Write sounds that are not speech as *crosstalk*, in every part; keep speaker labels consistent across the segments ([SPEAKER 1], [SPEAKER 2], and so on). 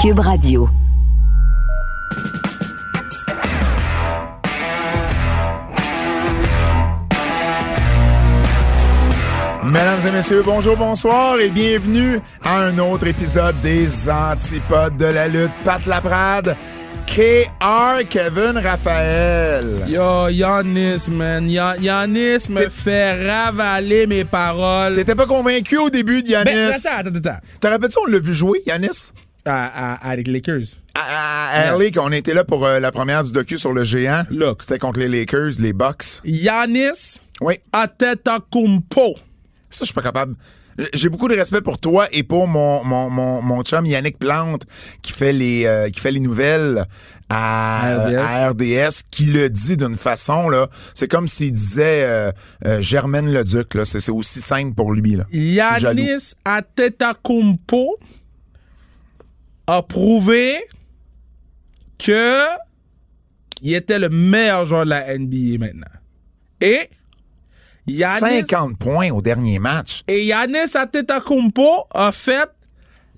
[SPEAKER 1] Cube Radio.
[SPEAKER 2] Mesdames et messieurs, bonjour, bonsoir et bienvenue à un autre épisode des Antipodes de la lutte. Pat Laprade, KR Kevin Raphaël.
[SPEAKER 3] Yo, Yannis, man. Ya- Yannis me
[SPEAKER 2] T'es-
[SPEAKER 3] fait ravaler mes paroles.
[SPEAKER 2] T'étais pas convaincu au début de Yanis.
[SPEAKER 3] Ben, attends, attends, attends.
[SPEAKER 2] Te rappelles-tu, on l'a vu jouer, Yanis?
[SPEAKER 3] À, à- à les Lakers.
[SPEAKER 2] À, à- à LA, qu'on était là pour euh, la première du docu sur le géant.
[SPEAKER 3] Là.
[SPEAKER 2] C'était contre les Lakers, les Bucks.
[SPEAKER 3] Yannis
[SPEAKER 2] Oui.
[SPEAKER 3] Atetakumpo.
[SPEAKER 2] Ça, je suis pas capable. J'ai beaucoup de respect pour toi et pour mon, mon, mon, mon chum Yannick Plante qui fait les, euh, qui fait les nouvelles à
[SPEAKER 3] À RDS.
[SPEAKER 2] à RDS, qui le dit d'une façon, là. C'est comme s'il disait euh, euh, Germaine Leduc, là. C'est c'est aussi simple pour lui, là. Je suis jaloux.
[SPEAKER 3] Yannis Atetakumpo a prouvé que il était le meilleur joueur de la NBA maintenant. Et Yannis
[SPEAKER 2] 50 points au dernier match.
[SPEAKER 3] Et Yannis Atetakumpo a fait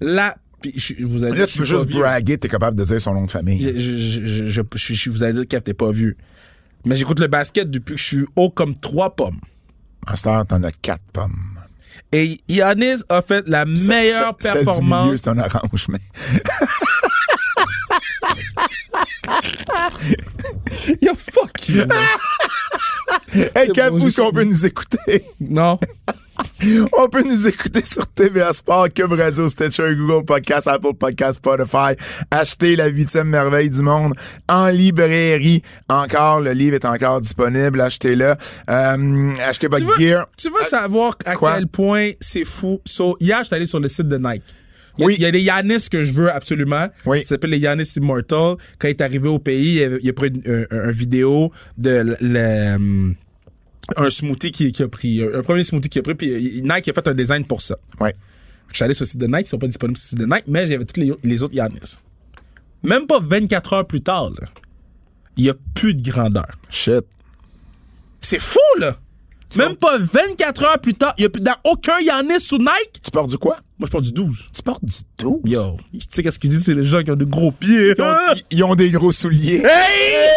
[SPEAKER 3] la. Puis je- vous allez
[SPEAKER 2] Là,
[SPEAKER 3] dire,
[SPEAKER 2] tu peux
[SPEAKER 3] je suis
[SPEAKER 2] juste
[SPEAKER 3] pas vieux.
[SPEAKER 2] braguer, t'es capable de dire son nom de famille.
[SPEAKER 3] Je, je- je- je- je- je- vous allez dire, Kev, t'es pas vieux. Mais j'écoute le basket depuis que je suis haut comme trois pommes.
[SPEAKER 2] En ce temps, t'en as 4 pommes.
[SPEAKER 3] Et Yannis a fait la meilleure
[SPEAKER 2] Celle- celle du milieu,
[SPEAKER 3] performance.
[SPEAKER 2] C'est un orange,
[SPEAKER 3] *laughs*
[SPEAKER 2] mais.
[SPEAKER 3] *laughs* Yo, fuck you. man.
[SPEAKER 2] Hey, Kev,
[SPEAKER 3] bon,
[SPEAKER 2] où
[SPEAKER 3] j'ai
[SPEAKER 2] est-ce qu'on peut nous écouter?
[SPEAKER 3] non.
[SPEAKER 2] *laughs* On peut nous écouter sur TVA Sport, Cube Radio, Stitcher, Google Podcast, Apple Podcast, Spotify. Achetez la huitième merveille du monde en librairie. Encore, le livre est encore disponible. Achetez-le. Euh, achetez votre
[SPEAKER 3] Tu veux,
[SPEAKER 2] gear.
[SPEAKER 3] tu veux savoir à
[SPEAKER 2] Ah. quoi?
[SPEAKER 3] quel point c'est fou. So, hier, je suis allé sur le site de Nike. Il y a-
[SPEAKER 2] Oui.
[SPEAKER 3] Il y a des Yanis que je veux absolument.
[SPEAKER 2] Oui.
[SPEAKER 3] Ça s'appelle les Yanis Immortal. Quand il est arrivé au pays, il a, il a pris une, un- un- un vidéo de l- le, hum, un smoothie qu'il qu'il a pris. Un premier smoothie qu'il a pris. Puis il- Nike a fait un design pour ça.
[SPEAKER 2] Ouais.
[SPEAKER 3] Je suis allé sur le site de Nike. Ils sont pas disponibles sur le site de Nike, mais j'avais tous les, les autres Yanis. Même pas 24 heures plus tard, là, il y a plus de grandeur.
[SPEAKER 2] Shit.
[SPEAKER 3] C'est fou, là! Même pas 24 heures plus tard, il n'y a plus dans aucun Yannis sous Nike.
[SPEAKER 2] Tu portes du quoi?
[SPEAKER 3] Moi, je prends du 12.
[SPEAKER 2] Tu portes du 12.
[SPEAKER 3] Yo, tu sais qu'est-ce qu'ils disent, c'est les gens qui ont de gros pieds.
[SPEAKER 2] Ils ont, ils- ils ont des gros souliers.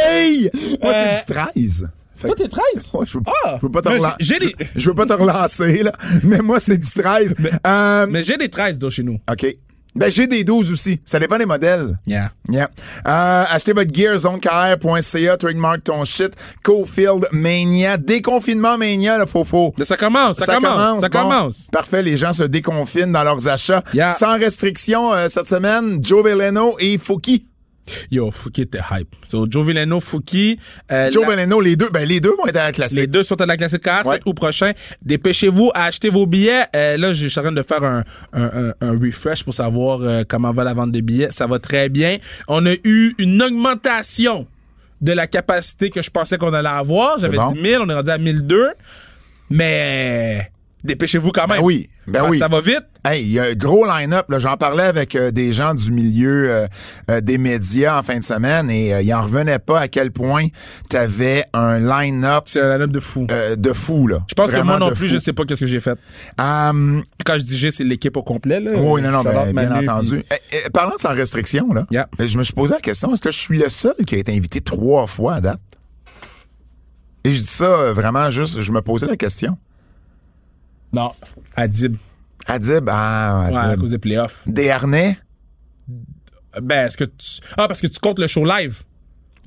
[SPEAKER 2] Hey! Moi,
[SPEAKER 3] Euh,
[SPEAKER 2] c'est du 13. Fait
[SPEAKER 3] Toi,
[SPEAKER 2] que-
[SPEAKER 3] t'es 13?
[SPEAKER 2] Ouais, je veux,
[SPEAKER 3] Ah!
[SPEAKER 2] je veux pas te
[SPEAKER 3] Mais
[SPEAKER 2] relan-
[SPEAKER 3] j'ai- j'ai des-
[SPEAKER 2] je- je veux pas te relancer, là. Mais moi, c'est du 13. Euh,
[SPEAKER 3] Mais j'ai des 13, là, chez nous.
[SPEAKER 2] OK. Ben, j'ai des 12 aussi. Ça dépend des modèles.
[SPEAKER 3] Yeah.
[SPEAKER 2] Yeah. Euh, achetez votre gear, zonekr.ca, trademark ton shit, Cofield Mania, déconfinement Mania, là, faux-faux.
[SPEAKER 3] Mais ça commence, ça, commence, ça
[SPEAKER 2] Bon,
[SPEAKER 3] commence.
[SPEAKER 2] Parfait, les gens se déconfinent dans leurs achats.
[SPEAKER 3] Yeah.
[SPEAKER 2] Sans restriction, euh, cette semaine, Joe Veleno et Fouki.
[SPEAKER 3] Yo, Fouki était hype. So, Joe Villano, Fouki. euh,
[SPEAKER 2] Joe
[SPEAKER 3] la-
[SPEAKER 2] Veleno, les deux, ben, les deux vont être à la classique.
[SPEAKER 3] Les deux sont à la classique 4,
[SPEAKER 2] Ouais.
[SPEAKER 3] ou prochain. Dépêchez-vous à acheter vos billets. Euh, là, je suis en train de faire un, un, un- un refresh pour savoir euh, comment va la vente de billets. Ça va très bien. On a eu une augmentation de la capacité que je pensais qu'on allait avoir. J'avais
[SPEAKER 2] C'est bon.
[SPEAKER 3] 10 000, on est rendu à 1002. Mais dépêchez-vous quand même.
[SPEAKER 2] Ben oui, ben
[SPEAKER 3] Parce que
[SPEAKER 2] oui.
[SPEAKER 3] Ça va vite.
[SPEAKER 2] Hey, il y a un gros line-up. là. J'en parlais avec euh, des gens du milieu euh, euh, des médias en fin de semaine et euh, ils en revenaient pas à quel point tu avais un line-up
[SPEAKER 3] C'est un lineup de fou.
[SPEAKER 2] euh, de fou. Là.
[SPEAKER 3] je pense que
[SPEAKER 2] Vraiment
[SPEAKER 3] moi non
[SPEAKER 2] de
[SPEAKER 3] plus,
[SPEAKER 2] fou.
[SPEAKER 3] je sais pas qu'est-ce que j'ai fait.
[SPEAKER 2] Euh,
[SPEAKER 3] Quand je dis j'ai, c'est l'équipe au complet. Là.
[SPEAKER 2] oui, non, non,
[SPEAKER 3] Shout
[SPEAKER 2] ben,
[SPEAKER 3] out
[SPEAKER 2] bien
[SPEAKER 3] Manu,
[SPEAKER 2] entendu. Eh, eh, parlant de sans restriction, là,
[SPEAKER 3] Yeah.
[SPEAKER 2] je me suis posé la question, est-ce que je suis le seul qui a été invité trois fois à date? Et je dis ça euh, vraiment juste, je me posais la question.
[SPEAKER 3] puis- Non, Adib.
[SPEAKER 2] Adib, ah,
[SPEAKER 3] Ouais, à
[SPEAKER 2] Adib.
[SPEAKER 3] cause des playoffs.
[SPEAKER 2] Desharnais?
[SPEAKER 3] Ben, est-ce que tu. Ah, parce que tu comptes le show live.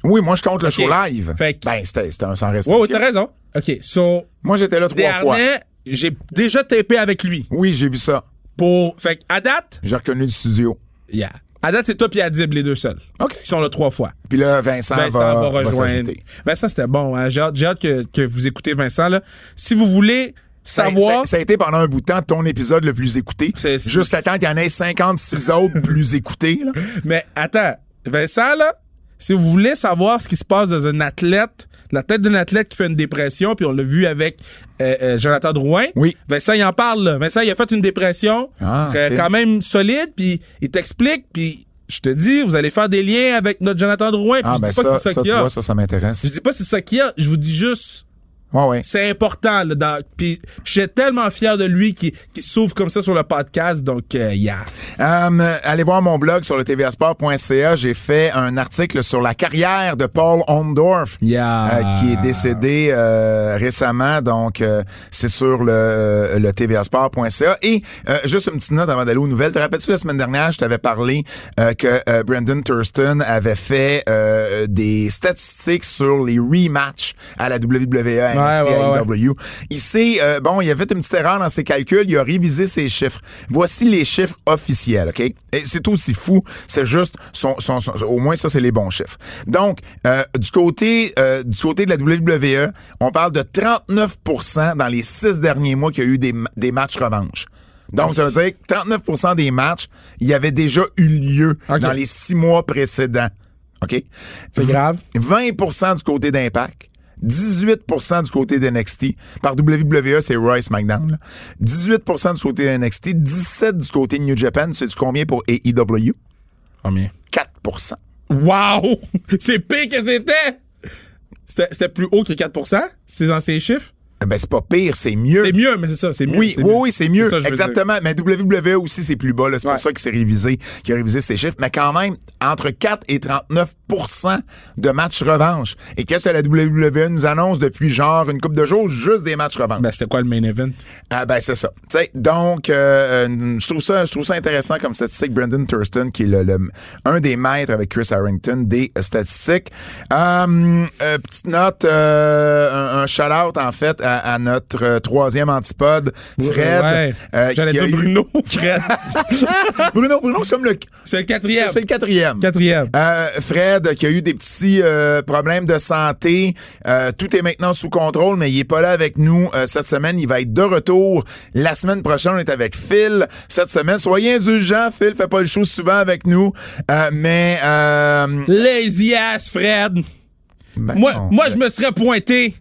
[SPEAKER 2] Oui, moi, je compte le show live.
[SPEAKER 3] Fait que-
[SPEAKER 2] Ben, c'était c'était un sans
[SPEAKER 3] Ouais,
[SPEAKER 2] restriction.
[SPEAKER 3] ouais, t'as raison. OK, so,
[SPEAKER 2] Moi, j'étais là trois fois.
[SPEAKER 3] Desharnais, j'ai déjà tapé avec lui.
[SPEAKER 2] Oui, j'ai vu ça.
[SPEAKER 3] Pour. Fait que, à date,
[SPEAKER 2] J'ai reconnu le studio.
[SPEAKER 3] yeah. À date, c'est toi puis Adib, les deux seuls.
[SPEAKER 2] OK.
[SPEAKER 3] Ils sont là trois fois.
[SPEAKER 2] Puis là, Vincent,
[SPEAKER 3] Vincent
[SPEAKER 2] va,
[SPEAKER 3] va, rejoindre.
[SPEAKER 2] s'ajouter.
[SPEAKER 3] Vincent, c'était bon. hein. J'ai hâte, j'ai hâte que, que vous écoutez Vincent, là. Si vous
[SPEAKER 2] Ben,
[SPEAKER 3] voulez
[SPEAKER 2] Ça-
[SPEAKER 3] savoir.
[SPEAKER 2] Ça, ça a été pendant un bout de temps ton épisode le plus écouté.
[SPEAKER 3] C'est- c'est-
[SPEAKER 2] Juste à temps qu'il y en ait
[SPEAKER 3] *laughs*
[SPEAKER 2] 56 autres plus écoutés. là.
[SPEAKER 3] Mais attends, Vincent, là, si vous voulez savoir ce qui se passe dans un athlète, la tête d'un athlète qui fait une dépression, puis on l'a vu avec euh, euh, Jonathan Drouin.
[SPEAKER 2] Oui.
[SPEAKER 3] Vincent, il en parle, là. Vincent, il a fait une dépression
[SPEAKER 2] Ah,
[SPEAKER 3] euh,
[SPEAKER 2] ok.
[SPEAKER 3] quand même solide, puis il t'explique, puis je te dis, vous allez faire des liens avec notre Jonathan Drouin, puis
[SPEAKER 2] Ah,
[SPEAKER 3] je
[SPEAKER 2] ben
[SPEAKER 3] dis pas
[SPEAKER 2] ça,
[SPEAKER 3] que c'est
[SPEAKER 2] ça,
[SPEAKER 3] ça
[SPEAKER 2] tu
[SPEAKER 3] qu'il y a.
[SPEAKER 2] vois, ça, ça m'intéresse.
[SPEAKER 3] Je dis pas que c'est ça qu'il y a, je vous dis juste
[SPEAKER 2] Ouais, ouais.
[SPEAKER 3] c'est important là dans puis j'étais tellement fier de lui qui qui s'ouvre comme ça sur le podcast donc euh, yeah.
[SPEAKER 2] Euh, allez voir mon blog sur le tvsport.ca. J'ai fait un article sur la carrière de Paul Ondorf,
[SPEAKER 3] Yeah.
[SPEAKER 2] Euh, qui est décédé euh, récemment. Donc, euh, c'est sur le, euh, le tvsport.ca. Et euh, juste une petite note avant d'aller aux nouvelles. Te rappelles-tu la semaine dernière, je t'avais parlé euh, que euh, Brandon Thurston avait fait euh, des statistiques sur les rematchs à la WWE, à NXT,
[SPEAKER 3] Ouais, ouais,
[SPEAKER 2] à
[SPEAKER 3] ouais,
[SPEAKER 2] AEW. Il sait, euh, bon, il a fait une petite erreur dans ses calculs, il a révisé ses chiffres. Voici les chiffres officiels, OK? Et c'est aussi fou, c'est juste, son, son- son- au moins ça, c'est les bons chiffres. Donc, euh, du, côté, euh, du côté de la WWE, on parle de 39 dans les six derniers mois qu'il y a eu des, ma- des matchs revanche. Donc, ça veut dire que 39 des matchs, il y avait déjà eu lieu
[SPEAKER 3] OK.
[SPEAKER 2] dans les six mois précédents. OK?
[SPEAKER 3] C'est grave.
[SPEAKER 2] 20 du côté d'Impact, 18 du côté d'NXT. Par WWE, c'est Royce McDonald. 18 du côté de NXT, 17 du côté de New Japan. C'est du combien pour E AEW?
[SPEAKER 3] Combien?
[SPEAKER 2] 4
[SPEAKER 3] Wow! C'est pire que c'était! C'était c'était plus haut que 4%, ces anciens chiffres.
[SPEAKER 2] Ben, c'est pas pire, c'est mieux.
[SPEAKER 3] C'est mieux, mais c'est ça, c'est mieux.
[SPEAKER 2] Oui,
[SPEAKER 3] c'est
[SPEAKER 2] oui,
[SPEAKER 3] mieux.
[SPEAKER 2] oui, c'est
[SPEAKER 3] C'est
[SPEAKER 2] mieux.
[SPEAKER 3] ça que je veux
[SPEAKER 2] Exactement. Mais WWE aussi, c'est plus bas. là. C'est pour
[SPEAKER 3] Ouais.
[SPEAKER 2] ça qu'il s'est révisé, qu'il a révisé ses chiffres. Mais quand même, entre 4 et 39 de matchs revanche. Et qu'est-ce que la WWE nous annonce depuis genre une coupe de jours? Juste des matchs revanche.
[SPEAKER 3] Ben, c'était quoi le main event?
[SPEAKER 2] Ah ben c'est ça. Tu sais, donc euh, euh, je trouve ça je trouve ça intéressant comme statistique Brendan Thurston qui est le, le- un des maîtres avec Chris Harrington des euh, statistiques. Euh, euh, petite note euh, un, shout out en fait à, à notre euh, troisième antipode Fred.
[SPEAKER 3] Ouais.
[SPEAKER 2] euh,
[SPEAKER 3] J'allais
[SPEAKER 2] qui a
[SPEAKER 3] dire
[SPEAKER 2] eu-
[SPEAKER 3] Bruno,
[SPEAKER 2] *laughs*
[SPEAKER 3] *laughs* Fred.
[SPEAKER 2] Bruno Bruno c'est comme le
[SPEAKER 3] c'est le quatrième.
[SPEAKER 2] c'est le quatrième.
[SPEAKER 3] Quatrième.
[SPEAKER 2] Euh, Fred, qui a eu des petits euh, problèmes de santé, euh, tout est maintenant sous contrôle, mais il est pas là avec nous euh, cette semaine. Il va être de retour la semaine prochaine. On est avec Phil cette semaine. Soyez indulgents, Phil fait pas le show souvent avec nous, euh, mais euh,
[SPEAKER 3] Lazy ass, Fred.
[SPEAKER 2] ben
[SPEAKER 3] Moi,
[SPEAKER 2] non.
[SPEAKER 3] moi je me serais pointé.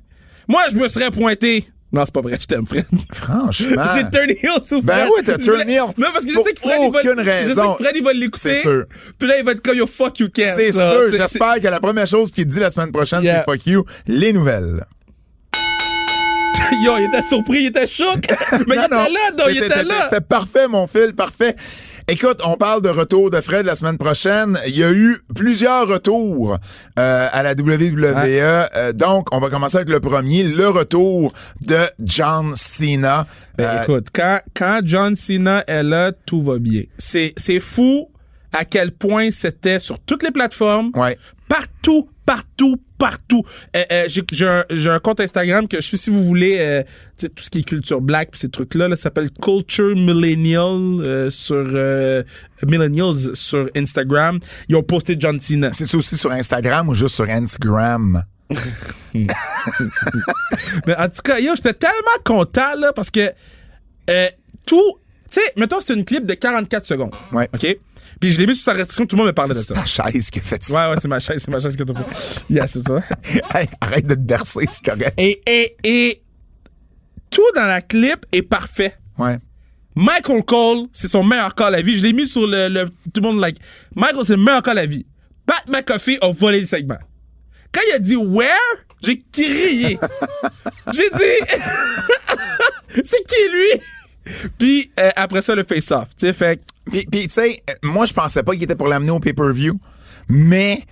[SPEAKER 3] Moi, je me serais pointé. Non, c'est pas vrai, je t'aime, Fred.
[SPEAKER 2] franchement.
[SPEAKER 3] *laughs* J'ai turn heel
[SPEAKER 2] Ah.
[SPEAKER 3] sur Fred.
[SPEAKER 2] Ben oui, t'as
[SPEAKER 3] Je voulais-
[SPEAKER 2] turn heel
[SPEAKER 3] Non, parce que je
[SPEAKER 2] pour
[SPEAKER 3] sais que Fred, il va,
[SPEAKER 2] aucune
[SPEAKER 3] je sais
[SPEAKER 2] raison.
[SPEAKER 3] que Fred, il va l'écouter.
[SPEAKER 2] C'est sûr.
[SPEAKER 3] Puis là, il va être comme, yo, fuck you, Ken.
[SPEAKER 2] C'est
[SPEAKER 3] Ça,
[SPEAKER 2] sûr,
[SPEAKER 3] c'est-
[SPEAKER 2] j'espère que la première chose qu'il dit la semaine prochaine,
[SPEAKER 3] Yeah.
[SPEAKER 2] c'est fuck you, les nouvelles.
[SPEAKER 3] c'est- Yo, il était surpris, il
[SPEAKER 2] *laughs*
[SPEAKER 3] était choqué. Mais il
[SPEAKER 2] Non,
[SPEAKER 3] était
[SPEAKER 2] non.
[SPEAKER 3] là, donc, il
[SPEAKER 2] C'était-
[SPEAKER 3] était
[SPEAKER 2] c'était-
[SPEAKER 3] là.
[SPEAKER 2] C'était parfait, mon fil, parfait. Écoute, on parle de retour de Fred la semaine prochaine. Il y a eu plusieurs retours euh, à la WWE. Euh, donc, on va commencer avec le premier, le retour de John Cena.
[SPEAKER 3] Ben,
[SPEAKER 2] Euh,
[SPEAKER 3] écoute, quand, quand John Cena est là, tout va bien. C'est, c'est fou à quel point c'était sur toutes les plateformes.
[SPEAKER 2] Ouais.
[SPEAKER 3] Partout, partout, partout. Euh, euh, j'ai, j'ai un, j'ai un compte Instagram que je suis, si vous voulez, euh, tu sais, tout ce qui est culture black pis ces trucs-là, là, ça s'appelle Culture Millennial euh, sur euh, Millennials sur Instagram. Ils ont posté John Cena.
[SPEAKER 2] C'est aussi sur Instagram ou juste sur
[SPEAKER 3] Ah,
[SPEAKER 2] Instagram?
[SPEAKER 3] Mais en tout cas, yo, j'étais tellement content, là, parce que euh, tout. Tu sais, mettons, c'est une clip de 44 secondes.
[SPEAKER 2] Ouais.
[SPEAKER 3] OK? Puis je l'ai mis sous sa restriction, tout le monde me parlait de *laughs*
[SPEAKER 2] C'est
[SPEAKER 3] ça.
[SPEAKER 2] ta chaise qui a fait ça.
[SPEAKER 3] Ouais, ouais, c'est ma chaise, c'est ma chaise que t'as pas. Yeah, c'est ça.
[SPEAKER 2] *laughs* Hey, arrête de te bercer, c'est correct.
[SPEAKER 3] Et, et, et. Tout dans la clip est parfait.
[SPEAKER 2] Ouais.
[SPEAKER 3] Michael Cole, c'est son meilleur call à vie. Je l'ai mis sur le, le- tout le monde like. Michael, c'est le meilleur call à vie. Pat McAfee a volé le segment. Quand il a dit where, j'ai
[SPEAKER 2] *laughs*
[SPEAKER 3] crié. j'ai dit *laughs* c'est qui lui Puis euh, après ça le face off, tu sais fait que-
[SPEAKER 2] Puis, puis, tu sais, euh, moi, je pensais pas qu'il était pour l'amener au pay-per-view, mais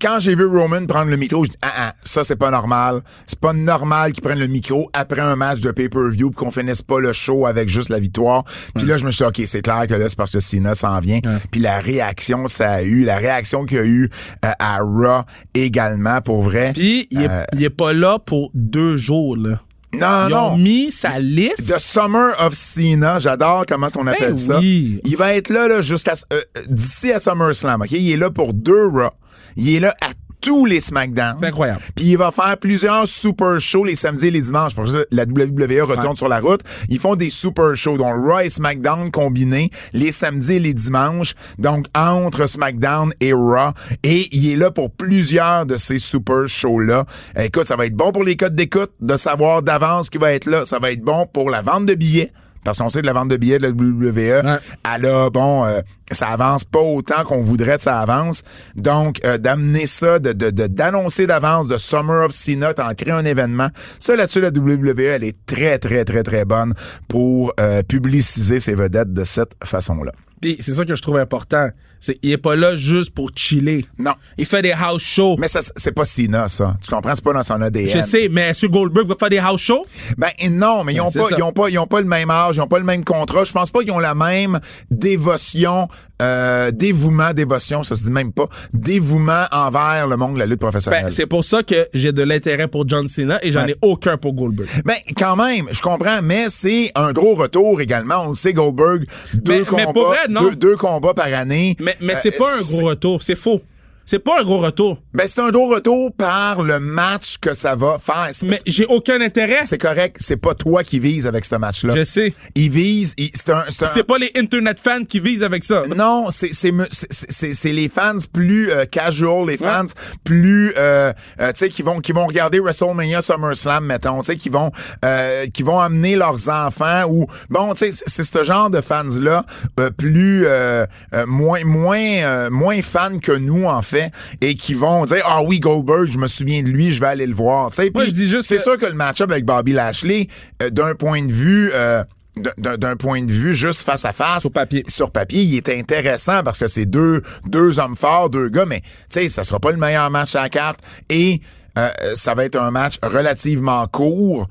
[SPEAKER 2] quand j'ai vu Roman prendre le micro, je dis, ah, ah, ça, c'est pas normal. C'est pas normal qu'il prenne le micro après un match de pay-per-view puis qu'on finisse pas le show avec juste la victoire. Puis là, je me suis dit, OK, c'est clair que là, c'est parce que Cena s'en vient. Puis la réaction, ça a eu, la réaction qu'il y a eu euh, à Raw également, pour vrai.
[SPEAKER 3] puis il est,
[SPEAKER 2] Euh.
[SPEAKER 3] il est pas là pour deux jours là.
[SPEAKER 2] non,
[SPEAKER 3] Ils
[SPEAKER 2] Ah non.
[SPEAKER 3] ont mis sa liste.
[SPEAKER 2] The Summer of Cena, j'adore comment on appelle ça.
[SPEAKER 3] Ben oui.
[SPEAKER 2] Il va être là, là jusqu'à euh, euh, d'ici à SummerSlam, OK? Il est là pour deux Raw. Il est là à tous les SmackDown.
[SPEAKER 3] C'est incroyable.
[SPEAKER 2] Puis il va faire plusieurs super shows les samedis et les dimanches. Pour ça, la WWE retourne sur la route. Ils font des super shows, dont Raw et SmackDown combinés, les samedis et les dimanches. Donc, entre SmackDown et Raw. Et il est là pour plusieurs de ces super shows-là. Écoute, ça va être bon pour les codes d'écoute de savoir d'avance qui va être là. Ça va être bon pour la vente de billets. Parce qu'on sait que la vente de billets de la E WWE,
[SPEAKER 3] Ouais.
[SPEAKER 2] elle a, bon, euh, ça avance pas autant qu'on voudrait que ça avance. Donc, euh, d'amener ça, de, de, de- d'annoncer d'avance de Summer of Cena, t'en crées un événement. Ça, là-dessus, la WWE, elle est très, très, très, très bonne pour euh, publiciser ses vedettes de cette façon-là.
[SPEAKER 3] respecté. C'est ça que je trouve important. C'est il est pas là juste pour chiller.
[SPEAKER 2] Non.
[SPEAKER 3] Il fait des house shows.
[SPEAKER 2] Mais ça, c'est pas Sina, ça. Tu comprends? C'est pas dans son ADN.
[SPEAKER 3] je sais, mais est-ce que Goldberg va faire des house shows?
[SPEAKER 2] Ben et non, mais ils ont
[SPEAKER 3] c'est
[SPEAKER 2] pas,
[SPEAKER 3] ça.
[SPEAKER 2] ils ont pas, ils ont pas le même âge, ils ont pas le même contrat. Je pense pas qu'ils ont la même dévotion, euh, dévouement, dévotion, ça se dit même pas, dévouement envers le monde de la lutte
[SPEAKER 3] Ben,
[SPEAKER 2] professionnelle.
[SPEAKER 3] c'est pour ça que j'ai de l'intérêt pour John Cena et j'en
[SPEAKER 2] Ouais.
[SPEAKER 3] ai aucun pour Goldberg.
[SPEAKER 2] Ben, quand même, je comprends, mais c'est un gros retour également. On le sait, Goldberg, deux
[SPEAKER 3] Mais- mais
[SPEAKER 2] combats,
[SPEAKER 3] pour vrai, non.
[SPEAKER 2] deux, deux combats par année.
[SPEAKER 3] Mais, mais
[SPEAKER 2] Euh,
[SPEAKER 3] c'est pas un gros retour. C'est faux. C'est pas un gros retour.
[SPEAKER 2] Ben, c'est un gros retour par le match que ça va faire. C'est-
[SPEAKER 3] Mais j'ai aucun intérêt.
[SPEAKER 2] C'est correct, c'est pas toi qui vise avec ce match-là.
[SPEAKER 3] Je sais.
[SPEAKER 2] Il vise, il- c'est un, c'est un-
[SPEAKER 3] C'est pas les internet fans qui visent avec ça.
[SPEAKER 2] Euh, Non, c'est c'est me- c'est- c'est c'est les fans plus euh, casual, les fans plus euh, euh, tu sais qui vont qui vont regarder WrestleMania SummerSlam mettons, tu sais qui vont euh, qui vont amener leurs enfants ou bon, tu sais c'est- c'est ce genre de fans là plus euh, euh, moins moins euh, moins fans que nous en fait et qui vont dire ah oui Goldberg, je me souviens de lui, je vais aller le voir, tu sais.
[SPEAKER 3] Moi,
[SPEAKER 2] Puis
[SPEAKER 3] je dis juste
[SPEAKER 2] c'est
[SPEAKER 3] que-
[SPEAKER 2] sûr que le match-up avec Bobby Lashley euh, d'un point de vue euh, d'un- d'un d'un point de vue juste face à face
[SPEAKER 3] Sur papier.
[SPEAKER 2] sur papier, il est intéressant parce que c'est deux, deux hommes forts, deux gars, mais tu sais, ça sera pas le meilleur match à quatre et euh, ça va être un match relativement court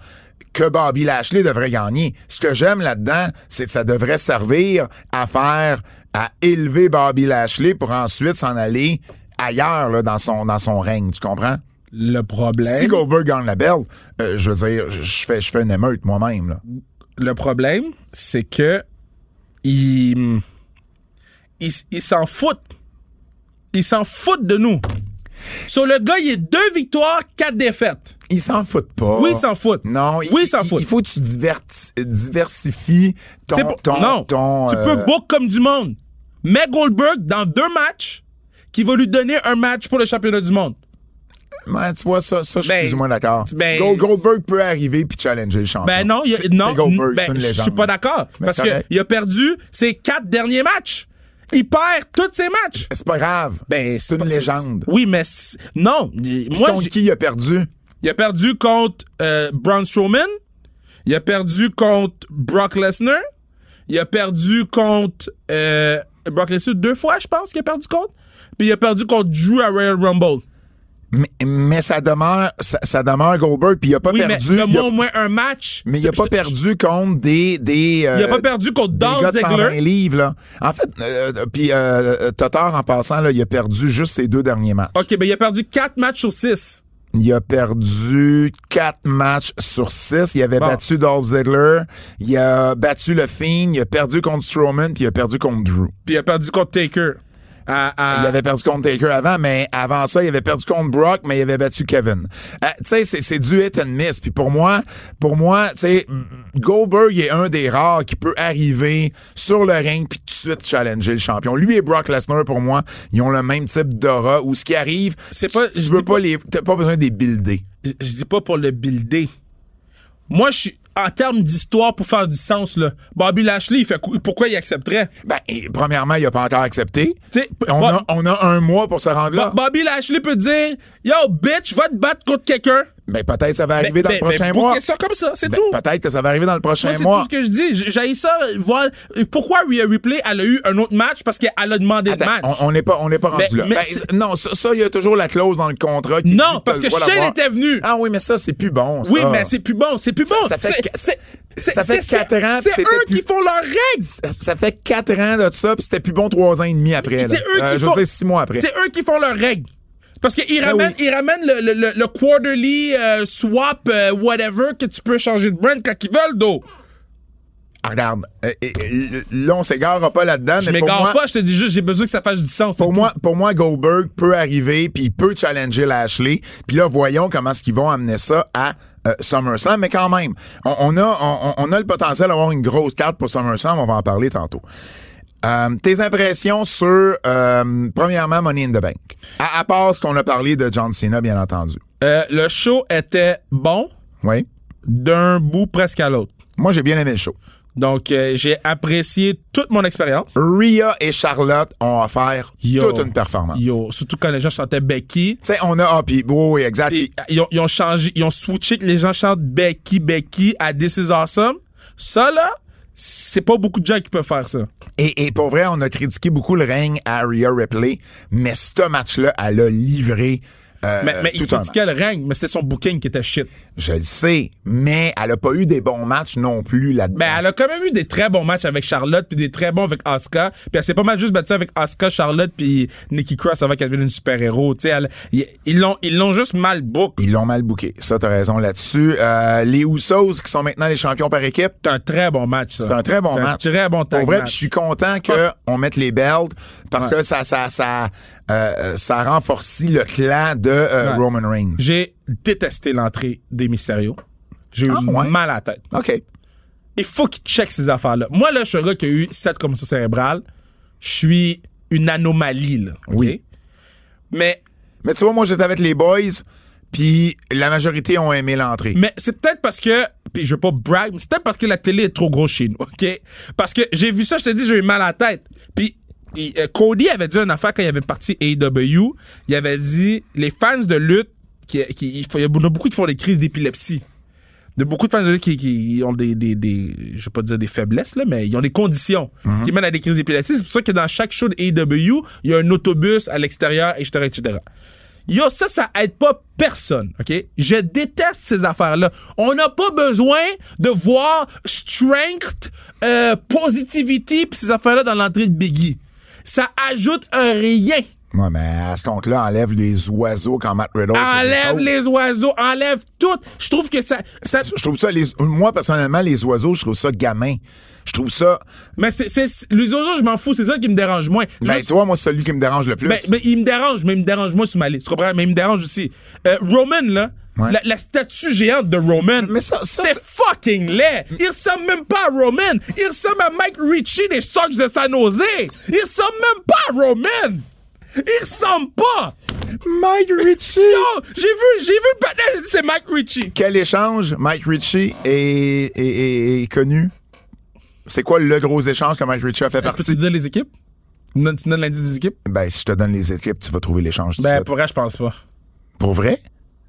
[SPEAKER 2] que Bobby Lashley devrait gagner. Ce que j'aime là-dedans, c'est que ça devrait servir à faire, à élever Bobby Lashley pour ensuite s'en aller ailleurs là, dans son dans son règne, tu comprends?
[SPEAKER 3] Le
[SPEAKER 2] Si
[SPEAKER 3] problème,
[SPEAKER 2] Goldberg gagne la belle, euh, je veux dire, je- je fais, je fais une émeute moi-même. là.
[SPEAKER 3] le problème, c'est que ils, ils, ils s'en foutent. Ils s'en foutent de nous. Sur le gars, il est deux victoires, quatre défaites.
[SPEAKER 2] Ils s'en foutent pas.
[SPEAKER 3] Oui, ils s'en foutent.
[SPEAKER 2] Non,
[SPEAKER 3] oui,
[SPEAKER 2] il-
[SPEAKER 3] ils s'en
[SPEAKER 2] il-
[SPEAKER 3] foutent.
[SPEAKER 2] Il faut que tu diverti- diversifies ton,
[SPEAKER 3] C'est pour-
[SPEAKER 2] ton,
[SPEAKER 3] non,
[SPEAKER 2] ton,
[SPEAKER 3] tu
[SPEAKER 2] euh,
[SPEAKER 3] peux book comme du monde. Mets Goldberg dans deux matchs qui va lui donner un match pour le championnat du monde.
[SPEAKER 2] ben, tu vois, ça, ça je suis
[SPEAKER 3] Ben,
[SPEAKER 2] plus ou moins d'accord.
[SPEAKER 3] ben,
[SPEAKER 2] Gold- Goldberg peut arriver puis challenger le champion.
[SPEAKER 3] Ben non, il y a-
[SPEAKER 2] C'est-
[SPEAKER 3] non,
[SPEAKER 2] c'est Goldberg,
[SPEAKER 3] ben,
[SPEAKER 2] c'est une
[SPEAKER 3] je
[SPEAKER 2] légende.
[SPEAKER 3] suis pas d'accord.
[SPEAKER 2] Ben,
[SPEAKER 3] parce
[SPEAKER 2] c'est
[SPEAKER 3] que
[SPEAKER 2] correct.
[SPEAKER 3] il a perdu ses quatre derniers matchs. Il perd tous ses matchs.
[SPEAKER 2] C'est pas grave.
[SPEAKER 3] Ben,
[SPEAKER 2] c'est une
[SPEAKER 3] pas-
[SPEAKER 2] légende.
[SPEAKER 3] Oui, mais c'est- non. il- Moi,
[SPEAKER 2] Contre
[SPEAKER 3] j'ai-
[SPEAKER 2] qui il a perdu?
[SPEAKER 3] il a perdu contre euh, Braun Strowman. Il a perdu contre Brock Lesnar. Il a perdu contre euh, Brock Lesnar deux fois, je pense qu'il a perdu contre. Puis il a perdu contre Drew à Royal Rumble.
[SPEAKER 2] Mais, mais ça demeure, ça, ça demeure Goldberg puis il a pas
[SPEAKER 3] Oui,
[SPEAKER 2] perdu.
[SPEAKER 3] mais
[SPEAKER 2] il
[SPEAKER 3] donne-moi
[SPEAKER 2] a-
[SPEAKER 3] au moins un match.
[SPEAKER 2] mais il
[SPEAKER 3] *laughs*
[SPEAKER 2] a pas perdu contre des, des,
[SPEAKER 3] Il a
[SPEAKER 2] euh,
[SPEAKER 3] pas perdu contre
[SPEAKER 2] des gars
[SPEAKER 3] Dolph
[SPEAKER 2] de 120
[SPEAKER 3] Ziggler.
[SPEAKER 2] livres, là. En fait, euh, euh, puis euh, Tatar, en passant, là, il a perdu juste ses deux derniers matchs.
[SPEAKER 3] OK, ben il a perdu quatre matchs sur six.
[SPEAKER 2] Il a perdu quatre matchs sur six. Il avait
[SPEAKER 3] Bon.
[SPEAKER 2] battu Dolph Ziggler. Il a battu Le Fiend. Il a perdu contre Strowman. Puis il a perdu contre Drew.
[SPEAKER 3] Puis il a perdu contre Taker. À, à-
[SPEAKER 2] Il avait perdu contre Taker avant, mais avant ça, il avait perdu contre Brock, mais il avait battu Kevin. Euh, tu sais, c'est, c'est du hit and miss. Puis pour moi, pour moi, tu sais, Goldberg est un des rares qui peut arriver sur le ring puis tout de suite challenger le champion. Lui et Brock Lesnar, pour moi, ils ont le même type d'aura où ce qui arrive,
[SPEAKER 3] C'est pas-
[SPEAKER 2] tu
[SPEAKER 3] je
[SPEAKER 2] veux
[SPEAKER 3] dis
[SPEAKER 2] pas les, t'as pas besoin de les builder.
[SPEAKER 3] je je dis pas pour le builder. Moi, je suis en termes d'histoire pour faire du sens là. Bobby Lashley, il fait cou- pourquoi il accepterait
[SPEAKER 2] Ben, et premièrement, il a pas encore accepté.
[SPEAKER 3] Tu sais,
[SPEAKER 2] On,
[SPEAKER 3] Bo-
[SPEAKER 2] a, on a un mois pour se rendre là.
[SPEAKER 3] Bo- Bobby Lashley peut dire "Yo bitch, va te battre contre quelqu'un."
[SPEAKER 2] Mais peut-être ça va
[SPEAKER 3] Ben,
[SPEAKER 2] arriver dans
[SPEAKER 3] ben,
[SPEAKER 2] le prochain
[SPEAKER 3] ben,
[SPEAKER 2] mois.
[SPEAKER 3] booker ça comme ça, c'est
[SPEAKER 2] Ben,
[SPEAKER 3] tout.
[SPEAKER 2] peut-être que ça va arriver dans le prochain
[SPEAKER 3] Moi, c'est tout
[SPEAKER 2] mois.
[SPEAKER 3] ce que je dis. J- J'ai ça voir pourquoi Rhea Ripley elle a eu un autre match parce qu'elle a demandé
[SPEAKER 2] Attends,
[SPEAKER 3] le match.
[SPEAKER 2] on- on n'est pas, on n'est pas rendu
[SPEAKER 3] Ben,
[SPEAKER 2] là.
[SPEAKER 3] mais
[SPEAKER 2] Ben,
[SPEAKER 3] c'est-
[SPEAKER 2] non, ça, ça, il y a toujours la clause dans le contrat. qui dit
[SPEAKER 3] Non,
[SPEAKER 2] t'as
[SPEAKER 3] parce
[SPEAKER 2] le
[SPEAKER 3] que
[SPEAKER 2] droit
[SPEAKER 3] Shane
[SPEAKER 2] d'avoir-
[SPEAKER 3] était venu.
[SPEAKER 2] Ah oui, mais ça, c'est plus bon. Ça.
[SPEAKER 3] oui, mais c'est plus bon, c'est plus bon.
[SPEAKER 2] ça fait
[SPEAKER 3] C'est-
[SPEAKER 2] qu-
[SPEAKER 3] c'est- c'est-
[SPEAKER 2] ça fait
[SPEAKER 3] c'est-
[SPEAKER 2] quatre ans que
[SPEAKER 3] C'est
[SPEAKER 2] c'était
[SPEAKER 3] eux
[SPEAKER 2] plus-
[SPEAKER 3] qui font leurs règles.
[SPEAKER 2] Ça- Ça fait quatre ans de ça, puis c'était plus bon trois ans et demi après. là.
[SPEAKER 3] C'est eux
[SPEAKER 2] Euh,
[SPEAKER 3] qui
[SPEAKER 2] je
[SPEAKER 3] font.
[SPEAKER 2] veux dire, six mois après.
[SPEAKER 3] C'est eux qui font leurs règles. Parce qu'ils
[SPEAKER 2] Ah
[SPEAKER 3] ramènent, ils ramènent le, le, le, le quarterly euh, swap, euh, whatever, que tu peux changer de brand quand ils veulent, d'eau.
[SPEAKER 2] Ah, regarde, euh, euh, euh, là, on s'égare pas là-dedans,
[SPEAKER 3] Je
[SPEAKER 2] mais pour
[SPEAKER 3] m'égare
[SPEAKER 2] moi,
[SPEAKER 3] pas, je te dis juste, j'ai besoin que ça fasse du sens.
[SPEAKER 2] pour moi, pour moi, Goldberg peut arriver, puis il peut challenger Lashley. Puis là, voyons comment est-ce qu'ils vont amener ça à euh, SummerSlam. Mais quand même, on, on a, on, on a le potentiel d'avoir une grosse carte pour SummerSlam. On va en parler tantôt. Euh, tes impressions sur, euh, premièrement, Money in the Bank. À, à part ce qu'on a parlé de John Cena, bien entendu.
[SPEAKER 3] Euh, le show était bon
[SPEAKER 2] Oui.
[SPEAKER 3] d'un bout presque à l'autre.
[SPEAKER 2] Moi, j'ai bien aimé le show.
[SPEAKER 3] Donc, euh, j'ai apprécié toute mon expérience.
[SPEAKER 2] Rhea et Charlotte ont offert
[SPEAKER 3] Yo.
[SPEAKER 2] toute une performance. Tu
[SPEAKER 3] Yo, surtout quand les gens chantaient Becky.
[SPEAKER 2] sais, on a, ah, puis, oui, oui, exact.
[SPEAKER 3] Et, euh, ils, ont, ils ont changé, ils ont switché que les gens chantent Becky, Becky à This is Awesome. Ça, là, c'est pas beaucoup de gens qui peuvent faire ça.
[SPEAKER 2] Et, et pour vrai, on a critiqué beaucoup le règne à Aria Ripley, mais ce match-là, elle a livré. euh,
[SPEAKER 3] Mais, mais il
[SPEAKER 2] tout un
[SPEAKER 3] critiquait le règne, mais c'est son booking qui était shit.
[SPEAKER 2] Je le sais, mais elle a pas eu des bons matchs non plus là-dedans.
[SPEAKER 3] Ben, elle a quand même eu des très bons matchs avec Charlotte, puis des très bons avec Asuka. Puis elle s'est pas mal juste battue avec Asuka, Charlotte, puis Nikki Cross avant qu'elle devienne une super-héros. Tu sais, elle- ils- ils l'ont ils l'ont juste mal book.
[SPEAKER 2] Ils l'ont mal booké. Ça, t'as raison là-dessus. Euh, les Usos, qui sont maintenant les champions par équipe,
[SPEAKER 3] C'est un très bon match, ça.
[SPEAKER 2] c'est un très bon
[SPEAKER 3] C'est
[SPEAKER 2] match.
[SPEAKER 3] Un très bon tag
[SPEAKER 2] Pour vrai,
[SPEAKER 3] match.
[SPEAKER 2] puis je suis content qu'on mette les belts parce que ça, ça, ça, euh, ça renforcit le clan de euh,
[SPEAKER 3] Ouais.
[SPEAKER 2] Roman Reigns.
[SPEAKER 3] J'ai détesté l'entrée des Mysterio. J'ai eu
[SPEAKER 2] Ah, ouais?
[SPEAKER 3] mal à la tête.
[SPEAKER 2] OK.
[SPEAKER 3] Il faut qu'il check ces affaires-là. Moi, là, je suis un gars qui a eu 7 commotions cérébrales. Je suis une anomalie, là. OK?
[SPEAKER 2] Oui.
[SPEAKER 3] Mais,
[SPEAKER 2] Mais tu vois, moi, j'étais avec les boys, puis la majorité ont aimé l'entrée.
[SPEAKER 3] mais c'est peut-être parce que. Puis je veux pas brag, mais c'est peut-être parce que la télé est trop grosse chez nous, OK? Parce que j'ai vu ça, je te dis, j'ai eu mal à la tête. Puis. il- euh, Cody avait dit une affaire quand il avait parti AEW. Il avait dit les fans de lutte, qui, qui, il faut- il y en a beaucoup qui font des crises d'épilepsie. de beaucoup de fans de lutte qui, qui ont des, des, des je vais pas dire des faiblesses là, mais ils ont des conditions qui mènent à des crises d'épilepsie. C'est pour ça que dans chaque show de AEW, il y a un autobus à l'extérieur, etc., etc. Yo, ça, ça aide pas personne, ok? Je déteste ces affaires-là. On n'a pas besoin de voir strength, euh, positivity, pis ces affaires-là dans l'entrée de Biggie. Ça ajoute un rien.
[SPEAKER 2] Ouais, mais à ce compte-là, enlève les oiseaux quand Matt Riddle... c'est des
[SPEAKER 3] Enlève
[SPEAKER 2] choses.
[SPEAKER 3] les oiseaux, enlève tout. Je trouve que ça, ça,
[SPEAKER 2] Je trouve ça... Les... Moi, personnellement, les oiseaux, je trouve ça gamin. Je trouve ça...
[SPEAKER 3] Mais c'est, c'est, les oiseaux, je m'en fous, c'est ça qui me dérange moins.
[SPEAKER 2] Ben,
[SPEAKER 3] Juste-
[SPEAKER 2] tu vois, moi, c'est celui qui me dérange le plus.
[SPEAKER 3] ben, ben, il me dérange, mais il me dérange moi sur ma liste, tu comprends? Mais il me dérange aussi. Euh, Roman, là,
[SPEAKER 2] Ouais.
[SPEAKER 3] la, la statue géante de Roman,
[SPEAKER 2] Mais ça- ça,
[SPEAKER 3] c'est fucking laid! Il ressemble même pas à Roman! Il ressemble à Mike Ritchie des Sox de San Jose! Il ressemble même pas à Roman! Il ressemble pas!
[SPEAKER 2] Mike Ritchie!
[SPEAKER 3] Yo, j'ai vu, j'ai vu, peut-être c'est Mike Ritchie!
[SPEAKER 2] Quel échange Mike Ritchie est, est- est- est connu? C'est quoi le gros échange que Mike Ritchie a fait
[SPEAKER 3] Peux-tu
[SPEAKER 2] partie?
[SPEAKER 3] me dire les équipes? Tu me donnes- tu me donnes l'indice des équipes?
[SPEAKER 2] Ben, si je te donne les équipes, tu vas trouver l'échange. tout de
[SPEAKER 3] Ben,
[SPEAKER 2] suite.
[SPEAKER 3] pour vrai, je pense pas.
[SPEAKER 2] Pour vrai?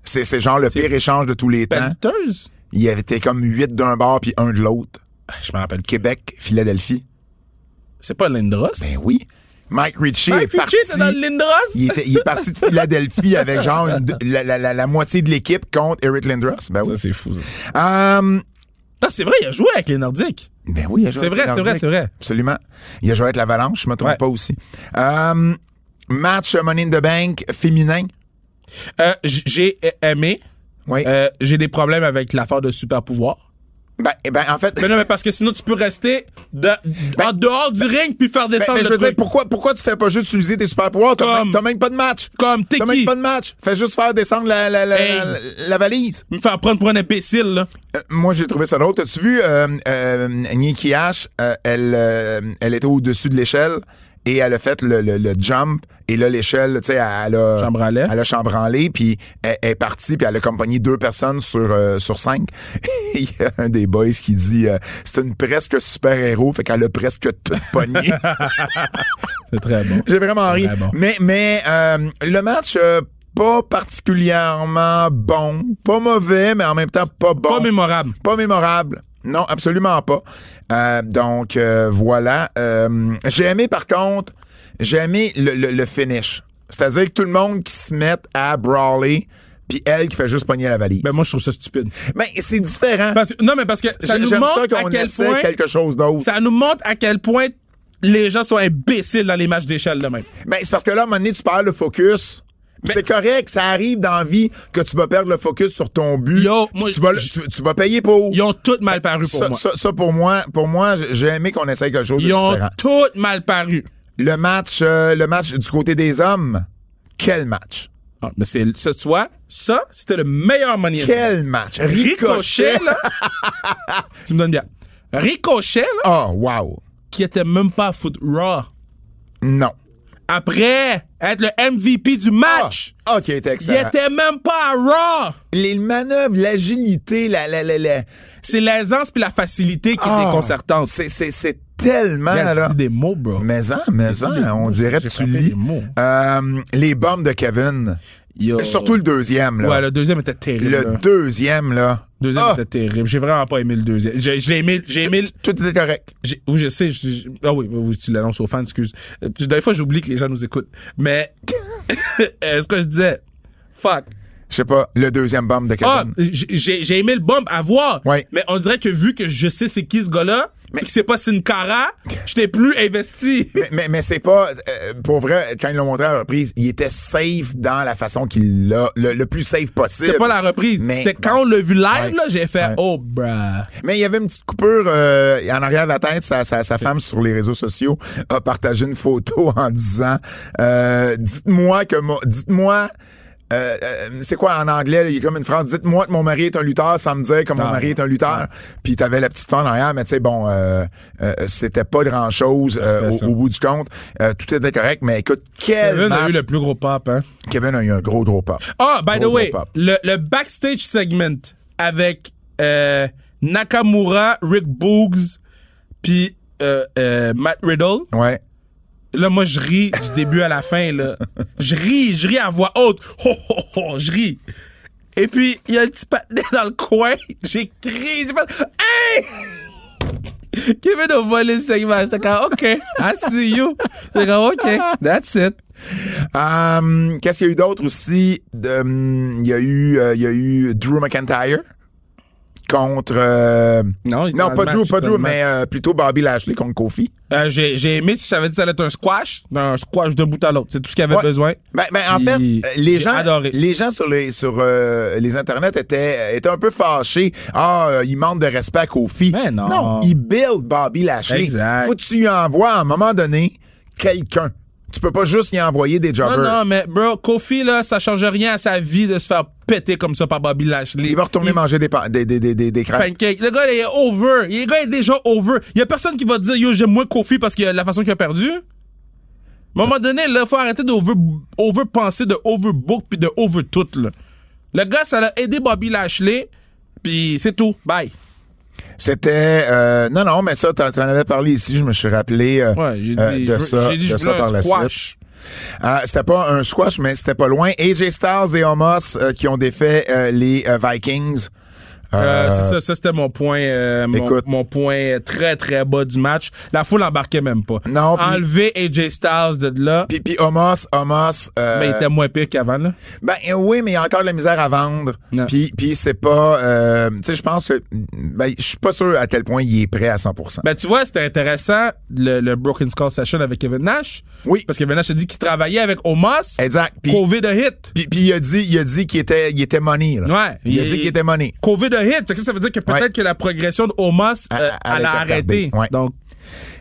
[SPEAKER 2] C'est c'est Ben genre le pire échange de tous les temps.
[SPEAKER 3] Panthers? Ah,
[SPEAKER 2] Il y avait été comme huit d'un bord puis un de l'autre.
[SPEAKER 3] Je me rappelle.
[SPEAKER 2] Québec, Philadelphie.
[SPEAKER 3] C'est pas Lindros?
[SPEAKER 2] Ben oui. Mike Ritchie
[SPEAKER 3] Mike
[SPEAKER 2] est
[SPEAKER 3] Ritchie, c'est dans
[SPEAKER 2] parti.
[SPEAKER 3] le Lindros?
[SPEAKER 2] Il, était- il est parti de Philadelphie avec genre une- la, la- la- la moitié de l'équipe contre Eric Lindros. Ben oui.
[SPEAKER 3] c'est fou, ça.
[SPEAKER 2] Euh,
[SPEAKER 3] Ah, c'est vrai, il a joué avec les Nordiques.
[SPEAKER 2] Ben oui, il a joué
[SPEAKER 3] C'est
[SPEAKER 2] avec
[SPEAKER 3] vrai, c'est vrai,
[SPEAKER 2] Nordique.
[SPEAKER 3] c'est vrai.
[SPEAKER 2] Absolument. Il a joué avec l'Avalanche, je me trompe
[SPEAKER 3] Ouais.
[SPEAKER 2] pas aussi. Euh, match Money in the Bank féminin.
[SPEAKER 3] Euh, j- j'ai euh, aimé.
[SPEAKER 2] Oui.
[SPEAKER 3] Euh, j'ai des problèmes avec l'affaire de super pouvoir.
[SPEAKER 2] Ben, ben, en fait,
[SPEAKER 3] Mais non, mais parce que sinon, tu peux rester de, en dehors du ring puis faire
[SPEAKER 2] ben,
[SPEAKER 3] descendre
[SPEAKER 2] ben, je
[SPEAKER 3] le
[SPEAKER 2] veux dire,
[SPEAKER 3] truc.
[SPEAKER 2] pourquoi, pourquoi tu fais pas juste utiliser tes super pouvoirs? T'as
[SPEAKER 3] Comme-
[SPEAKER 2] même, t'as même pas de match.
[SPEAKER 3] Comme, t'es
[SPEAKER 2] T'as
[SPEAKER 3] qui?
[SPEAKER 2] même pas de match. Fais juste faire descendre la, la, la,
[SPEAKER 3] Hey.
[SPEAKER 2] la- la valise.
[SPEAKER 3] Me faire prendre pour un imbécile, là.
[SPEAKER 2] Euh, moi, j'ai trouvé ça drôle. T'as-tu vu euh, euh, Nikki Ash, euh, elle, euh, elle était au-dessus de l'échelle et elle a fait le, le- le jump et là, l'échelle, tu sais, elle a...
[SPEAKER 3] Chambranlait.
[SPEAKER 2] Elle a chambranlé, puis elle, elle est partie, puis elle a accompagné deux personnes sur, euh, sur cinq. *laughs* Il y a un des boys qui dit euh, c'est une presque super-héros, fait qu'elle a presque tout pogné. *laughs*
[SPEAKER 3] C'est très bon.
[SPEAKER 2] J'ai vraiment ri.
[SPEAKER 3] Ah bon.
[SPEAKER 2] Mais, mais euh, le match, euh, pas particulièrement bon, pas mauvais, mais en même temps pas bon.
[SPEAKER 3] Pas mémorable.
[SPEAKER 2] Pas mémorable. Non, absolument pas. Euh, donc, euh, voilà. Euh, j'ai aimé, par contre, j'ai aimé le, le- le finish. C'est-à-dire que tout le monde qui se met à brawler, puis elle qui fait juste pogner la valise.
[SPEAKER 3] Ben, moi, je trouve ça stupide.
[SPEAKER 2] Ben, c'est différent.
[SPEAKER 3] Parce que, non, mais parce que ça
[SPEAKER 2] J'ai-
[SPEAKER 3] nous
[SPEAKER 2] J'aime
[SPEAKER 3] montre
[SPEAKER 2] ça
[SPEAKER 3] à
[SPEAKER 2] qu'on
[SPEAKER 3] quel
[SPEAKER 2] essaie
[SPEAKER 3] point,
[SPEAKER 2] quelque chose d'autre.
[SPEAKER 3] ça nous montre à quel point les gens sont imbéciles dans les matchs d'échelle, là, même.
[SPEAKER 2] Ben, c'est parce que là, à un moment donné, tu perds le focus.
[SPEAKER 3] Ben,
[SPEAKER 2] C'est correct, ça arrive dans la vie que tu vas perdre le focus sur ton but.
[SPEAKER 3] Yo,
[SPEAKER 2] puis
[SPEAKER 3] moi,
[SPEAKER 2] tu, vas, le-
[SPEAKER 3] j-
[SPEAKER 2] tu, tu vas payer pour.
[SPEAKER 3] Ils ont toutes mal paru pour
[SPEAKER 2] ça,
[SPEAKER 3] moi.
[SPEAKER 2] ça, ça, pour moi, pour moi, j'ai aimé qu'on essaye quelque chose
[SPEAKER 3] Ils
[SPEAKER 2] de
[SPEAKER 3] ont
[SPEAKER 2] différent.
[SPEAKER 3] toutes mal paru.
[SPEAKER 2] Le match, euh, le match du côté des hommes, quel match?
[SPEAKER 3] Ah, mais c'est ça, tu vois, ça, c'était le meilleur manière.
[SPEAKER 2] Quel match?
[SPEAKER 3] Ricochet, là. *laughs* tu me donnes bien. Ricochet, là,
[SPEAKER 2] Oh, wow.
[SPEAKER 3] qui était même pas à foot raw.
[SPEAKER 2] Non.
[SPEAKER 3] Après être le MVP du
[SPEAKER 2] Ah,
[SPEAKER 3] match,
[SPEAKER 2] ok, était
[SPEAKER 3] il
[SPEAKER 2] excellent.
[SPEAKER 3] était même pas à raw.
[SPEAKER 2] Les manœuvres, l'agilité, la, la, la, la-
[SPEAKER 3] C'est l'aisance puis la facilité qui
[SPEAKER 2] Ah,
[SPEAKER 3] était concertante.
[SPEAKER 2] C'est, c'est, c'est tellement,
[SPEAKER 3] Il a
[SPEAKER 2] là.
[SPEAKER 3] dit des mots, bro.
[SPEAKER 2] Maison, maison,
[SPEAKER 3] J'ai dit des
[SPEAKER 2] hein, on
[SPEAKER 3] mots.
[SPEAKER 2] dirait que
[SPEAKER 3] J'ai
[SPEAKER 2] tu
[SPEAKER 3] frappé
[SPEAKER 2] lis.
[SPEAKER 3] des mots.
[SPEAKER 2] Euh, les bombes de Kevin.
[SPEAKER 3] il y a-
[SPEAKER 2] Surtout le deuxième, là.
[SPEAKER 3] Ouais, le deuxième était terrible.
[SPEAKER 2] le
[SPEAKER 3] là.
[SPEAKER 2] deuxième, là.
[SPEAKER 3] deuxième
[SPEAKER 2] Ah!
[SPEAKER 3] était terrible. J'ai vraiment pas aimé le deuxième. J'ai je l'ai aimé, j'ai aimé le-
[SPEAKER 2] Tout était correct.
[SPEAKER 3] j'ai- oui, je sais. je- je- ah oui, oui, tu l'annonces aux fans, excuse. Euh, Des fois, j'oublie que les gens nous écoutent. Mais, *laughs* est-ce que je disais, fuck.
[SPEAKER 2] Je sais pas, le deuxième bombe de
[SPEAKER 3] Ah,
[SPEAKER 2] Kevin.
[SPEAKER 3] j'ai- j'ai j'ai aimé le bomb à voir.
[SPEAKER 2] Ouais.
[SPEAKER 3] Mais on dirait que vu que je sais c'est qui ce gars-là, mais que c'est pas Sin Cara, j'étais plus investi.
[SPEAKER 2] Mais, mais, mais c'est pas. euh, pour vrai, quand ils l'ont montré à la reprise, il était safe dans la façon qu'il l'a. Le, le plus safe possible.
[SPEAKER 3] C'était pas la reprise.
[SPEAKER 2] Mais-
[SPEAKER 3] C'était quand on l'a vu live,
[SPEAKER 2] Ouais.
[SPEAKER 3] là, j'ai fait
[SPEAKER 2] Ouais.
[SPEAKER 3] Oh, bruh.
[SPEAKER 2] Mais il y avait une petite coupure euh, en arrière de la tête. Sa, sa, sa femme sur les réseaux sociaux a partagé une photo *laughs* en disant euh, Dites-moi que mon. Dites-moi. euh, euh, c'est quoi en anglais? là, il y a comme une phrase. Dites-moi que mon mari est un lutteur sans me dire que mon
[SPEAKER 3] Ah,
[SPEAKER 2] mari est un lutteur. Puis t'avais la petite femme en arrière, mais tu sais, bon, euh, euh, c'était pas grand-chose euh,
[SPEAKER 3] fait
[SPEAKER 2] au,
[SPEAKER 3] ça.
[SPEAKER 2] au bout du compte. Euh, tout était correct, mais écoute, quel
[SPEAKER 3] Kevin a
[SPEAKER 2] match-
[SPEAKER 3] eu le plus gros pop, hein.
[SPEAKER 2] Kevin a eu un gros, gros pop.
[SPEAKER 3] Ah, by the
[SPEAKER 2] Gros,
[SPEAKER 3] way,
[SPEAKER 2] gros pop.
[SPEAKER 3] le, le backstage segment avec euh, Nakamura, Rick Boogs, puis euh, euh, Matt Riddle.
[SPEAKER 2] Ouais.
[SPEAKER 3] Là, moi, je ris du *laughs* début à la fin, là. Je ris, je ris à voix haute. *laughs* Ho, ho, ho, je ris. Et puis, il y a le petit patinet dans le coin. *laughs* J'ai crié, j'ai fait « Hey! » *laughs* Kevin a volé le segment. J'étais comme « OK, I see you. » J'étais comme « OK, that's it.
[SPEAKER 2] Hum, Qu'est-ce qu'il y a eu d'autre aussi? De, hum, Il y, a eu, euh, il y a eu Drew McIntyre contre. euh,
[SPEAKER 3] Non, il était
[SPEAKER 2] non,
[SPEAKER 3] dans
[SPEAKER 2] pas
[SPEAKER 3] le
[SPEAKER 2] Drew,
[SPEAKER 3] match,
[SPEAKER 2] pas
[SPEAKER 3] dans
[SPEAKER 2] Drew,
[SPEAKER 3] le match.
[SPEAKER 2] mais euh, plutôt Bobby Lashley contre Kofi.
[SPEAKER 3] Euh, j'ai j'ai aimé si j'avais dit que ça allait être un squash, un squash d'un bout à l'autre. C'est tout ce qu'il y avait
[SPEAKER 2] Ouais.
[SPEAKER 3] besoin.
[SPEAKER 2] Ben, ben, en
[SPEAKER 3] Puis,
[SPEAKER 2] fait, euh, les
[SPEAKER 3] j'ai
[SPEAKER 2] gens,
[SPEAKER 3] adoré.
[SPEAKER 2] les gens sur les sur euh, les internets étaient étaient un peu fâchés. Ah, euh, il manque de respect à Kofi.
[SPEAKER 3] Mais non.
[SPEAKER 2] Non, il build Bobby Lashley.
[SPEAKER 3] Exact.
[SPEAKER 2] Faut que tu y envoies à un moment donné quelqu'un. Tu peux pas juste y envoyer des
[SPEAKER 3] Non,
[SPEAKER 2] jobbers.
[SPEAKER 3] non, mais bro, Kofi, là, ça change rien à sa vie de se faire péter comme ça par Bobby Lashley.
[SPEAKER 2] Il va retourner manger des, pa- des, des, des, des, des crêpes.
[SPEAKER 3] Pancake. Le gars, il est over. Le gars est déjà over. Il y a personne qui va dire, yo, j'aime moins Kofi parce que la façon qu'il a perdu. À un moment donné, là, faut arrêter d'over, penser de overbook puis de over tout, là. Le gars, ça l'a aidé Bobby Lashley puis c'est tout. Bye.
[SPEAKER 2] C'était euh, non non mais ça t'en t'en avais parlé ici je me suis rappelé euh,
[SPEAKER 3] Ouais, j'ai dit,
[SPEAKER 2] euh, de
[SPEAKER 3] je veux-
[SPEAKER 2] ça
[SPEAKER 3] j'ai dit,
[SPEAKER 2] de
[SPEAKER 3] je
[SPEAKER 2] ça
[SPEAKER 3] voulais un
[SPEAKER 2] par la
[SPEAKER 3] squash.
[SPEAKER 2] suite. Euh, c'était pas un squash mais c'était pas loin AJ Styles et Omos euh, qui ont défait euh, les euh, Vikings
[SPEAKER 3] Euh, c'est ça, ça c'était mon point, euh, mon,
[SPEAKER 2] Écoute.
[SPEAKER 3] mon point euh, très très bas du match. La foule embarquait même pas.
[SPEAKER 2] Non, puis-
[SPEAKER 3] Enlever AJ Styles de là,
[SPEAKER 2] puis puis Omos Omos euh,
[SPEAKER 3] ben, il était moins pire qu'avant là.
[SPEAKER 2] ben euh, oui mais il y a encore de la misère à vendre
[SPEAKER 3] Non.
[SPEAKER 2] puis puis c'est pas euh, tu sais je pense que ben je suis pas sûr à quel point il est prêt à 100%
[SPEAKER 3] Ben tu vois, c'était intéressant le, le Broken Skull Session avec Kevin Nash.
[SPEAKER 2] Oui.
[SPEAKER 3] Parce que Kevin Nash a dit qu'il travaillait avec Omos.
[SPEAKER 2] exact puis
[SPEAKER 3] Covid a hit.
[SPEAKER 2] puis puis il a dit il a dit qu'il était il était money là.
[SPEAKER 3] Ouais.
[SPEAKER 2] il a dit qu'il était money
[SPEAKER 3] Covid a hit. Fait que Ça, ça veut dire que peut-être
[SPEAKER 2] Ouais.
[SPEAKER 3] que la progression de Omos,
[SPEAKER 2] À-
[SPEAKER 3] euh,
[SPEAKER 2] à-
[SPEAKER 3] elle a
[SPEAKER 2] avec la
[SPEAKER 3] arrêté.
[SPEAKER 2] carte B. Ouais.
[SPEAKER 3] Donc,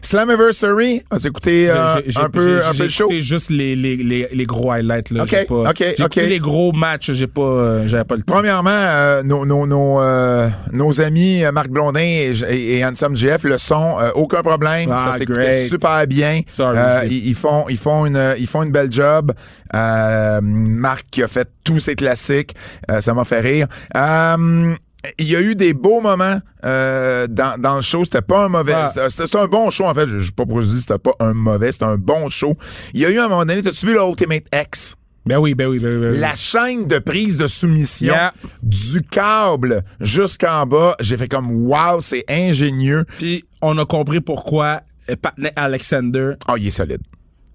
[SPEAKER 2] Slammiversary as-tu écouté euh,
[SPEAKER 3] J'ai- j'ai-
[SPEAKER 2] un peu
[SPEAKER 3] j'ai-
[SPEAKER 2] un peu
[SPEAKER 3] j'ai
[SPEAKER 2] le show
[SPEAKER 3] écouté juste les, les, les, les gros highlights. Là.
[SPEAKER 2] Ok,
[SPEAKER 3] J'ai pas,
[SPEAKER 2] ok,
[SPEAKER 3] j'ai écouté
[SPEAKER 2] ok.
[SPEAKER 3] les gros matchs, j'ai pas, euh, j'avais pas le temps.
[SPEAKER 2] Premièrement, euh, nos, nos, nos, euh, nos amis euh, Marc Blondin et, et, et Handsome GF le sont euh, aucun problème.
[SPEAKER 3] Ah,
[SPEAKER 2] ça s'écoute
[SPEAKER 3] great.
[SPEAKER 2] super bien.
[SPEAKER 3] Sorry,
[SPEAKER 2] Euh,
[SPEAKER 3] je l'ai-
[SPEAKER 2] ils, ils font ils font une ils font une belle job. Euh, Marc qui a fait tous ses classiques, Euh, ça m'a fait rire. Euh, il y a eu des beaux moments euh, dans, dans le show. C'était pas un mauvais.
[SPEAKER 3] Ouais.
[SPEAKER 2] c'était- C'était un bon show, en fait. Je je sais pas pourquoi je dis que c'était pas un mauvais. C'était un bon show. Il y a eu à un moment donné, t'as-tu vu le Ultimate X?
[SPEAKER 3] Ben oui, ben oui, ben oui. ben oui.
[SPEAKER 2] la chaîne de prise de soumission
[SPEAKER 3] Yeah.
[SPEAKER 2] du câble jusqu'en bas. J'ai fait comme wow, c'est ingénieux.
[SPEAKER 3] Puis on a compris pourquoi euh, Patnay Alexander.
[SPEAKER 2] Ah, il est solide.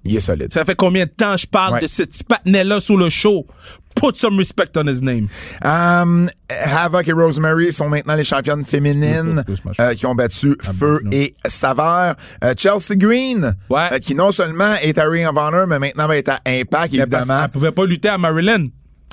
[SPEAKER 2] Il est solide.
[SPEAKER 3] Ça fait combien de temps je parle
[SPEAKER 2] Ouais.
[SPEAKER 3] de ce petit Patnay-là sur le show? Put some respect on his name.
[SPEAKER 2] Um, Havoc et Rosemary sont maintenant les championnes féminines
[SPEAKER 3] Plus, plus, plus, Ah,
[SPEAKER 2] euh, qui ont battu Feu
[SPEAKER 3] non.
[SPEAKER 2] et Saveur. Euh, Chelsea Green,
[SPEAKER 3] Ouais.
[SPEAKER 2] euh, qui non seulement est à Ring of Honor, mais maintenant va être à Impact,
[SPEAKER 3] Parce
[SPEAKER 2] évidemment.
[SPEAKER 3] qu'elle pouvait pas lutter à Maryland.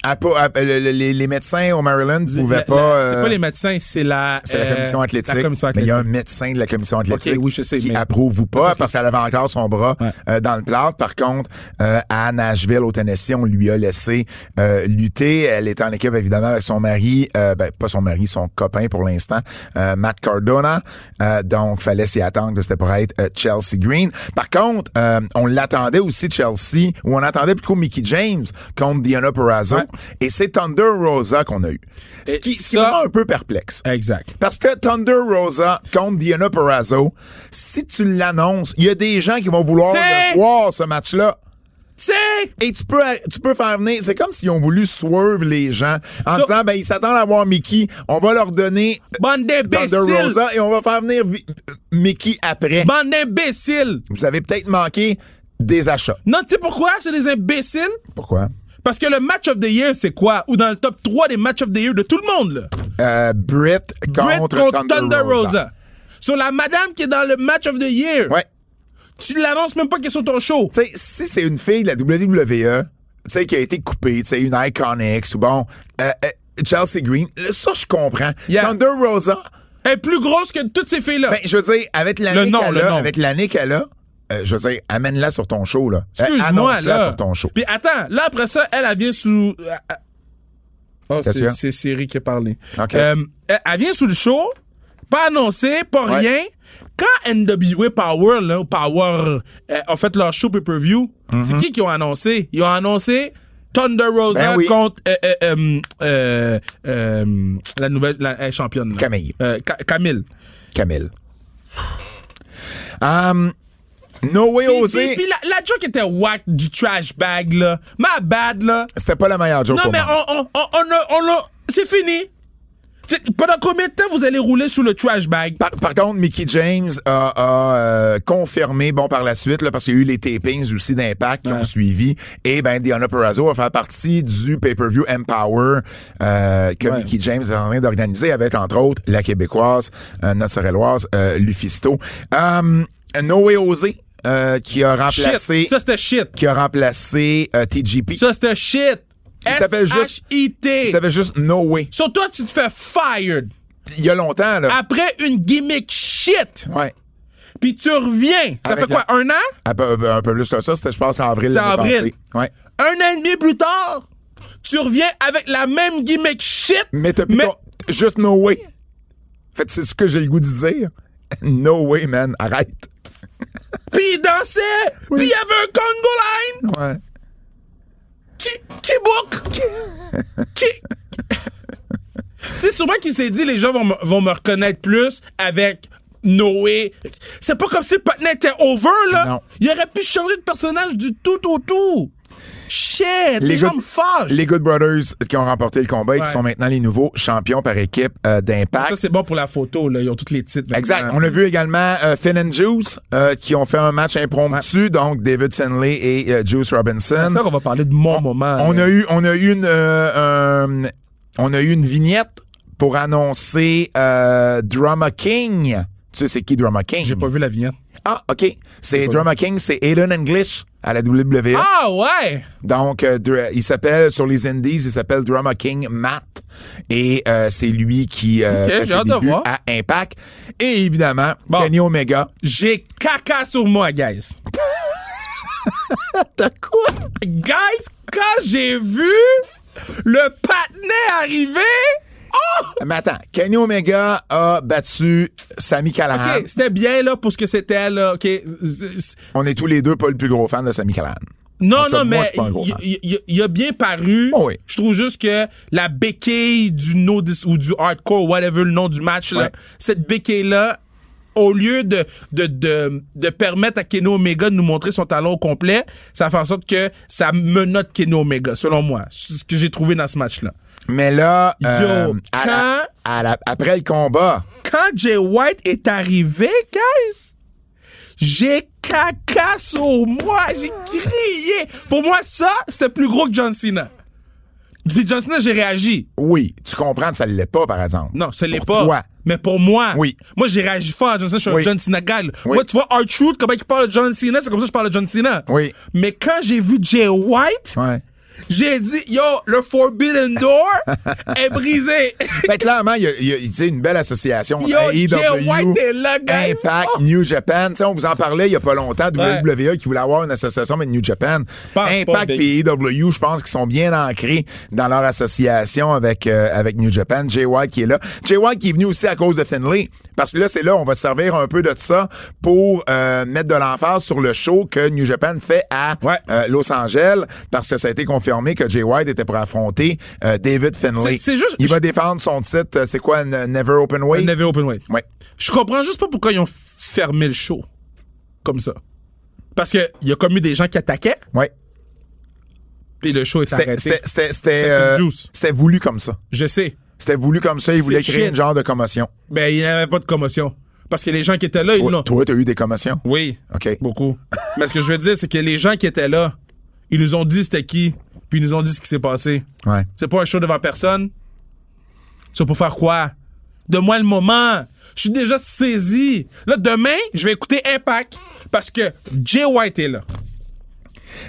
[SPEAKER 2] Elle peut- elle- euh, le- le- les, les médecins au Maryland ne pouvaient
[SPEAKER 3] La- la-
[SPEAKER 2] pas...
[SPEAKER 3] C'est
[SPEAKER 2] euh,
[SPEAKER 3] pas les médecins, c'est la.
[SPEAKER 2] C'est la
[SPEAKER 3] euh,
[SPEAKER 2] commission athlétique.
[SPEAKER 3] La commission
[SPEAKER 2] Mais il
[SPEAKER 3] athlétique.
[SPEAKER 2] y a un médecin de la commission athlétique
[SPEAKER 3] Ok, oui, je sais,
[SPEAKER 2] qui
[SPEAKER 3] mais-
[SPEAKER 2] approuve ou pas
[SPEAKER 3] Parce
[SPEAKER 2] parce,
[SPEAKER 3] que
[SPEAKER 2] qu'elle avait encore son bras
[SPEAKER 3] Ouais.
[SPEAKER 2] euh, dans le plâtre. Par contre, euh, à Nashville, au Tennessee, on lui a laissé euh, lutter. Elle est en équipe, évidemment, avec son mari, euh, ben, pas son mari, son copain pour l'instant, euh, Matt Cardona. Euh, donc, fallait s'y attendre que c'était pour être euh, Chelsea Green. Par contre, euh, on l'attendait aussi, Chelsea, ou on attendait plutôt Mickey James contre Diana Perazzo.
[SPEAKER 3] Ouais.
[SPEAKER 2] Et c'est Thunder Rosa qu'on a eu. Ce
[SPEAKER 3] Et
[SPEAKER 2] qui, ce qui me
[SPEAKER 3] ça-
[SPEAKER 2] rend un peu perplexe.
[SPEAKER 3] Exact.
[SPEAKER 2] Parce que Thunder Rosa contre Diana Perazzo, si tu l'annonces, il y a des gens qui vont vouloir
[SPEAKER 3] C'est-
[SPEAKER 2] le voir ce match-là.
[SPEAKER 3] Tu sais,
[SPEAKER 2] Et tu peux, tu peux faire venir. C'est comme s'ils ont voulu swerve les gens en
[SPEAKER 3] Ça-
[SPEAKER 2] disant, ben, ils s'attendent à voir Mickey. On va leur donner
[SPEAKER 3] bande
[SPEAKER 2] Thunder
[SPEAKER 3] d'imbéciles!
[SPEAKER 2] Rosa et on va faire venir Vi- Mickey après.
[SPEAKER 3] Bande d'imbéciles!
[SPEAKER 2] Vous avez peut-être manqué des achats.
[SPEAKER 3] Non, tu sais pourquoi c'est des imbéciles?
[SPEAKER 2] Pourquoi?
[SPEAKER 3] Parce que le match of the year, c'est quoi? Ou dans le top 3 des match of the year de tout le monde, là.
[SPEAKER 2] Euh, Britt
[SPEAKER 3] Brett
[SPEAKER 2] contre, Thunder, Rosa.
[SPEAKER 3] Sur la madame qui est dans le match of the year.
[SPEAKER 2] Ouais.
[SPEAKER 3] Tu l'annonces même pas qu'elle est sur ton show.
[SPEAKER 2] Tu sais, si c'est une fille de la WWE, tu sais, qui a été coupée, tu sais, une Iconics ou bon, euh, euh, Chelsea Green, le- ça, je comprends.
[SPEAKER 3] Yeah.
[SPEAKER 2] Thunder Rosa,
[SPEAKER 3] Elle est plus grosse que toutes ces filles-là.
[SPEAKER 2] ben, je veux dire, avec l'année
[SPEAKER 3] Le nom,
[SPEAKER 2] qu'elle
[SPEAKER 3] le
[SPEAKER 2] a,
[SPEAKER 3] nom.
[SPEAKER 2] avec l'année qu'elle a, euh, je veux dire, amène-la sur ton show, là. Euh,
[SPEAKER 3] Excuse-moi,
[SPEAKER 2] Annonce-la
[SPEAKER 3] là.
[SPEAKER 2] sur ton show.
[SPEAKER 3] Puis attends, là, après ça, elle, elle vient sous... euh, euh, Oh,
[SPEAKER 2] Qu'est-ce qu'il y
[SPEAKER 3] c'est-
[SPEAKER 2] a?
[SPEAKER 3] c'est Siri qui a parlé.
[SPEAKER 2] OK.
[SPEAKER 3] Euh, elle, elle vient sous le show, pas annoncée, pas
[SPEAKER 2] Ouais.
[SPEAKER 3] rien. Quand NWA Power, là, ou Power, euh, ont fait leur show pay-per-view, c'est qui qui ont annoncé? Ils ont annoncé Thunder Rosa
[SPEAKER 2] Mhm. Ben oui.
[SPEAKER 3] contre euh, euh, euh, euh, euh, la nouvelle la, euh, championne. là.
[SPEAKER 2] Camille.
[SPEAKER 3] Euh, Ca- Camille.
[SPEAKER 2] Camille. Um, Noé
[SPEAKER 3] Puis,
[SPEAKER 2] Osé,
[SPEAKER 3] puis- puis la, la joke était whack du trash bag, là. Ma bad, là.
[SPEAKER 2] c'était pas la meilleure joke
[SPEAKER 3] Non,
[SPEAKER 2] pour
[SPEAKER 3] mais
[SPEAKER 2] moi.
[SPEAKER 3] on, on, on, on, a- on a- c'est fini. C'est- Pendant combien de temps vous allez rouler sous le trash bag?
[SPEAKER 2] Par, par contre, Mickey James a, a, euh, confirmé, bon, par la suite, là, parce qu'il y a eu les tapings aussi d'Impact qui ont
[SPEAKER 3] Ouais.
[SPEAKER 2] suivi, et ben Diana Perazzo va faire partie du pay-per-view Empower euh, que
[SPEAKER 3] Ouais.
[SPEAKER 2] Mickey James est en train d'organiser avec, entre autres, la Québécoise, euh, notre Sorelloise, euh, Lufisto. Euh, Noé Osé, euh, qui a
[SPEAKER 3] Shit.
[SPEAKER 2] remplacé...
[SPEAKER 3] Ça, c'était shit.
[SPEAKER 2] qui a remplacé euh, TGP.
[SPEAKER 3] Ça, c'était shit.
[SPEAKER 2] Il s'appelle juste-
[SPEAKER 3] S-H-I-T.
[SPEAKER 2] Il s'appelle juste Noé.
[SPEAKER 3] Sur toi, tu te fais fired
[SPEAKER 2] Il y a longtemps, là.
[SPEAKER 3] après une gimmick shit.
[SPEAKER 2] Ouais.
[SPEAKER 3] Puis tu reviens. Ça
[SPEAKER 2] Avec
[SPEAKER 3] fait quoi,
[SPEAKER 2] la-
[SPEAKER 3] un an?
[SPEAKER 2] Un peu, un peu plus que ça, c'était, je pense, en avril.
[SPEAKER 3] C'est
[SPEAKER 2] l'année
[SPEAKER 3] avril.
[SPEAKER 2] passée. Ouais.
[SPEAKER 3] Un an et demi plus tard, tu reviens avec la même gimmick shit.
[SPEAKER 2] Mais t'as plus ton- Juste no way. En fait, c'est ce que j'ai le goût de dire. No way, man. Arrête.
[SPEAKER 3] Puis il dansait. Puis il y avait un Congo line.
[SPEAKER 2] Ouais.
[SPEAKER 3] qui, qui book? qui? tu sais, sûrement qu'il s'est dit, les gens vont, me- vont me reconnaître plus avec Noé. C'est pas comme si Patna était over, là.
[SPEAKER 2] Non.
[SPEAKER 3] Il aurait pu changer de personnage du tout au tout. Shit, les, gens me fâchent.
[SPEAKER 2] les Good Brothers qui ont remporté le combat et qui
[SPEAKER 3] Ouais.
[SPEAKER 2] sont maintenant les nouveaux champions par équipe euh,
[SPEAKER 3] Ça,
[SPEAKER 2] d'impact.
[SPEAKER 3] c'est bon pour la photo, là. Ils ont tous les titres. maintenant.
[SPEAKER 2] Exact. On a vu également euh, Finn and Juice euh, qui ont fait un match impromptu, donc David Finlay et euh, Juice Robinson.
[SPEAKER 3] C'est ça qu'on va hein, parler de mon moment.
[SPEAKER 2] On
[SPEAKER 3] là.
[SPEAKER 2] a eu, on a eu une, euh, euh, on a eu une vignette pour annoncer euh, Drama King. Tu sais c'est qui Drama King
[SPEAKER 3] J'ai pas vu la vignette.
[SPEAKER 2] Ah ok, c'est Drama King, c'est Aiden English à la WWE.
[SPEAKER 3] Ah ouais!
[SPEAKER 2] Donc euh, Dr- il s'appelle sur les Indies, il s'appelle Drama King Matt et euh, c'est lui qui euh,
[SPEAKER 3] Ok,
[SPEAKER 2] fait
[SPEAKER 3] j'ai
[SPEAKER 2] ses
[SPEAKER 3] hâte de
[SPEAKER 2] débuts
[SPEAKER 3] voir.
[SPEAKER 2] à Impact et évidemment
[SPEAKER 3] Bon.
[SPEAKER 2] Kenny Omega.
[SPEAKER 3] J'ai caca sur moi, guys.
[SPEAKER 2] T'as quoi
[SPEAKER 3] Guys, quand j'ai vu le patinet arriver, oh!
[SPEAKER 2] *laughs* Mais attends, Kenny Omega a battu Sami Callihan.
[SPEAKER 3] OK, c'était bien, là, pour ce que c'était, là, OK. Z- z- z-
[SPEAKER 2] On est tous les deux pas le plus gros fan de Sami Callihan.
[SPEAKER 3] Non,
[SPEAKER 2] en fait, moi,
[SPEAKER 3] non,
[SPEAKER 2] je
[SPEAKER 3] mais
[SPEAKER 2] suis pas un gros fan.
[SPEAKER 3] il- il il a bien paru.
[SPEAKER 2] Oh oui.
[SPEAKER 3] Je trouve juste que la béquille du no dis- ou du hardcore, whatever le nom du match, là,
[SPEAKER 2] Ouais.
[SPEAKER 3] cette béquille-là, au lieu de, de, de, de permettre à Keno Omega de nous montrer son talent au complet, ça fait en sorte que ça menote Keno Omega, selon moi. C'est ce que j'ai trouvé dans ce match-là.
[SPEAKER 2] Mais là,
[SPEAKER 3] Yo,
[SPEAKER 2] euh, à la- à la- après le combat,
[SPEAKER 3] quand Jay White est arrivé, guys, j'ai caca sur moi, j'ai crié. Pour moi, ça, c'était plus gros que John Cena. Puis John Cena, j'ai réagi.
[SPEAKER 2] oui, tu comprends que ça l'est pas, par exemple.
[SPEAKER 3] Non, ce n'est
[SPEAKER 2] Pour
[SPEAKER 3] pas.
[SPEAKER 2] toi.
[SPEAKER 3] Mais pour moi,
[SPEAKER 2] Oui.
[SPEAKER 3] moi, j'ai réagi fort à John Cena. Je suis
[SPEAKER 2] Oui.
[SPEAKER 3] un John Cena guy. là.
[SPEAKER 2] Oui.
[SPEAKER 3] Moi, tu vois, Art Truth, comment il parle de John Cena, c'est comme ça que je parle de John Cena.
[SPEAKER 2] Oui.
[SPEAKER 3] Mais quand j'ai vu Jay White,
[SPEAKER 2] Ouais.
[SPEAKER 3] j'ai dit, yo, le Forbidden
[SPEAKER 2] *laughs*
[SPEAKER 3] Door est brisé.
[SPEAKER 2] Ben, clairement, il y a, il y a- tu sais, une belle association.
[SPEAKER 3] Yo,
[SPEAKER 2] AEW,
[SPEAKER 3] Jay White est là, guys.
[SPEAKER 2] Impact,
[SPEAKER 3] Oh.
[SPEAKER 2] New Japan. Tu sais, on vous en parlait il y a pas longtemps, WWE qui voulait avoir une association avec New Japan.
[SPEAKER 3] Pense pas,
[SPEAKER 2] Impact
[SPEAKER 3] Big.
[SPEAKER 2] et AEW, je pense qu'ils sont bien ancrés dans leur association avec, euh, avec New Japan. Jay White qui est là. Jay White qui est venu aussi à cause de Finlay. Parce que là, c'est là, on va se servir un peu de ça pour euh, mettre de l'emphase sur le show que New Japan fait à
[SPEAKER 3] Ouais.
[SPEAKER 2] euh, Los Angeles parce que ça a été confirmé que Jay White était pour affronter euh, David Finlay.
[SPEAKER 3] C'est- c'est juste-
[SPEAKER 2] Il va défendre son titre, euh, c'est quoi, N- Never Open Way?
[SPEAKER 3] Il n'avait open way.
[SPEAKER 2] Ouais.
[SPEAKER 3] Je comprends juste pas pourquoi ils ont f- fermé le show comme ça. Parce que il y a comme eu des gens qui attaquaient,
[SPEAKER 2] Ouais.
[SPEAKER 3] et le show est
[SPEAKER 2] C'était-
[SPEAKER 3] arrêté.
[SPEAKER 2] C'était c'était- c'était,
[SPEAKER 3] Avec
[SPEAKER 2] euh,
[SPEAKER 3] une juice.
[SPEAKER 2] c'était voulu comme ça.
[SPEAKER 3] Je sais.
[SPEAKER 2] C'était voulu comme ça. Ils
[SPEAKER 3] C'est
[SPEAKER 2] voulaient créer
[SPEAKER 3] shit.
[SPEAKER 2] une genre de commotion.
[SPEAKER 3] Ben, il n'y avait pas de commotion. Parce que les gens qui étaient là, ils l'ont.
[SPEAKER 2] Toi, toi, t'as eu des commotions.
[SPEAKER 3] Oui.
[SPEAKER 2] OK.
[SPEAKER 3] Beaucoup. *laughs* Mais ce que je veux dire, c'est que les gens qui étaient là, ils nous ont dit c'était qui, puis ils nous ont dit ce qui s'est passé.
[SPEAKER 2] Ouais.
[SPEAKER 3] C'est pas un show devant personne. C'est pour faire quoi? Donne-moi le moment. Je suis déjà saisi. Là, demain, je vais écouter Impact parce que Jay White est là.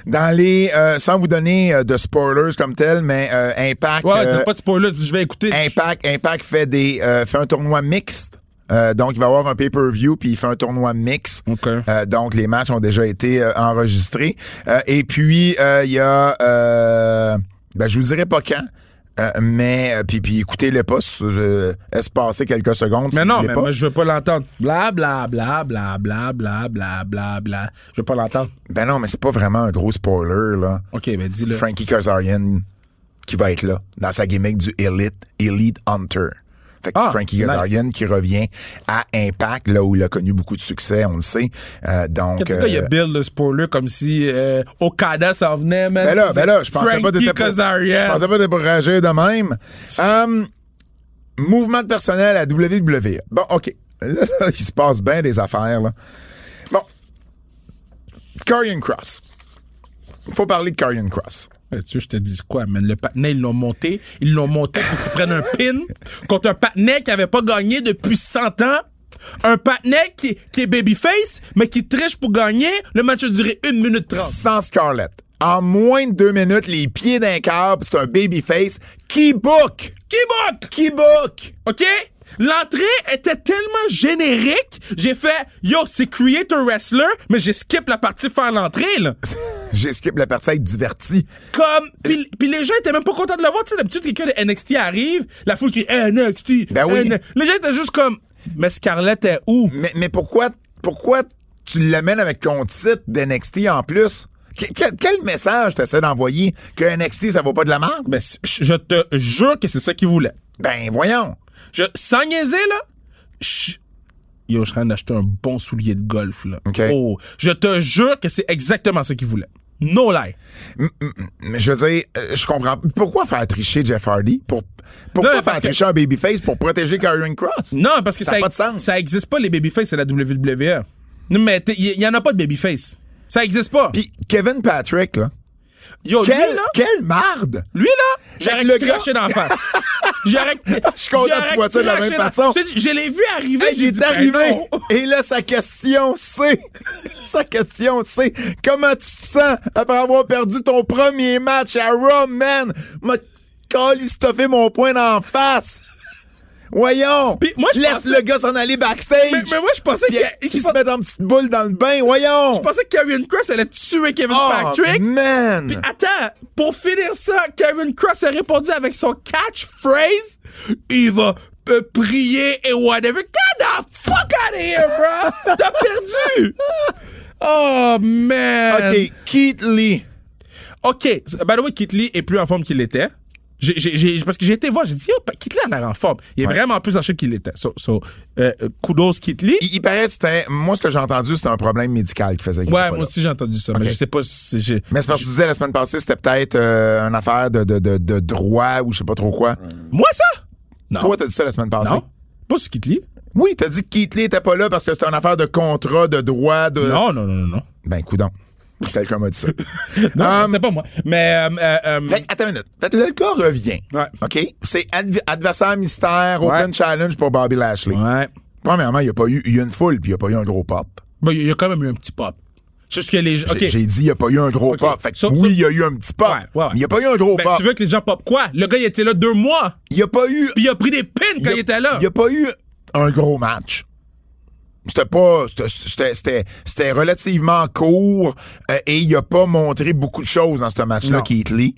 [SPEAKER 2] Dans les, euh, sans vous donner euh, de spoilers comme tel, mais euh, Impact,
[SPEAKER 3] Ouais, ouais,
[SPEAKER 2] euh,
[SPEAKER 3] t'as pas de spoiler, je vais écouter.
[SPEAKER 2] Impact, Impact fait des, euh, fait un tournoi mixte. Euh, donc, il va y avoir un pay-per-view, puis il fait un tournoi mix.
[SPEAKER 3] OK.
[SPEAKER 2] Euh, donc, les matchs ont déjà été euh, enregistrés. Euh, et puis, euh, il y a... Euh, ben, je vous dirai pas quand, euh, mais... euh, puis, puis écoutez-le pas, euh, espacez quelques secondes. si
[SPEAKER 3] mais
[SPEAKER 2] vous
[SPEAKER 3] non,
[SPEAKER 2] voulez
[SPEAKER 3] mais
[SPEAKER 2] pas.
[SPEAKER 3] moi, je veux pas l'entendre. Bla, bla, bla, bla, bla, bla, bla, bla, bla. Je veux pas l'entendre.
[SPEAKER 2] Ben non, mais c'est pas vraiment un gros spoiler, là.
[SPEAKER 3] OK, ben dis-le.
[SPEAKER 2] Frankie Kazarian qui va être là dans sa gimmick du Elite, Elite Hunter. Fait que
[SPEAKER 3] Ah,
[SPEAKER 2] Frankie
[SPEAKER 3] nice.
[SPEAKER 2] Kazarian qui revient à Impact, là où il a connu beaucoup de succès, on le sait. Euh, donc,
[SPEAKER 3] Pourquoi il y a
[SPEAKER 2] euh,
[SPEAKER 3] Bill le spoiler comme si euh, Okada s'en venait, man?
[SPEAKER 2] ben là, ben là, je pensais
[SPEAKER 3] Frankie
[SPEAKER 2] pas t'étais pour-
[SPEAKER 3] Kazarian.
[SPEAKER 2] Je pensais pas t'étais pour réagir de même. Hum, mouvement de personnel à WWE. Bon, OK. Là, là, il se passe bien des affaires, là. Bon. Karrion Cross. Il faut parler de Karrion Cross.
[SPEAKER 3] Ben, tu sais, je te dis quoi, man? Le patinet, ils l'ont monté. Ils l'ont monté pour qu'ils prennent un pin contre un patinet qui avait pas gagné depuis 100 ans. Un patinet qui, qui est babyface, mais qui triche pour gagner. Le match a duré 1 minute 30.
[SPEAKER 2] sans Scarlett. En moins de deux minutes, les pieds d'un câble, c'est un babyface qui book!
[SPEAKER 3] Qui book?
[SPEAKER 2] Qui book!
[SPEAKER 3] OK? L'entrée était tellement générique, j'ai fait Yo, c'est Creator Wrestler, mais j'ai skip la partie faire l'entrée, là.
[SPEAKER 2] *laughs* J'ai skip la partie à être diverti.
[SPEAKER 3] Comme. Pis, pis les gens étaient même pas contents de le voir. Tu sais, d'habitude, quelqu'un de NXT arrive, la foule qui NXT.
[SPEAKER 2] Ben oui.
[SPEAKER 3] NXT. Les gens étaient juste comme Mais Scarlett est où?
[SPEAKER 2] Mais, mais pourquoi, pourquoi tu l'amènes avec ton titre d'NXT en plus? Que- quel, quel message t'essaies d'envoyer? Que NXT, ça vaut pas de la merde?
[SPEAKER 3] Ben, c- je te jure que c'est ça qu'ils voulaient.
[SPEAKER 2] Ben, voyons.
[SPEAKER 3] Je, sans niaiser, là, je- yo, je suis en train d'acheter un bon soulier de golf, là.
[SPEAKER 2] OK.
[SPEAKER 3] Oh, je te jure que c'est exactement ce qu'ils voulaient. No lie.
[SPEAKER 2] Mais je veux dire, euh, je comprends. Pourquoi faire tricher Jeff Hardy? Pour, pourquoi
[SPEAKER 3] Non, parce
[SPEAKER 2] faire
[SPEAKER 3] que-
[SPEAKER 2] tricher un babyface pour protéger Karrion Cross?
[SPEAKER 3] Non, parce que
[SPEAKER 2] Ça a
[SPEAKER 3] ça,
[SPEAKER 2] pas de sens.
[SPEAKER 3] ça existe pas, les babyface à la WWE. Non, mais t'es- y, y en a pas de babyface. Ça existe pas.
[SPEAKER 2] Puis Kevin Patrick, là.
[SPEAKER 3] Yo, lui,
[SPEAKER 2] Quelle,
[SPEAKER 3] là,
[SPEAKER 2] quelle marde!
[SPEAKER 3] lui, là, j'aurais
[SPEAKER 2] Le
[SPEAKER 3] le craché
[SPEAKER 2] *laughs*
[SPEAKER 3] d'en face. J'aurais.
[SPEAKER 2] Je suis content que tu vois ça de la même façon.
[SPEAKER 3] Je l'ai vu arriver.
[SPEAKER 2] Hey,
[SPEAKER 3] j'ai
[SPEAKER 2] il
[SPEAKER 3] dit,
[SPEAKER 2] est
[SPEAKER 3] ben
[SPEAKER 2] arrivé.
[SPEAKER 3] non.
[SPEAKER 2] Et là, sa question, c'est... sa question, c'est... Comment tu te sens après avoir perdu ton premier match à Raw, man? M'a fait mon point d'en face. Voyons.
[SPEAKER 3] Puis moi, je
[SPEAKER 2] Laisse
[SPEAKER 3] pensais-
[SPEAKER 2] le gars s'en aller backstage.
[SPEAKER 3] Mais, mais moi, je pensais
[SPEAKER 2] Puis,
[SPEAKER 3] qu'il
[SPEAKER 2] qu'il se mette en petite boule dans le bain. Voyons.
[SPEAKER 3] Je pensais que Karrion Cross allait tuer Kevin
[SPEAKER 2] Oh,
[SPEAKER 3] Patrick.
[SPEAKER 2] man.
[SPEAKER 3] Puis attends, pour finir ça, Kevin Cross a répondu avec son catchphrase. Il va euh, prier et whatever. Get the fuck out of here, bro! T'as perdu! Oh, man!
[SPEAKER 2] OK, Keith Lee.
[SPEAKER 3] OK. By the way, Keith Lee est plus en forme qu'il était. J'ai- j'ai- j'ai- parce que j'ai été voir, j'ai dit, yo, Keith Lee en a l'air en forme. Il est vraiment plus en shape qu'il était. So, so, euh, kudos, Keith Lee.
[SPEAKER 2] Il, il paraît que c'était... Moi, ce que j'ai entendu, c'était un problème médical qui faisait qu'il était
[SPEAKER 3] Ouais,
[SPEAKER 2] pas
[SPEAKER 3] moi
[SPEAKER 2] là.
[SPEAKER 3] aussi, j'ai entendu ça, mais je sais pas si j'ai.
[SPEAKER 2] Mais c'est parce que je disais la semaine passée, c'était peut-être euh, une affaire de, de, de, de droit ou je sais pas trop quoi.
[SPEAKER 3] Moi, ça? Non.
[SPEAKER 2] Toi, t'as dit ça la semaine passée?
[SPEAKER 3] non. Pas sur Keith Lee.
[SPEAKER 2] Oui, t'as dit que Keith Lee était pas là parce que c'était une affaire de contrat, de droit, de.
[SPEAKER 3] Non, non, non, non, non.
[SPEAKER 2] Ben, coudon. Quelqu'un m'a dit
[SPEAKER 3] *laughs*
[SPEAKER 2] ça.
[SPEAKER 3] Non,
[SPEAKER 2] Hum.
[SPEAKER 3] c'est pas moi. Mais, euh, euh, euh,
[SPEAKER 2] Fait que, attends une minute. Fait que là, le cas revient.
[SPEAKER 3] Ouais.
[SPEAKER 2] OK? C'est adv- adversaire mystère,
[SPEAKER 3] Ouais.
[SPEAKER 2] open challenge pour Bobby Lashley.
[SPEAKER 3] ouais.
[SPEAKER 2] Premièrement, il y a pas eu, il y a une foule puis il y a pas eu un gros pop.
[SPEAKER 3] Bon, il y a quand même eu un petit pop. C'est juste que les gens. OK.
[SPEAKER 2] J'ai- J'ai dit, il y a pas eu un gros
[SPEAKER 3] Ok.
[SPEAKER 2] pop. Fait que
[SPEAKER 3] So- so-
[SPEAKER 2] oui, il y a eu un petit pop.
[SPEAKER 3] Ouais, ouais, ouais.
[SPEAKER 2] Mais il y a pas eu un gros
[SPEAKER 3] Ben,
[SPEAKER 2] pop.
[SPEAKER 3] tu veux que les gens pop quoi? Le gars, il était là deux mois.
[SPEAKER 2] Il y a pas eu
[SPEAKER 3] Puis il a pris des pins quand
[SPEAKER 2] y a-
[SPEAKER 3] il était là.
[SPEAKER 2] y a pas eu un gros match. C'était pas. c'était- C'était c'était- c'était relativement court euh, et il a pas montré beaucoup de choses dans ce match-là,
[SPEAKER 3] Non.
[SPEAKER 2] Keith Lee.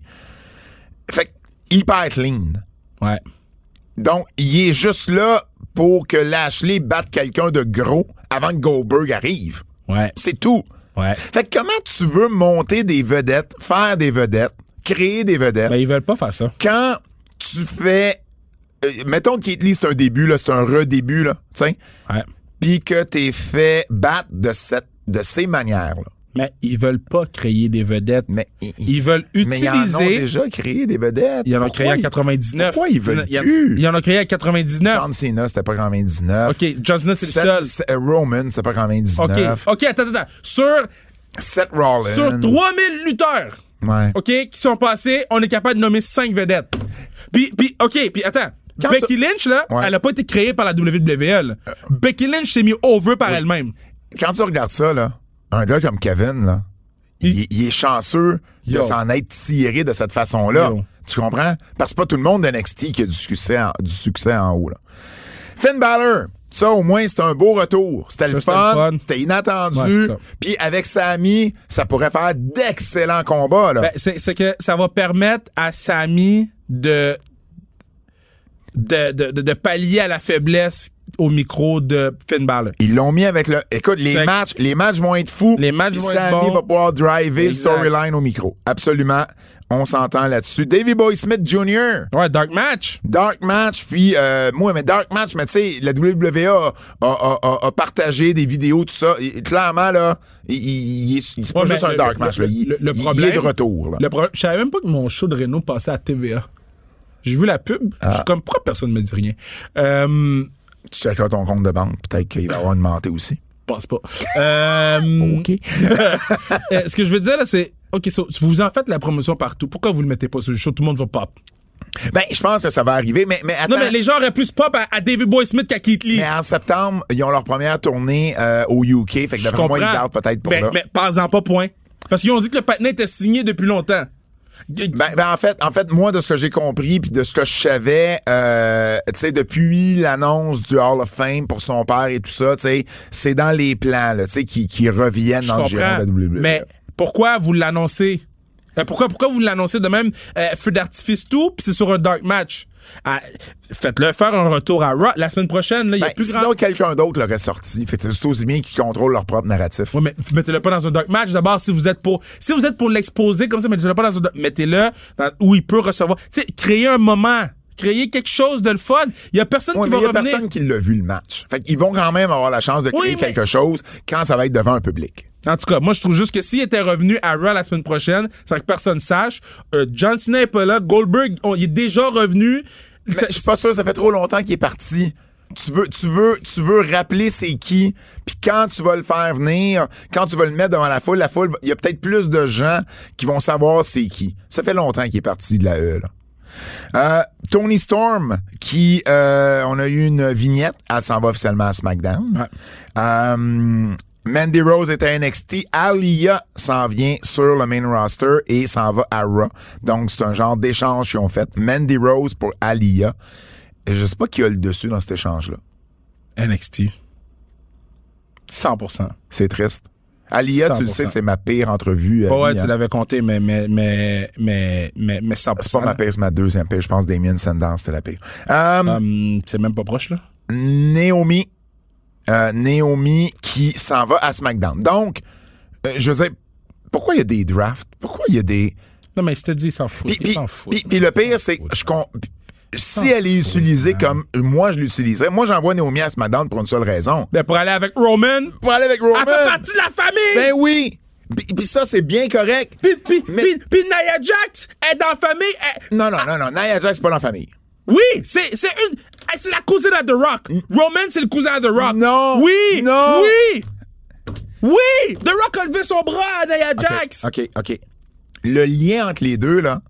[SPEAKER 2] Fait que, hyper clean.
[SPEAKER 3] Ouais.
[SPEAKER 2] Donc, il est juste là pour que Lashley batte quelqu'un de gros avant que Goldberg arrive.
[SPEAKER 3] Ouais.
[SPEAKER 2] C'est tout.
[SPEAKER 3] Ouais.
[SPEAKER 2] Fait que comment tu veux monter des vedettes, faire des vedettes, créer des vedettes?
[SPEAKER 3] Ben, ils veulent pas faire ça.
[SPEAKER 2] quand tu fais. euh, mettons que Keith Lee, c'est un début, là, c'est un redébut, là, tiens,
[SPEAKER 3] Ouais.
[SPEAKER 2] puis que t'es fait battre de, cette, de ces manières-là.
[SPEAKER 3] Mais ils veulent pas créer des vedettes.
[SPEAKER 2] Mais
[SPEAKER 3] Ils veulent
[SPEAKER 2] mais ils en ont
[SPEAKER 3] utiliser.
[SPEAKER 2] déjà créé des vedettes.
[SPEAKER 3] Il y en a
[SPEAKER 2] Pourquoi
[SPEAKER 3] créé en
[SPEAKER 2] ils-
[SPEAKER 3] 99.
[SPEAKER 2] Pourquoi ils veulent
[SPEAKER 3] Il y en-
[SPEAKER 2] plus?
[SPEAKER 3] Il y en a créé en 99.
[SPEAKER 2] John Cena, c'était pas 99.
[SPEAKER 3] OK, John Cena, c'est
[SPEAKER 2] Seth,
[SPEAKER 3] le seul.
[SPEAKER 2] Seth- euh, Roman, c'était pas 99.
[SPEAKER 3] OK, OK, attends, attends. Sur,
[SPEAKER 2] Seth Rollins.
[SPEAKER 3] sur 3000 lutteurs,
[SPEAKER 2] Ouais.
[SPEAKER 3] OK, qui sont passés, on est capable de nommer 5 vedettes. Puis, puis OK, puis attends.
[SPEAKER 2] Quand
[SPEAKER 3] Becky
[SPEAKER 2] tu-
[SPEAKER 3] Lynch, là,
[SPEAKER 2] Ouais. Euh,
[SPEAKER 3] elle a pas été créée par la WWE. là. Becky Lynch s'est mis over par elle-même.
[SPEAKER 2] Quand tu regardes ça, là, un gars comme Kevin, là, il, il est chanceux
[SPEAKER 3] Yo.
[SPEAKER 2] de s'en être tiré de cette façon-là.
[SPEAKER 3] Yo.
[SPEAKER 2] Tu comprends? Parce que c'est pas tout le monde d'NXT qui a du succès en, du succès en haut. Là. Finn Balor, ça au moins c'est un beau retour. C'était le
[SPEAKER 3] c'était le
[SPEAKER 2] fun,
[SPEAKER 3] fun.
[SPEAKER 2] c'était
[SPEAKER 3] Ouais,
[SPEAKER 2] inattendu.
[SPEAKER 3] c'est ça.
[SPEAKER 2] Puis avec Sami, ça pourrait faire d'excellents combats. Là.
[SPEAKER 3] Ben, c'est, c'est que ça va permettre à Samy de de, de, de- de pallier à la faiblesse au micro de Finn Balor.
[SPEAKER 2] Ils l'ont mis avec le. Écoute, les
[SPEAKER 3] Fait que-
[SPEAKER 2] matchs, les matchs vont être fous.
[SPEAKER 3] Les matchs
[SPEAKER 2] Puis
[SPEAKER 3] vont être
[SPEAKER 2] Sami
[SPEAKER 3] bons.
[SPEAKER 2] va pouvoir driver le
[SPEAKER 3] Exact.
[SPEAKER 2] storyline au micro. Absolument. On s'entend là-dessus. Davy Boy Smith Jr.
[SPEAKER 3] Ouais, Dark Match.
[SPEAKER 2] Dark Match, puis euh, moi, mais Dark Match, mais tu sais, la WWE a, a- a- a partagé des vidéos, tout ça. Et clairement, là, il, il- il est- c'est pas
[SPEAKER 3] Ouais,
[SPEAKER 2] juste
[SPEAKER 3] mais
[SPEAKER 2] un
[SPEAKER 3] le-
[SPEAKER 2] Dark
[SPEAKER 3] le-
[SPEAKER 2] Match.
[SPEAKER 3] le-
[SPEAKER 2] là. Il,
[SPEAKER 3] le- le
[SPEAKER 2] il- il
[SPEAKER 3] problème-
[SPEAKER 2] est de retour. là.
[SPEAKER 3] Le problème, je savais même pas que mon show de Renault passait à TVA. J'ai vu la pub. Je
[SPEAKER 2] Ah.
[SPEAKER 3] suis comme, pourquoi personne ne me dit rien? Euh,
[SPEAKER 2] Tu checkeras ton compte de banque, peut-être qu'il va avoir augmenté aussi.
[SPEAKER 3] pense pas. Euh, *laughs* euh, ce que je veux dire, là, c'est, OK, so, vous en faites la promotion partout. Pourquoi vous le mettez pas sur le show? Tout le monde va pop.
[SPEAKER 2] Ben, je pense que ça va arriver, mais, mais attends.
[SPEAKER 3] Non, mais les gens auraient plus pop à, à David Boy Smith qu'à Keith Lee.
[SPEAKER 2] Ben- mais en septembre, ils ont leur première tournée euh, au UK. Fait que
[SPEAKER 3] Je
[SPEAKER 2] d'après moi, ils
[SPEAKER 3] comprends.
[SPEAKER 2] gardent peut-être pour
[SPEAKER 3] Ben,
[SPEAKER 2] là.
[SPEAKER 3] Mais parle-en pas, point. Parce qu'ils ont dit que le patinet était signé depuis longtemps. G-
[SPEAKER 2] Ben, ben, en fait, en fait, moi, de ce que j'ai compris puis de ce que je savais, euh, tu sais, depuis l'annonce du Hall of Fame pour son père et tout ça, tu sais, c'est dans les plans, là, tu sais, qui, qui reviennent
[SPEAKER 3] je
[SPEAKER 2] dans le giron
[SPEAKER 3] comprends.
[SPEAKER 2] de la E. WWE.
[SPEAKER 3] Mais pourquoi vous l'annoncez? Euh, Pourquoi, pourquoi vous l'annoncez de même euh, feu d'artifice tout, puis c'est sur un dark match? Ah, Faites-le faire un retour à Raw la semaine prochaine. là, Il y
[SPEAKER 2] Ben,
[SPEAKER 3] a plus
[SPEAKER 2] sinon,
[SPEAKER 3] grand...
[SPEAKER 2] quelqu'un d'autre l'aurait sorti. Fait que c'est aussi bien qu'ils contrôlent leur propre narratif.
[SPEAKER 3] Ouais, mais mettez-le pas dans un dark match. D'abord, si vous êtes pour, si vous êtes pour l'exposer comme ça, mettez-le pas dans un dark... mettez-le dans- où il peut recevoir. Tu sais, créez un moment, créez quelque chose de le fun. Il y a personne
[SPEAKER 2] Ouais,
[SPEAKER 3] qui
[SPEAKER 2] mais il
[SPEAKER 3] va
[SPEAKER 2] y a
[SPEAKER 3] revenir.
[SPEAKER 2] personne qui l'a vu le match. Fait qu'ils vont quand même avoir la chance de créer
[SPEAKER 3] Oui, mais-
[SPEAKER 2] quelque chose quand ça va être devant un public.
[SPEAKER 3] En tout cas, moi, je trouve juste que s'il était revenu à Raw la semaine prochaine, sans que personne sache, euh, John Cena est pas là, Goldberg, on- il est déjà revenu. Ça-
[SPEAKER 2] Je suis pas sûr, ça fait trop longtemps qu'il est parti. Tu veux, tu veux, tu veux rappeler c'est qui. Puis quand tu vas le faire venir, quand tu vas le mettre devant la foule, la foule, va- il y a peut-être plus de gens qui vont savoir c'est qui. Ça fait longtemps qu'il est parti de la E. Là. Euh, Tony Storm, qui euh, on a eu une vignette, elle s'en va officiellement à SmackDown.
[SPEAKER 3] Ouais.
[SPEAKER 2] Euh, Mandy Rose est à NXT. Alia s'en vient sur le main roster et s'en va à Raw. Donc, c'est un genre d'échange qu'ils ont fait. Mandy Rose pour Alia. Je sais pas qui a le dessus dans cet échange-là.
[SPEAKER 3] NXT. 100%.
[SPEAKER 2] C'est triste. Alia, tu le
[SPEAKER 3] 100%.
[SPEAKER 2] sais, c'est ma pire entrevue. à
[SPEAKER 3] Ouais, ouais,
[SPEAKER 2] vie,
[SPEAKER 3] tu
[SPEAKER 2] hein.
[SPEAKER 3] l'avais compté, mais, mais, mais, mais, mais, mais 100%.
[SPEAKER 2] C'est pas ma pire, c'est ma deuxième pire. Je pense Damien Sandown, c'était la pire. Euh,
[SPEAKER 3] Hum, c'est même pas proche, là.
[SPEAKER 2] Naomi. Euh, Naomi qui s'en va à SmackDown. Donc, euh, je veux dire, pourquoi il y a des drafts? Pourquoi il y a des...
[SPEAKER 3] Non, mais je te dis, il s'en fout.
[SPEAKER 2] Puis,
[SPEAKER 3] il
[SPEAKER 2] puis-
[SPEAKER 3] s'en fout.
[SPEAKER 2] puis- puis le pire, c'est que je com- si elle est utilisée comme euh, moi je l'utiliserais, moi j'envoie Naomi à Smackdown pour une seule raison.
[SPEAKER 3] Ben, pour aller avec Roman,
[SPEAKER 2] Pour aller avec Roman.
[SPEAKER 3] elle fait partie de la famille!
[SPEAKER 2] Ben oui. Puis, puis ça c'est bien correct.
[SPEAKER 3] Puis, puis,
[SPEAKER 2] Mais-
[SPEAKER 3] puis, puis Nia Jax est dans la famille. elle-
[SPEAKER 2] Non non non non, Nia Jax c'est pas dans la famille.
[SPEAKER 3] Oui, c'est, c'est une. eh, C'est la cousine à The Rock. Roman, c'est le cousin à The Rock.
[SPEAKER 2] Mm. Non,
[SPEAKER 3] Oui.
[SPEAKER 2] non.
[SPEAKER 3] Oui. Oui. The Rock a levé son bras à Nia Jax.
[SPEAKER 2] OK, OK. Le lien entre les deux là,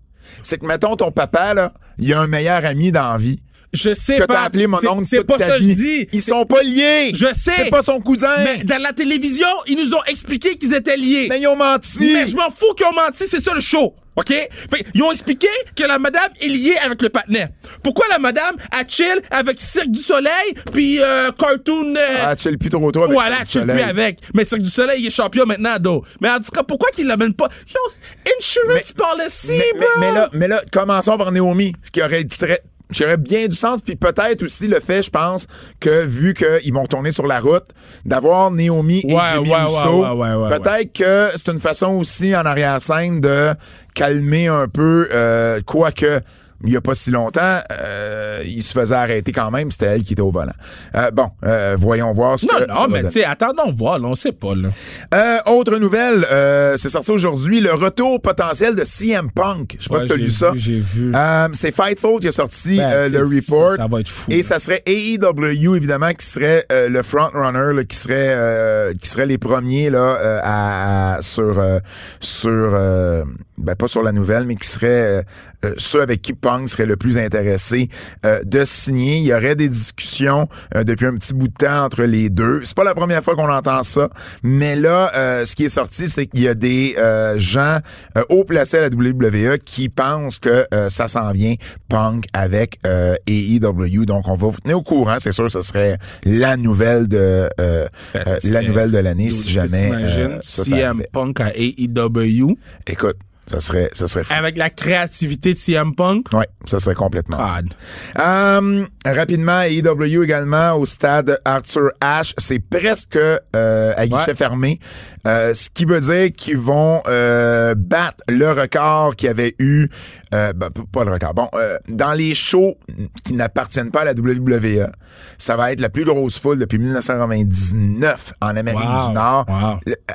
[SPEAKER 2] c'est que mettons ton papa là, il a un meilleur ami dans la vie.
[SPEAKER 3] Je sais
[SPEAKER 2] Que
[SPEAKER 3] pas.
[SPEAKER 2] t'as appelé mon
[SPEAKER 3] C'est-
[SPEAKER 2] oncle
[SPEAKER 3] C'est
[SPEAKER 2] toute
[SPEAKER 3] pas
[SPEAKER 2] ta
[SPEAKER 3] ça que je
[SPEAKER 2] vie.
[SPEAKER 3] dis.
[SPEAKER 2] Ils sont pas liés.
[SPEAKER 3] Je sais.
[SPEAKER 2] C'est pas son cousin.
[SPEAKER 3] Mais dans la télévision, ils nous ont expliqué qu'ils étaient liés.
[SPEAKER 2] Mais ils ont menti.
[SPEAKER 3] Mais je m'en fous qu'ils ont menti, c'est ça le show. OK? Fait, ils ont expliqué que la madame est liée avec le partenaire. Pourquoi la madame a chill avec Cirque du Soleil puis euh, Cartoon euh,
[SPEAKER 2] Ah, tu es le plus trop trop avec
[SPEAKER 3] Voilà,
[SPEAKER 2] Cirque
[SPEAKER 3] tu
[SPEAKER 2] du
[SPEAKER 3] le plus
[SPEAKER 2] Soleil.
[SPEAKER 3] avec. Mais Cirque du Soleil, il est champion maintenant, dos. Mais en tout cas, pourquoi qu'il l'amène pas? Yo, insurance policy,
[SPEAKER 2] mais, mais-
[SPEAKER 3] bro!
[SPEAKER 2] mais là, mais là, commençons par Naomi, ce qui aurait qui aurait- qui aurait bien du sens, puis peut-être aussi le fait, je pense, que vu qu'ils vont tourner sur la route, d'avoir Naomi et
[SPEAKER 3] Ouais,
[SPEAKER 2] Jimmy
[SPEAKER 3] ouais,
[SPEAKER 2] Uso,
[SPEAKER 3] ouais, ouais, ouais, ouais,
[SPEAKER 2] peut-être que c'est une façon aussi en arrière-scène de calmer un peu, euh, quoique il y a pas si longtemps, euh, il se faisait arrêter quand même, c'était elle qui était au volant. Euh, bon, euh, voyons voir ce
[SPEAKER 3] Non,
[SPEAKER 2] que ça
[SPEAKER 3] non,
[SPEAKER 2] va
[SPEAKER 3] mais tu
[SPEAKER 2] donner.
[SPEAKER 3] sais, attendons voir, là, on sait pas, là.
[SPEAKER 2] Euh, autre nouvelle, euh, c'est sorti aujourd'hui, le retour potentiel de CM Punk. Je sais pas
[SPEAKER 3] Ouais,
[SPEAKER 2] si t'as
[SPEAKER 3] j'ai
[SPEAKER 2] lu ça.
[SPEAKER 3] vu, j'ai vu.
[SPEAKER 2] Euh, c'est Fightful qui a sorti
[SPEAKER 3] Ben,
[SPEAKER 2] euh,
[SPEAKER 3] t'sais,
[SPEAKER 2] le
[SPEAKER 3] ça-
[SPEAKER 2] report.
[SPEAKER 3] ça va être fou,
[SPEAKER 2] Et
[SPEAKER 3] là.
[SPEAKER 2] ça serait AEW, évidemment, qui serait euh, le front-runner, là, qui serait euh, qui serait les premiers là euh, à, à- sur euh, sur euh, ben pas sur la nouvelle, mais qui serait euh, euh, ceux avec qui Punk serait le plus intéressé euh, de signer. Il y aurait des discussions euh, depuis un petit bout de temps entre les deux. C'est pas la première fois qu'on entend ça, mais là, euh, ce qui est sorti, c'est qu'il y a des euh, gens euh, haut placés à la WWE qui pensent que euh, ça s'en vient Punk avec euh, AEW. Donc, on va vous tenir au courant. C'est sûr, ce serait la nouvelle de euh,
[SPEAKER 3] Ben,
[SPEAKER 2] euh,
[SPEAKER 3] ça
[SPEAKER 2] la
[SPEAKER 3] serait-
[SPEAKER 2] nouvelle de l'année,
[SPEAKER 3] Dude,
[SPEAKER 2] si
[SPEAKER 3] je
[SPEAKER 2] jamais.
[SPEAKER 3] t'imagine
[SPEAKER 2] euh, ça, ça
[SPEAKER 3] CM
[SPEAKER 2] arrivait.
[SPEAKER 3] Punk à AEW
[SPEAKER 2] Écoute, ça serait, ça serait fou.
[SPEAKER 3] avec la créativité de CM Punk.
[SPEAKER 2] Ouais, ça serait complètement. fou.
[SPEAKER 3] God.
[SPEAKER 2] Euh, rapidement, AEW également au stade Arthur Ashe. C'est presque euh, à guichet
[SPEAKER 3] Ouais.
[SPEAKER 2] fermé. Euh, ce qui veut dire qu'ils vont euh, battre le record qu'il y avait eu. euh, ben, p- pas le record. Bon, euh, dans les shows qui n'appartiennent pas à la WWE, ça va être la plus grosse foule depuis 1999 en Amérique
[SPEAKER 3] Wow.
[SPEAKER 2] du Nord.
[SPEAKER 3] Wow.
[SPEAKER 2] Le- euh,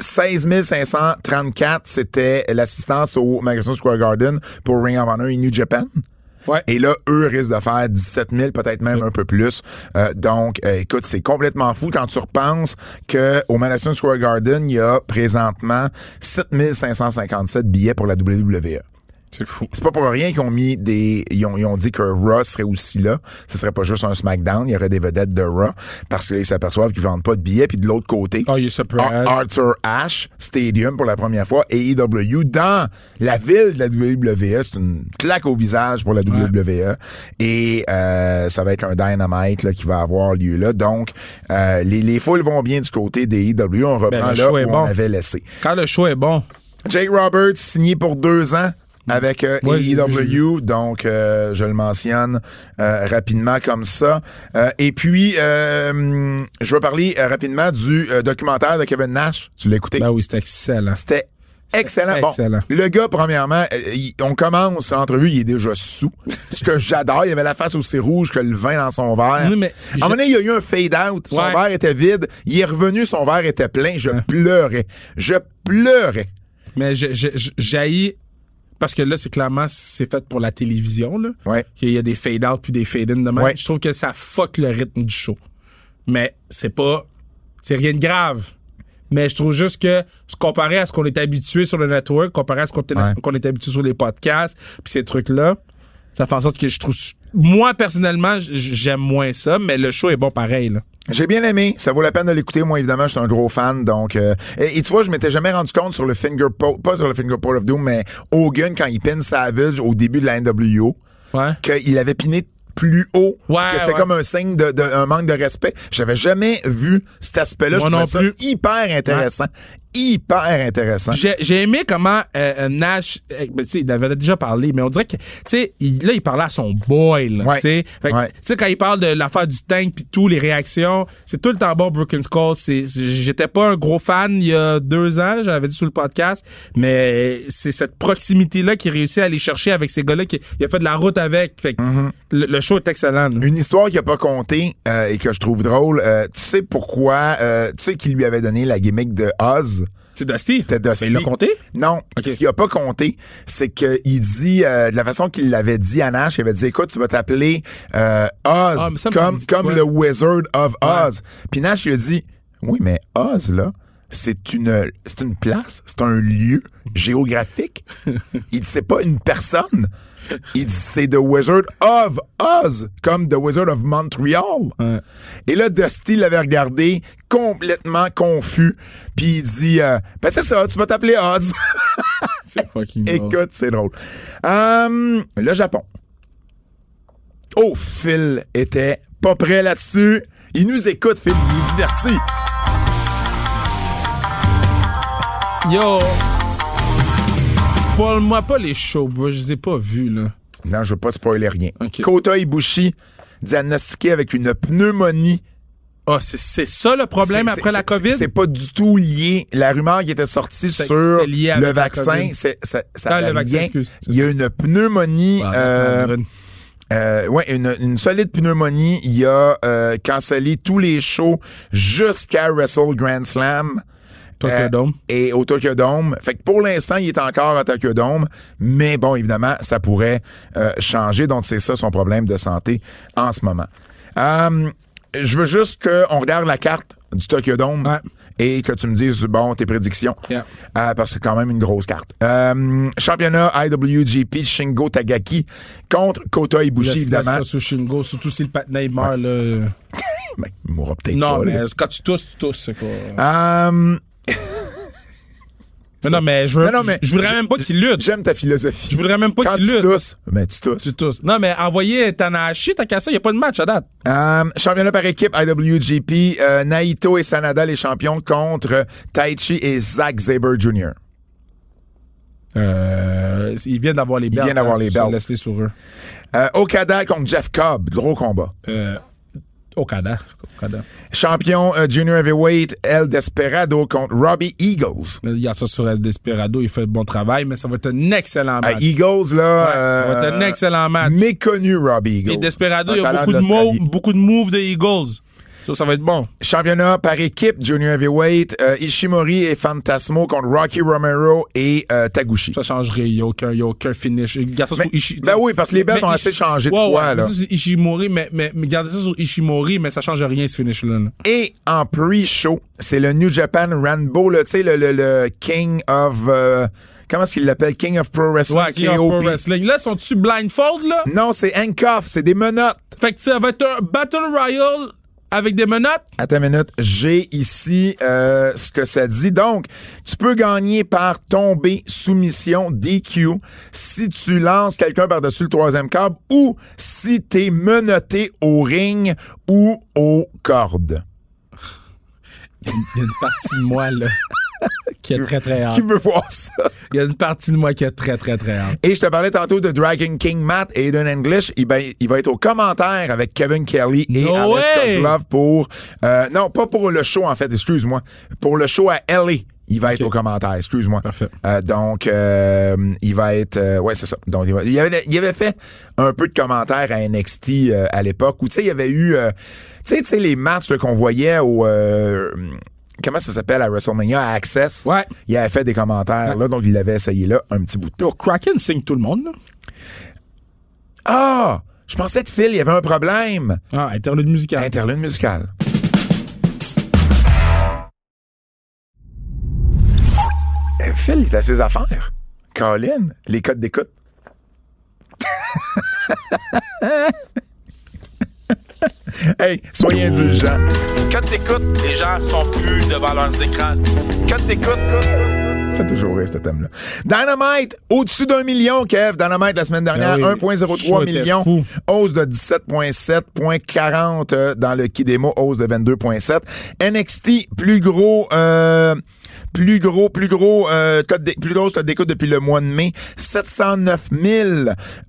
[SPEAKER 2] 16 534, c'était l'assistance au Madison Square Garden pour Ring of Honor et New Japan.
[SPEAKER 3] Ouais.
[SPEAKER 2] Et là, eux risquent de faire 17 000, peut-être même un peu plus. Euh, donc, euh, écoute, c'est complètement fou quand tu repenses qu'au Madison Square Garden, il y a présentement 7 557 billets pour la WWE.
[SPEAKER 3] C'est fou.
[SPEAKER 2] C'est pas pour rien qu'ils ont mis des. Ils ont, ils ont dit que Raw serait aussi là. Ce serait pas juste un SmackDown. Il y aurait des vedettes de Raw. Parce qu'ils s'aperçoivent qu'ils vendent pas de billets. Puis de l'autre côté,
[SPEAKER 3] Oh, you're surprised.
[SPEAKER 2] Ar- Arthur Ashe Stadium pour la première fois. AEW dans la ville de la WWE. C'est une claque au visage pour la WWE. Et euh, ça va être un dynamite là, qui va avoir lieu là. Donc, euh, les, les foules vont bien du côté des AEW. On reprend
[SPEAKER 3] Ben, le
[SPEAKER 2] là où
[SPEAKER 3] choix est
[SPEAKER 2] on
[SPEAKER 3] bon.
[SPEAKER 2] avait laissé.
[SPEAKER 3] Quand le show est bon,
[SPEAKER 2] Jake Roberts signé pour deux ans avec euh,
[SPEAKER 3] Ouais, j'ai vu, j'ai
[SPEAKER 2] AEW, donc euh, je le mentionne euh, rapidement comme ça. Euh, et puis, euh, hum, je veux parler euh, rapidement du euh, documentaire de Kevin Nash. Tu l'as écouté?
[SPEAKER 3] ben oui, c'est excellent.
[SPEAKER 2] C'était excellent. Bon,
[SPEAKER 3] excellent.
[SPEAKER 2] le gars, premièrement, euh, il- on commence l'entrevue, il est déjà sous. Ce que j'adore, il avait la face aussi rouge que le vin dans son verre.
[SPEAKER 3] Oui, mais
[SPEAKER 2] à un moment donné, il y a eu un fade-out. Son
[SPEAKER 3] Ouais. Hein?
[SPEAKER 2] verre était vide. Il est revenu, son verre était plein. Je pleurais. Je pleurais.
[SPEAKER 3] Mais je, je, je- j'haïs- parce que là, c'est clairement, c'est fait pour la télévision, là.
[SPEAKER 2] Ouais.
[SPEAKER 3] Qu'il y a des fade-out puis des fade-in de même.
[SPEAKER 2] Ouais.
[SPEAKER 3] Je trouve que ça fuck le rythme du show. Mais c'est pas, c'est rien de grave. Mais je trouve juste que, se comparer à ce qu'on est habitué sur le network, comparé à ce qu'on est,
[SPEAKER 2] Ouais.
[SPEAKER 3] qu'on est habitué sur les podcasts, puis ces trucs-là, ça fait en sorte que je trouve, moi, personnellement, j- j'aime moins ça, mais le show est bon pareil, là.
[SPEAKER 2] J'ai bien aimé. Ça vaut la peine de l'écouter. Moi, évidemment, je suis un gros fan. Donc, euh, et, et tu vois, je m'étais jamais rendu compte sur le finger po- pas sur le finger pole of doom, mais Hogan quand il pine Savage au début de la NWO,
[SPEAKER 3] Ouais.
[SPEAKER 2] qu'il avait piné plus haut,
[SPEAKER 3] Ouais,
[SPEAKER 2] que c'était
[SPEAKER 3] ouais.
[SPEAKER 2] comme un signe de, de- un manque de respect. J'avais jamais vu cet aspect-là.
[SPEAKER 3] Moi
[SPEAKER 2] je
[SPEAKER 3] non
[SPEAKER 2] trouvais ça
[SPEAKER 3] plus.
[SPEAKER 2] hyper intéressant, hyper intéressant.
[SPEAKER 3] J'ai j'ai aimé comment euh, euh, Nash, euh, ben, tu sais, il avait déjà parlé, mais on dirait que, tu sais, il- là, il parlait à son boy, là,
[SPEAKER 2] Ouais.
[SPEAKER 3] tu sais. Fait que,
[SPEAKER 2] Ouais.
[SPEAKER 3] tu sais, quand il parle de l'affaire du tank puis tout, les réactions, c'est tout le temps bon, Broken Skull. C'est- c'est- J'étais pas un gros fan il y a deux ans, là, j'avais dit sur le podcast, mais c'est cette proximité-là qu'il réussit à aller chercher avec ces gars-là, qu'il il a fait de la route avec. Fait que le, le show est excellent, là.
[SPEAKER 2] Une histoire qu'il a pas contée euh, et que je trouve drôle. euh, tu sais pourquoi euh, Tu sais qui lui avait donné la gimmick de Oz
[SPEAKER 3] C'est Dusty.
[SPEAKER 2] C'était Dusty.
[SPEAKER 3] Mais il l'a compté?
[SPEAKER 2] Non.
[SPEAKER 3] Ok.
[SPEAKER 2] Ce qu'il a pas compté, c'est qu'il dit, euh, de la façon qu'il l'avait dit à Nash, il avait dit, écoute, tu vas t'appeler euh, Oz,
[SPEAKER 3] Ah, mais ça me
[SPEAKER 2] comme,
[SPEAKER 3] dit
[SPEAKER 2] comme
[SPEAKER 3] quoi.
[SPEAKER 2] le Wizard of Oz. Puis Nash lui a dit, oui, mais Oz, là, c'est une, c'est une place, c'est un lieu géographique. il dit, c'est pas une personne. Il dit, c'est The Wizard of Oz, comme The Wizard of Montreal.
[SPEAKER 3] Ouais.
[SPEAKER 2] Et là, Dusty l'avait regardé complètement confus. Puis il dit, euh, ben c'est ça, tu vas t'appeler Oz.
[SPEAKER 3] *laughs* C'est fucking drôle.
[SPEAKER 2] Écoute, c'est drôle. Hum, le Japon. Oh, Phil était pas prêt là-dessus. Il nous écoute, Phil. Il est diverti.
[SPEAKER 3] Yo! Spoil-moi pas les shows, bro. Je les ai pas vus, là.
[SPEAKER 2] Non, je veux pas spoiler rien.
[SPEAKER 3] Ok.
[SPEAKER 2] Kota Ibushi, diagnostiqué avec une pneumonie
[SPEAKER 3] Ah, c'est- c'est ça le problème
[SPEAKER 2] C'est-
[SPEAKER 3] après
[SPEAKER 2] c'est-
[SPEAKER 3] la
[SPEAKER 2] c'est-
[SPEAKER 3] COVID?
[SPEAKER 2] C'est pas du tout lié. La rumeur qui était sortie
[SPEAKER 3] C'était-
[SPEAKER 2] sur
[SPEAKER 3] c'était lié avec
[SPEAKER 2] le
[SPEAKER 3] la
[SPEAKER 2] vaccin,
[SPEAKER 3] COVID.
[SPEAKER 2] c'est, ça, ça
[SPEAKER 3] Ah,
[SPEAKER 2] avait
[SPEAKER 3] le vaccin,
[SPEAKER 2] rien.
[SPEAKER 3] excuse, c'est
[SPEAKER 2] Il y a une pneumonie.
[SPEAKER 3] Ah,
[SPEAKER 2] euh,
[SPEAKER 3] c'est une-
[SPEAKER 2] euh, ouais, une, une solide pneumonie. Il a euh, cancellé tous les shows jusqu'à Wrestle Grand Slam.
[SPEAKER 3] Tokyo
[SPEAKER 2] euh,
[SPEAKER 3] Dome.
[SPEAKER 2] Et au Tokyo Dome. Fait que pour l'instant, il est encore à Tokyo Dome. Mais bon, évidemment, ça pourrait euh, changer. Donc, c'est ça son problème de santé en ce moment. Euh, je veux juste qu'on regarde la carte du Tokyo Dome
[SPEAKER 3] Ouais.
[SPEAKER 2] et que tu me dises, bon, tes prédictions.
[SPEAKER 3] Yeah.
[SPEAKER 2] Euh, parce que c'est quand même une grosse carte. Euh, championnat IWGP Shingo Tagaki contre Kota Ibushi,
[SPEAKER 3] Laisse- laisse
[SPEAKER 2] évidemment.
[SPEAKER 3] ça sous Shingo, surtout si le patin il meurt, là.
[SPEAKER 2] Ben, il mourra peut-être
[SPEAKER 3] Non,
[SPEAKER 2] pas,
[SPEAKER 3] mais
[SPEAKER 2] là.
[SPEAKER 3] quand tu tousses, tu tousses, c'est quoi.
[SPEAKER 2] Euh,
[SPEAKER 3] Non, non, mais je veux.
[SPEAKER 2] Non, non, mais-
[SPEAKER 3] je voudrais même pas qu'il lutte.
[SPEAKER 2] J'aime ta philosophie.
[SPEAKER 3] Je voudrais même pas
[SPEAKER 2] Quand
[SPEAKER 3] qu'il
[SPEAKER 2] tu
[SPEAKER 3] lutte.
[SPEAKER 2] tousses, ben, tu tousses.
[SPEAKER 3] Tu tousses. Non, mais envoyer Tanahashi, t'as qu'à ça, y a pas de match à date.
[SPEAKER 2] Euh, championnat par équipe IWGP, euh, Naito et Sanada les champions contre Taichi et Zack Sabre Jr.
[SPEAKER 3] Euh, ils viennent d'avoir les belts. hein.
[SPEAKER 2] viennent d'avoir les belts.
[SPEAKER 3] Laisse-les sur eux.
[SPEAKER 2] Euh, Okada contre Jeff Cobb, gros combat.
[SPEAKER 3] Euh, Okada. Okada.
[SPEAKER 2] Champion euh, Junior Heavyweight, El Desperado contre Robbie Eagles.
[SPEAKER 3] Mais Regarde ça sur El Desperado, il fait le bon travail, mais ça va être un excellent
[SPEAKER 2] Euh,
[SPEAKER 3] match.
[SPEAKER 2] Eagles, là... euh,
[SPEAKER 3] ça va être un excellent match.
[SPEAKER 2] Méconnu, Robbie Eagles.
[SPEAKER 3] Et Desperado, il
[SPEAKER 2] Un
[SPEAKER 3] y a
[SPEAKER 2] talent
[SPEAKER 3] beaucoup de,
[SPEAKER 2] l'Australie.
[SPEAKER 3] moves, beaucoup de moves de Eagles. Ça, ça va être bon.
[SPEAKER 2] Championnat par équipe, Junior Heavyweight, euh, Ishimori et Fantasmo contre Rocky Romero et euh, Taguchi.
[SPEAKER 3] Ça changerait. Il n'y a aucun, il y a aucun finish. Garde ça
[SPEAKER 2] Mais-
[SPEAKER 3] sur Ishi-
[SPEAKER 2] ben oui, parce que les belts
[SPEAKER 3] Mais
[SPEAKER 2] ont
[SPEAKER 3] Ishi-
[SPEAKER 2] assez changé de
[SPEAKER 3] Ouais,
[SPEAKER 2] fois,
[SPEAKER 3] ouais,
[SPEAKER 2] là.
[SPEAKER 3] ça, c'est Ishimori, mais, mais, mais gardez ça sur Ishimori, mais ça change rien, ce finish-là. là.
[SPEAKER 2] Et en pre-show, c'est le New Japan Rambo, là, tu sais, le, le, le King of... euh, comment est-ce qu'il l'appelle? King of Pro Wrestling.
[SPEAKER 3] Ouais, King of
[SPEAKER 2] KOP.
[SPEAKER 3] Pro Wrestling. Là, sont-tu blindfold, là?
[SPEAKER 2] Non, c'est handcuff, c'est des menottes.
[SPEAKER 3] Fait que ça va être un Battle Royale avec des menottes.
[SPEAKER 2] Attends une minute, j'ai ici euh, ce que ça dit. Donc, tu peux gagner par tomber, soumission, DQ, si tu lances quelqu'un par-dessus le troisième câble ou si t'es menotté au ring ou aux cordes.
[SPEAKER 3] Il y a une partie de
[SPEAKER 2] *laughs*
[SPEAKER 3] moi, là, qui est très, très
[SPEAKER 2] Qui
[SPEAKER 3] hâte.
[SPEAKER 2] veut voir ça?
[SPEAKER 3] Il y a une partie de moi qui est très, très, très hâte.
[SPEAKER 2] Et je te parlais tantôt de Dragon King Matt et Aiden English. Il, ben, il va être au commentaire avec Kevin Kelly et
[SPEAKER 3] No
[SPEAKER 2] Alex
[SPEAKER 3] way!
[SPEAKER 2] Kozlov pour... euh, non, pas pour le show, en fait, excuse-moi. Pour le show à L.A., il va être au commentaire, excuse-moi.
[SPEAKER 3] Parfait.
[SPEAKER 2] Euh, donc, euh, il va être... euh, ouais, c'est ça. Donc, il, va- il avait, il avait fait un peu de commentaires à NXT euh, à l'époque où, tu sais, il y avait eu... euh, tu sais, tu sais, les matchs là, qu'on voyait au... euh, comment ça s'appelle à WrestleMania, à Access?
[SPEAKER 3] Ouais.
[SPEAKER 2] Il avait fait des commentaires, là, donc il avait essayé là un petit bout de temps.
[SPEAKER 3] Yo, Kraken signe tout le monde, là.
[SPEAKER 2] Ah! Je pensais que Phil, il y avait un problème.
[SPEAKER 3] Ah, interlude musical.
[SPEAKER 2] Interlude musical. Eh, Phil, il est à ses affaires. Colin, les codes d'écoute. *laughs* hey, soyez indulgents. Codes d'écoute,
[SPEAKER 3] Les gens sont plus devant leurs écrans.
[SPEAKER 2] codes d'écoute. Fait toujours rire ce thème-là. Dynamite, au-dessus d'un million, Kev. Dynamite la semaine dernière,
[SPEAKER 3] Ben oui, le show
[SPEAKER 2] 1,03
[SPEAKER 3] était
[SPEAKER 2] million.
[SPEAKER 3] fou.
[SPEAKER 2] Hausse de 17,7, point 40 euh, dans le Kidemo, hausse de 22,7. NXT, plus gros, euh, plus gros, plus gros, euh, code d'é- plus grosse code d'écoute depuis le mois de mai, 709 000,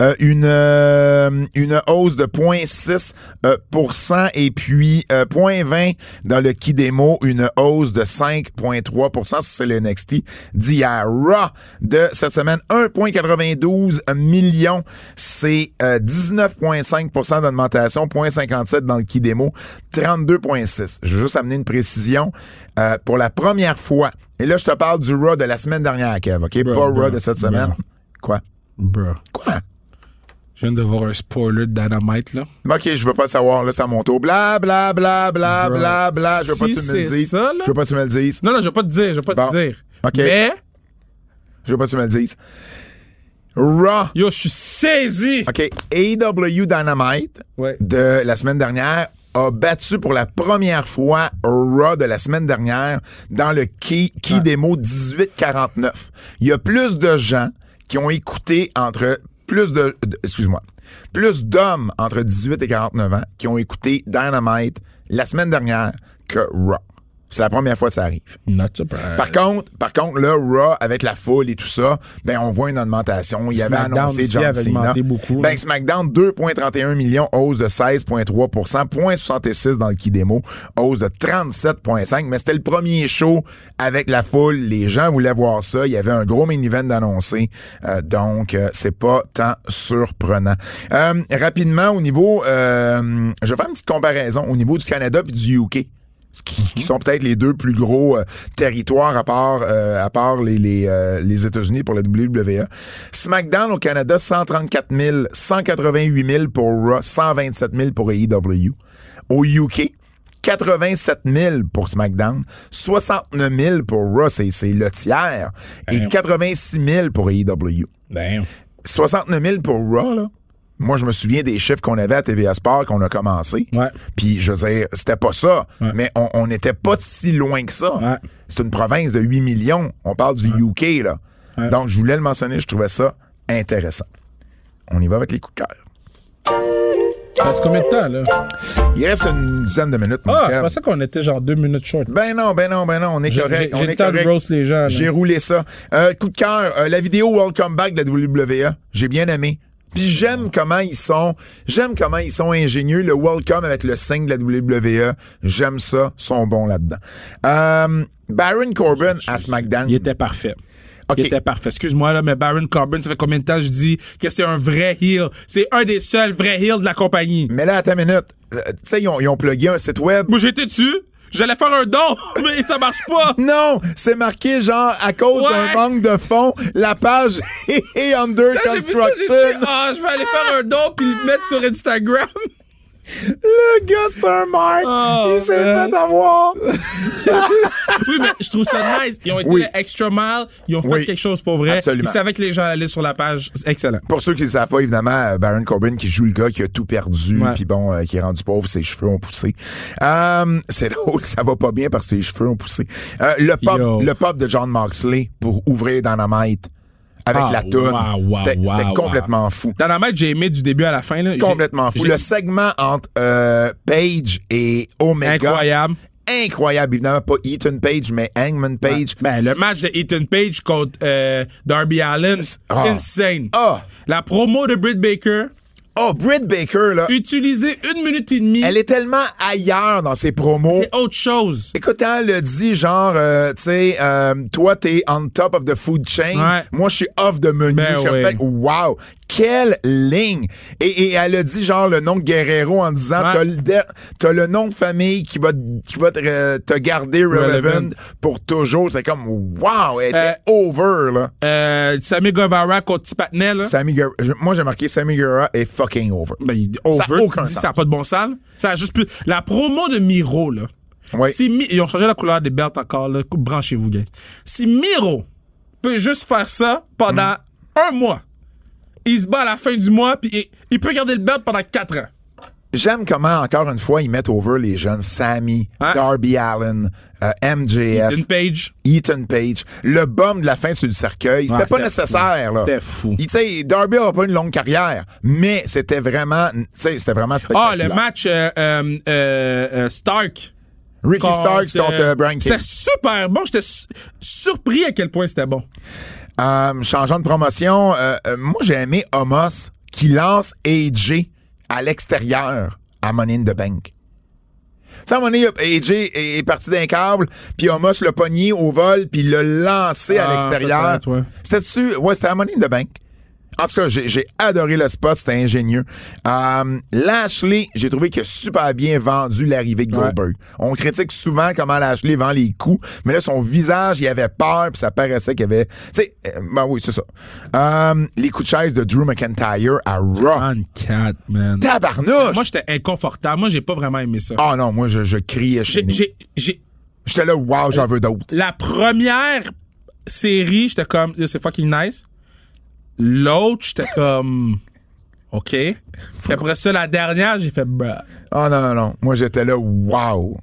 [SPEAKER 2] euh, une, euh, une hausse de 0,6 euh, pour cent. et puis euh, 0,20 dans le Kidemo, une hausse de 5,3 pour cent. Ça, c'est le NXT d'hier. Raw de cette semaine, 1,92 millions, c'est euh, 19,5 d'augmentation, 0,57 dans le qui démo, 32,6. Je vais juste amener une précision. Euh, pour la première fois, et là, je te parle du Raw de la semaine dernière, Kev, OK?
[SPEAKER 3] Bro,
[SPEAKER 2] Pas Raw
[SPEAKER 3] bro,
[SPEAKER 2] de cette
[SPEAKER 3] bro.
[SPEAKER 2] semaine. Quoi?
[SPEAKER 3] Bro.
[SPEAKER 2] Quoi?
[SPEAKER 3] Je viens de voir un spoiler de Dynamite, là.
[SPEAKER 2] OK, je veux pas le savoir, là, c'est à mon tour. Bla, bla, bla, bla,
[SPEAKER 3] Bro.
[SPEAKER 2] bla, bla. Je veux pas que
[SPEAKER 3] Si
[SPEAKER 2] tu me le
[SPEAKER 3] c'est
[SPEAKER 2] dises.
[SPEAKER 3] ça, là-
[SPEAKER 2] Je veux pas que tu me le dises.
[SPEAKER 3] Non, non, je vais pas te dire, je vais pas
[SPEAKER 2] Bon.
[SPEAKER 3] te dire.
[SPEAKER 2] OK.
[SPEAKER 3] Mais,
[SPEAKER 2] Je veux pas que tu me le dises. Raw
[SPEAKER 3] yo, je suis saisi.
[SPEAKER 2] OK. AW Dynamite
[SPEAKER 3] Ouais.
[SPEAKER 2] de la semaine dernière a battu pour la première fois Raw de la semaine dernière dans le Key, key Demo 1849. Il y a plus de gens qui ont écouté entre plus de, de- excuse-moi, plus d'hommes entre 18 et 49 ans qui ont écouté Dynamite la semaine dernière que Raw. C'est la première fois que ça arrive.
[SPEAKER 3] Not surprised.
[SPEAKER 2] Par contre, par contre, là, Raw, avec la foule et tout ça, ben, on voit une augmentation. Il y avait
[SPEAKER 3] SmackDown
[SPEAKER 2] annoncé
[SPEAKER 3] aussi
[SPEAKER 2] John
[SPEAKER 3] avait
[SPEAKER 2] Cena.
[SPEAKER 3] augmenté beaucoup, hein.
[SPEAKER 2] ben,
[SPEAKER 3] là.
[SPEAKER 2] SmackDown, 2,31 millions, hausse de 16,3 0,66 dans le qui démo, hausse de 37,5 Mais c'était le premier show avec la foule. Les gens voulaient voir ça. Il y avait un gros main event d'annoncer. Euh, donc, euh, c'est pas tant surprenant. Euh, rapidement, au niveau... euh, je vais faire une petite comparaison au niveau du Canada puis du UK qui, qui sont peut-être les deux plus gros euh, territoires à part euh, à part les les, euh, les États-Unis pour la WWE. SmackDown au Canada 134 000, 188 000 pour Raw, 127 000 pour AEW. Au UK 87 000 pour SmackDown, 69 000 pour Raw, c'est c'est le tiers, et
[SPEAKER 3] Damn.
[SPEAKER 2] 86 000 pour E AEW.
[SPEAKER 3] Damn.
[SPEAKER 2] 69 000 pour Raw, là. Moi, je me souviens des chiffres qu'on avait à TVA Sport qu'on a commencé.
[SPEAKER 3] Ouais.
[SPEAKER 2] Puis, je veux dire, c'était pas ça,
[SPEAKER 3] Ouais.
[SPEAKER 2] mais on on n'était pas si loin que ça.
[SPEAKER 3] Ouais.
[SPEAKER 2] C'est une province de 8 millions. On parle du UK, là.
[SPEAKER 3] Ouais.
[SPEAKER 2] Donc, je voulais le mentionner, je trouvais ça intéressant. On y va avec les coups de cœur.
[SPEAKER 3] Ça reste combien de temps, là?
[SPEAKER 2] Il reste une dizaine de minutes. mon
[SPEAKER 3] Ah, je
[SPEAKER 2] Kev.
[SPEAKER 3] pensais qu'on était genre deux minutes short.
[SPEAKER 2] Ben non, ben non, ben non, on est
[SPEAKER 3] J'ai-
[SPEAKER 2] correct.
[SPEAKER 3] j'ai-
[SPEAKER 2] on
[SPEAKER 3] j'ai
[SPEAKER 2] est
[SPEAKER 3] le temps de
[SPEAKER 2] correct.
[SPEAKER 3] roast les gens, là.
[SPEAKER 2] J'ai roulé ça. Euh, coup de cœur, euh, la vidéo Welcome Back de la WWE, j'ai bien aimé. Puis j'aime comment ils sont, j'aime comment ils sont ingénieux. Le Welcome avec le signe de la WWE, j'aime ça, ils sont bons là-dedans. Euh, Baron Corbin à SmackDown.
[SPEAKER 3] Il était parfait.
[SPEAKER 2] Ok.
[SPEAKER 3] Il était parfait. Excuse-moi, là, mais Baron Corbin, ça fait combien de temps que je dis que c'est un vrai heel? C'est un des seuls vrais heels de la compagnie.
[SPEAKER 2] Mais là, attends une minute. Euh, tu sais, ils ont, ils ont plugué un site web.
[SPEAKER 3] Moi, j'étais dessus. J'allais faire un don, *laughs* mais ça marche pas.
[SPEAKER 2] Non, c'est marqué genre à cause
[SPEAKER 3] Ouais.
[SPEAKER 2] d'un manque de fonds, la page *laughs* est under
[SPEAKER 3] Là, j'ai vu ça, j'ai fait,
[SPEAKER 2] construction.
[SPEAKER 3] ah, je vais aller faire un don puis le mettre sur Instagram.
[SPEAKER 2] Le gars, c'est un marque.
[SPEAKER 3] Oh,
[SPEAKER 2] il s'est
[SPEAKER 3] man.
[SPEAKER 2] fait avoir.
[SPEAKER 3] oui, mais je trouve ça nice. Ils ont été
[SPEAKER 2] Oui.
[SPEAKER 3] extra mal. Ils ont fait
[SPEAKER 2] Oui.
[SPEAKER 3] quelque chose pour vrai.
[SPEAKER 2] Absolument.
[SPEAKER 3] Ils savaient que les gens allaient sur la page. C'est excellent.
[SPEAKER 2] Pour ceux qui ne le savent pas, évidemment, euh, Baron Corbin qui joue le gars qui a tout perdu,
[SPEAKER 3] Ouais.
[SPEAKER 2] puis bon, euh, qui est rendu pauvre, ses cheveux ont poussé. Euh, c'est *laughs* drôle, ça va pas bien parce que ses cheveux ont poussé. Euh, le pop,
[SPEAKER 3] Yo.
[SPEAKER 2] le pop de John Moxley pour ouvrir Dynamite avec
[SPEAKER 3] Ah,
[SPEAKER 2] la toune,
[SPEAKER 3] wow, wow,
[SPEAKER 2] c'était
[SPEAKER 3] wow,
[SPEAKER 2] c'était
[SPEAKER 3] wow.
[SPEAKER 2] complètement fou.
[SPEAKER 3] Dans la match, j'ai aimé du début à la fin. Là. J'ai-
[SPEAKER 2] Complètement fou.
[SPEAKER 3] j'ai-
[SPEAKER 2] Le segment entre euh, Page et Omega.
[SPEAKER 3] Incroyable.
[SPEAKER 2] Incroyable, évidemment, pas Ethan Page, mais Hangman Page.
[SPEAKER 3] Ben, le match de Ethan Page contre euh, Darby Allen,
[SPEAKER 2] Ah.
[SPEAKER 3] insane.
[SPEAKER 2] Ah.
[SPEAKER 3] La promo de Britt Baker,
[SPEAKER 2] Oh, Britt Baker, là.
[SPEAKER 3] utiliser une minute et demie,
[SPEAKER 2] Elle est tellement ailleurs dans ses promos.
[SPEAKER 3] c'est autre chose.
[SPEAKER 2] Écoute, hein, elle le dit genre, euh, tu sais, euh, toi, t'es on top of the food chain.
[SPEAKER 3] Ouais.
[SPEAKER 2] Moi, je suis off the menu.
[SPEAKER 3] Ben
[SPEAKER 2] Je
[SPEAKER 3] oui.
[SPEAKER 2] fais, wow, quelle ligne. Et, et elle a dit genre le nom de Guerrero en disant,
[SPEAKER 3] Ouais.
[SPEAKER 2] t'as le de- t'as le nom de famille qui va, te- qui va te, euh, te garder relevant,
[SPEAKER 3] Relevant.
[SPEAKER 2] pour toujours. C'est comme, wow, elle était
[SPEAKER 3] Euh,
[SPEAKER 2] over, là.
[SPEAKER 3] Euh, Sammy Guevara contre Tipatney, là.
[SPEAKER 2] Sammy Guer- je- Moi, j'ai marqué Sammy Guerrero est fucking over.
[SPEAKER 3] Ben, il dit
[SPEAKER 2] Ça
[SPEAKER 3] over,
[SPEAKER 2] a
[SPEAKER 3] tu
[SPEAKER 2] aucun
[SPEAKER 3] dis,
[SPEAKER 2] sens.
[SPEAKER 3] ça a pas de bon sens. là. Ça a juste plus. La promo de Miro, là.
[SPEAKER 2] Oui.
[SPEAKER 3] Si Mi- Ils ont changé la couleur des belts encore, là. Cou- Branchez-vous, guys. Si Miro peut juste faire ça pendant
[SPEAKER 2] Mm.
[SPEAKER 3] un mois, il se bat à la fin du mois, puis il, il peut garder le belt pendant quatre ans.
[SPEAKER 2] J'aime comment, encore une fois, ils mettent over les jeunes. Sammy,
[SPEAKER 3] Ouais.
[SPEAKER 2] Darby Allen, euh, MJF.
[SPEAKER 3] Une page.
[SPEAKER 2] Ethan Page, le bum de la fin sur le cercueil, c'était
[SPEAKER 3] Ouais,
[SPEAKER 2] pas
[SPEAKER 3] c'était
[SPEAKER 2] nécessaire
[SPEAKER 3] fou.
[SPEAKER 2] là.
[SPEAKER 3] C'était fou.
[SPEAKER 2] Il- Tu sais, Darby a pas une longue carrière, mais c'était vraiment, tu sais, c'était vraiment spectaculaire.
[SPEAKER 3] Ah, le match euh, euh, euh, euh, Stark.
[SPEAKER 2] Ricky
[SPEAKER 3] contre,
[SPEAKER 2] Starks contre
[SPEAKER 3] euh,
[SPEAKER 2] euh, Brian
[SPEAKER 3] C'était
[SPEAKER 2] Cage.
[SPEAKER 3] super bon. J'étais su- surpris à quel point c'était bon.
[SPEAKER 2] Euh, changeant de promotion, euh, euh, moi j'ai aimé Homos qui lance AJ à l'extérieur à Money in the Bank. Ça, à un moment donné, AJ est est parti d'un câble, puis Homos l'a pogné au vol, puis l'a lancé à
[SPEAKER 3] Ah,
[SPEAKER 2] l'extérieur.
[SPEAKER 3] peut-être, ouais.
[SPEAKER 2] C'était-tu? Ouais, c'était à Money in the Bank. En tout cas, j'ai j'ai adoré le spot, c'était ingénieux. Euh, Lashley, j'ai trouvé qu'il a super bien vendu l'arrivée de Goldberg. On critique souvent comment Lashley vend les coups, mais là, son visage, il avait peur, puis ça paraissait qu'il avait... Tu sais, euh, ben oui, c'est ça. Euh, les coups de chaise de Drew McIntyre à Raw.
[SPEAKER 3] cat, man.
[SPEAKER 2] Tabarnouche!
[SPEAKER 3] Moi, j'étais inconfortable. Moi, j'ai pas vraiment aimé ça.
[SPEAKER 2] Ah non, moi, je, je criais chez
[SPEAKER 3] J'ai-
[SPEAKER 2] nous.
[SPEAKER 3] j'ai- j'ai-
[SPEAKER 2] J'étais là, wow, j'en veux d'autres.
[SPEAKER 3] la première série, j'étais comme, c'est fucking nice. L'autre, j'étais comme, OK. Puis après ça, la dernière, j'ai fait, bruh.
[SPEAKER 2] Ah non, non, non. Moi, j'étais là, wow.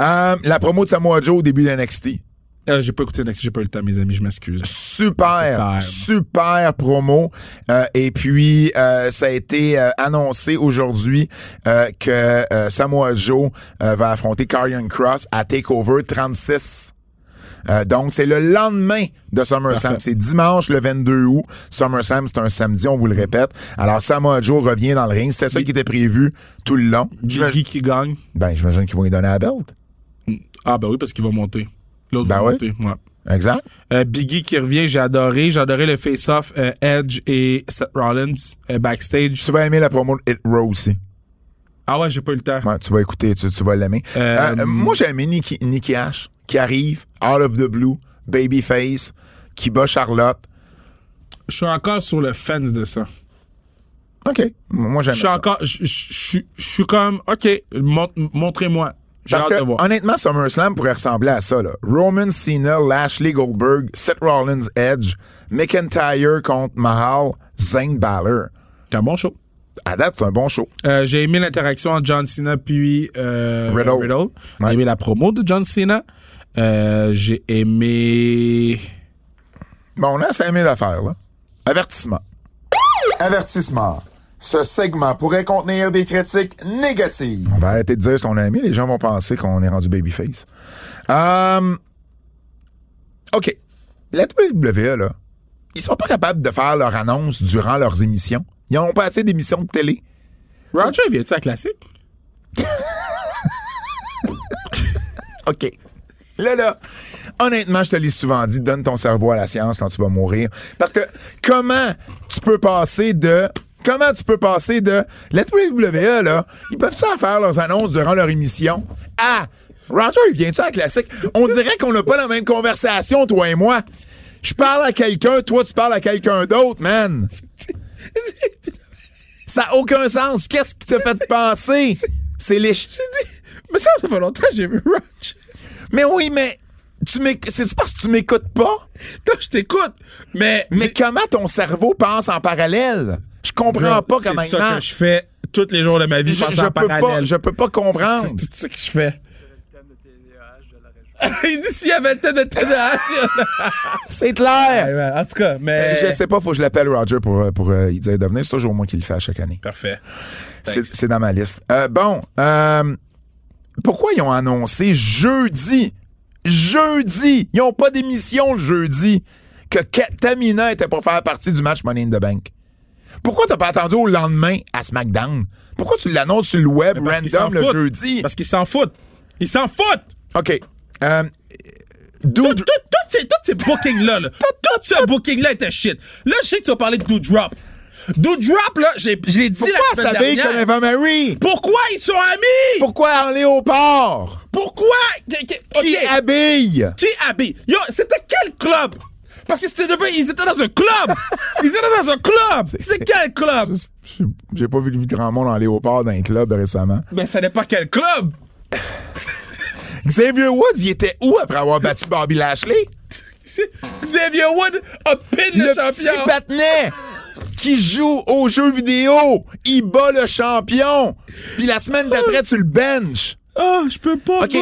[SPEAKER 2] Euh, la promo de Samoa Joe au début de NXT.
[SPEAKER 3] Euh, j'ai pas écouté le J'ai pas eu le temps, mes amis. Je m'excuse.
[SPEAKER 2] Super,
[SPEAKER 3] Super.
[SPEAKER 2] super promo. Euh, et puis, euh, ça a été euh, annoncé aujourd'hui euh, que euh, Samoa Joe euh, va affronter Karrion Cross à TakeOver 36. Euh, donc, c'est le lendemain de SummerSlam.
[SPEAKER 3] Parfait.
[SPEAKER 2] C'est dimanche le 22 août. SummerSlam, c'est un samedi, on vous le répète. Alors, Samoa Joe revient dans le ring. C'était ça qui était prévu tout le long. J'imagine-
[SPEAKER 3] Biggie qui gagne.
[SPEAKER 2] Ben, j'imagine qu'ils vont lui donner la belt.
[SPEAKER 3] Ah, ben oui, parce qu'il va monter. L'autre
[SPEAKER 2] Ben
[SPEAKER 3] va
[SPEAKER 2] ouais.
[SPEAKER 3] monter. Ouais.
[SPEAKER 2] Exact.
[SPEAKER 3] Euh, Biggie qui revient, j'ai adoré. J'ai adoré le face-off euh, Edge et Seth Rollins euh, backstage.
[SPEAKER 2] Tu vas aimer la promo de Hit Row aussi.
[SPEAKER 3] Ah ouais, j'ai pas eu le temps.
[SPEAKER 2] Ouais, tu vas écouter, tu, tu vas l'aimer.
[SPEAKER 3] Euh,
[SPEAKER 2] Euh, moi, j'ai aimé Nikki, Nikki Ash qui arrive, out of the blue, babyface, qui bat Charlotte.
[SPEAKER 3] Je suis encore sur le fence de ça.
[SPEAKER 2] OK. Moi, j'aime
[SPEAKER 3] Je suis
[SPEAKER 2] ça.
[SPEAKER 3] encore. Je je- je- je suis comme. OK, mont- montrez-moi. J'ai
[SPEAKER 2] Parce
[SPEAKER 3] hâte
[SPEAKER 2] que,
[SPEAKER 3] de voir.
[SPEAKER 2] honnêtement, SummerSlam pourrait ressembler à ça. Là. Roman, Cena, Lashley, Goldberg, Seth Rollins, Edge, McIntyre contre Mahal, Zayn Balor.
[SPEAKER 3] C'est un bon show.
[SPEAKER 2] À date, c'est un bon show.
[SPEAKER 3] Euh, j'ai aimé l'interaction entre John Cena puis euh,
[SPEAKER 2] Riddle.
[SPEAKER 3] Riddle.
[SPEAKER 2] Ouais.
[SPEAKER 3] J'ai aimé la promo de John Cena. Euh, j'ai aimé.
[SPEAKER 2] Bon, là, c'est aimé d'affaires, là. Avertissement. Avertissement. Ce segment pourrait contenir des critiques négatives. On va arrêter de dire ce qu'on a aimé. Les gens vont penser qu'on est rendu babyface. Euh, OK. La WWE, là, ils sont pas capables de faire leur annonce durant leurs émissions. Ils n'ont pas assez d'émissions de télé.
[SPEAKER 3] Roger, viens-tu à *laughs* classique?
[SPEAKER 2] OK. Là, là, honnêtement, je te l'ai souvent dit, donne ton cerveau à la science quand tu vas mourir. Parce que comment tu peux passer de. Comment tu peux passer de. La WWE, là, ils peuvent ça faire leurs annonces durant leur émission à. Roger, viens-tu à la classique? On dirait qu'on n'a pas la même conversation, toi et moi. Je parle à quelqu'un, toi, tu parles à quelqu'un d'autre, man. Ça n'a aucun sens. Qu'est-ce
[SPEAKER 3] *laughs*
[SPEAKER 2] qui te fait penser? C'est les. ch-
[SPEAKER 3] J'ai dit, mais ça, ça fait longtemps que j'ai vu Roger.
[SPEAKER 2] Mais oui, mais tu m'éc- c'est-tu parce que tu m'écoutes pas?
[SPEAKER 3] Là, je t'écoute. Mais.
[SPEAKER 2] Mais comment ton cerveau pense en parallèle? Je comprends pas comment
[SPEAKER 3] C'est
[SPEAKER 2] il
[SPEAKER 3] ça que
[SPEAKER 2] marche.
[SPEAKER 3] je fais tous les jours de ma vie.
[SPEAKER 2] Je,
[SPEAKER 3] Je, pense
[SPEAKER 2] je
[SPEAKER 3] en
[SPEAKER 2] peux pas, *laughs*
[SPEAKER 3] parallèle.
[SPEAKER 2] je peux pas comprendre.
[SPEAKER 3] C'est tout ça que je fais. *laughs* il dit s'il y avait le thème
[SPEAKER 2] *laughs*
[SPEAKER 3] de TDAH.
[SPEAKER 2] C'est clair.
[SPEAKER 3] en tout cas, mais.
[SPEAKER 2] Je sais pas, faut que je l'appelle Roger pour, euh, pour euh, y dire de venir. C'est toujours moi qui le fais à chaque année.
[SPEAKER 3] Parfait.
[SPEAKER 2] C'est c'est dans ma liste. Euh, bon, euh, pourquoi ils ont annoncé jeudi, jeudi, ils ont pas d'émission le jeudi, que Katamina était pour faire partie du match Money in the Bank? Pourquoi t'as pas attendu au lendemain à SmackDown? Pourquoi tu l'annonces sur le web
[SPEAKER 3] Parce qu'ils s'en
[SPEAKER 2] random le
[SPEAKER 3] foutent.
[SPEAKER 2] jeudi?
[SPEAKER 3] Parce qu'ils s'en foutent. Ils s'en foutent.
[SPEAKER 2] OK. Euh, Dude-
[SPEAKER 3] Tout, tout, tout ces, tout ces bookings-là, là, tout ce booking-là était shit. Là, je sais que tu vas parler de Do Drop. Do Drop, là, j'ai- je l'ai dit
[SPEAKER 2] pourquoi
[SPEAKER 3] la semaine
[SPEAKER 2] s'habiller
[SPEAKER 3] dernière.
[SPEAKER 2] comme Eva Marie?
[SPEAKER 3] Pourquoi ils sont amis?
[SPEAKER 2] Pourquoi en léopard?
[SPEAKER 3] Pourquoi? que- que-
[SPEAKER 2] Qui
[SPEAKER 3] ok.
[SPEAKER 2] habille?
[SPEAKER 3] Qui habille? Yo, c'était quel club? Parce que c'était devenu, ils étaient dans
[SPEAKER 2] *laughs*
[SPEAKER 3] un club! Ils étaient dans un club! C'est quel club?
[SPEAKER 2] J'ai- J'ai pas vu de grand monde en léopard dans un club récemment.
[SPEAKER 3] Mais ce n'est pas quel club!
[SPEAKER 2] Xavier Woods, il était où après avoir battu Bobby Lashley?
[SPEAKER 3] Xavier Wood a pin le,
[SPEAKER 2] Le petit
[SPEAKER 3] champion!
[SPEAKER 2] patinet qui joue aux jeux vidéo. Il bat le champion. Puis la semaine d'après, tu le benches.
[SPEAKER 3] Oh, je peux pas,
[SPEAKER 2] OK.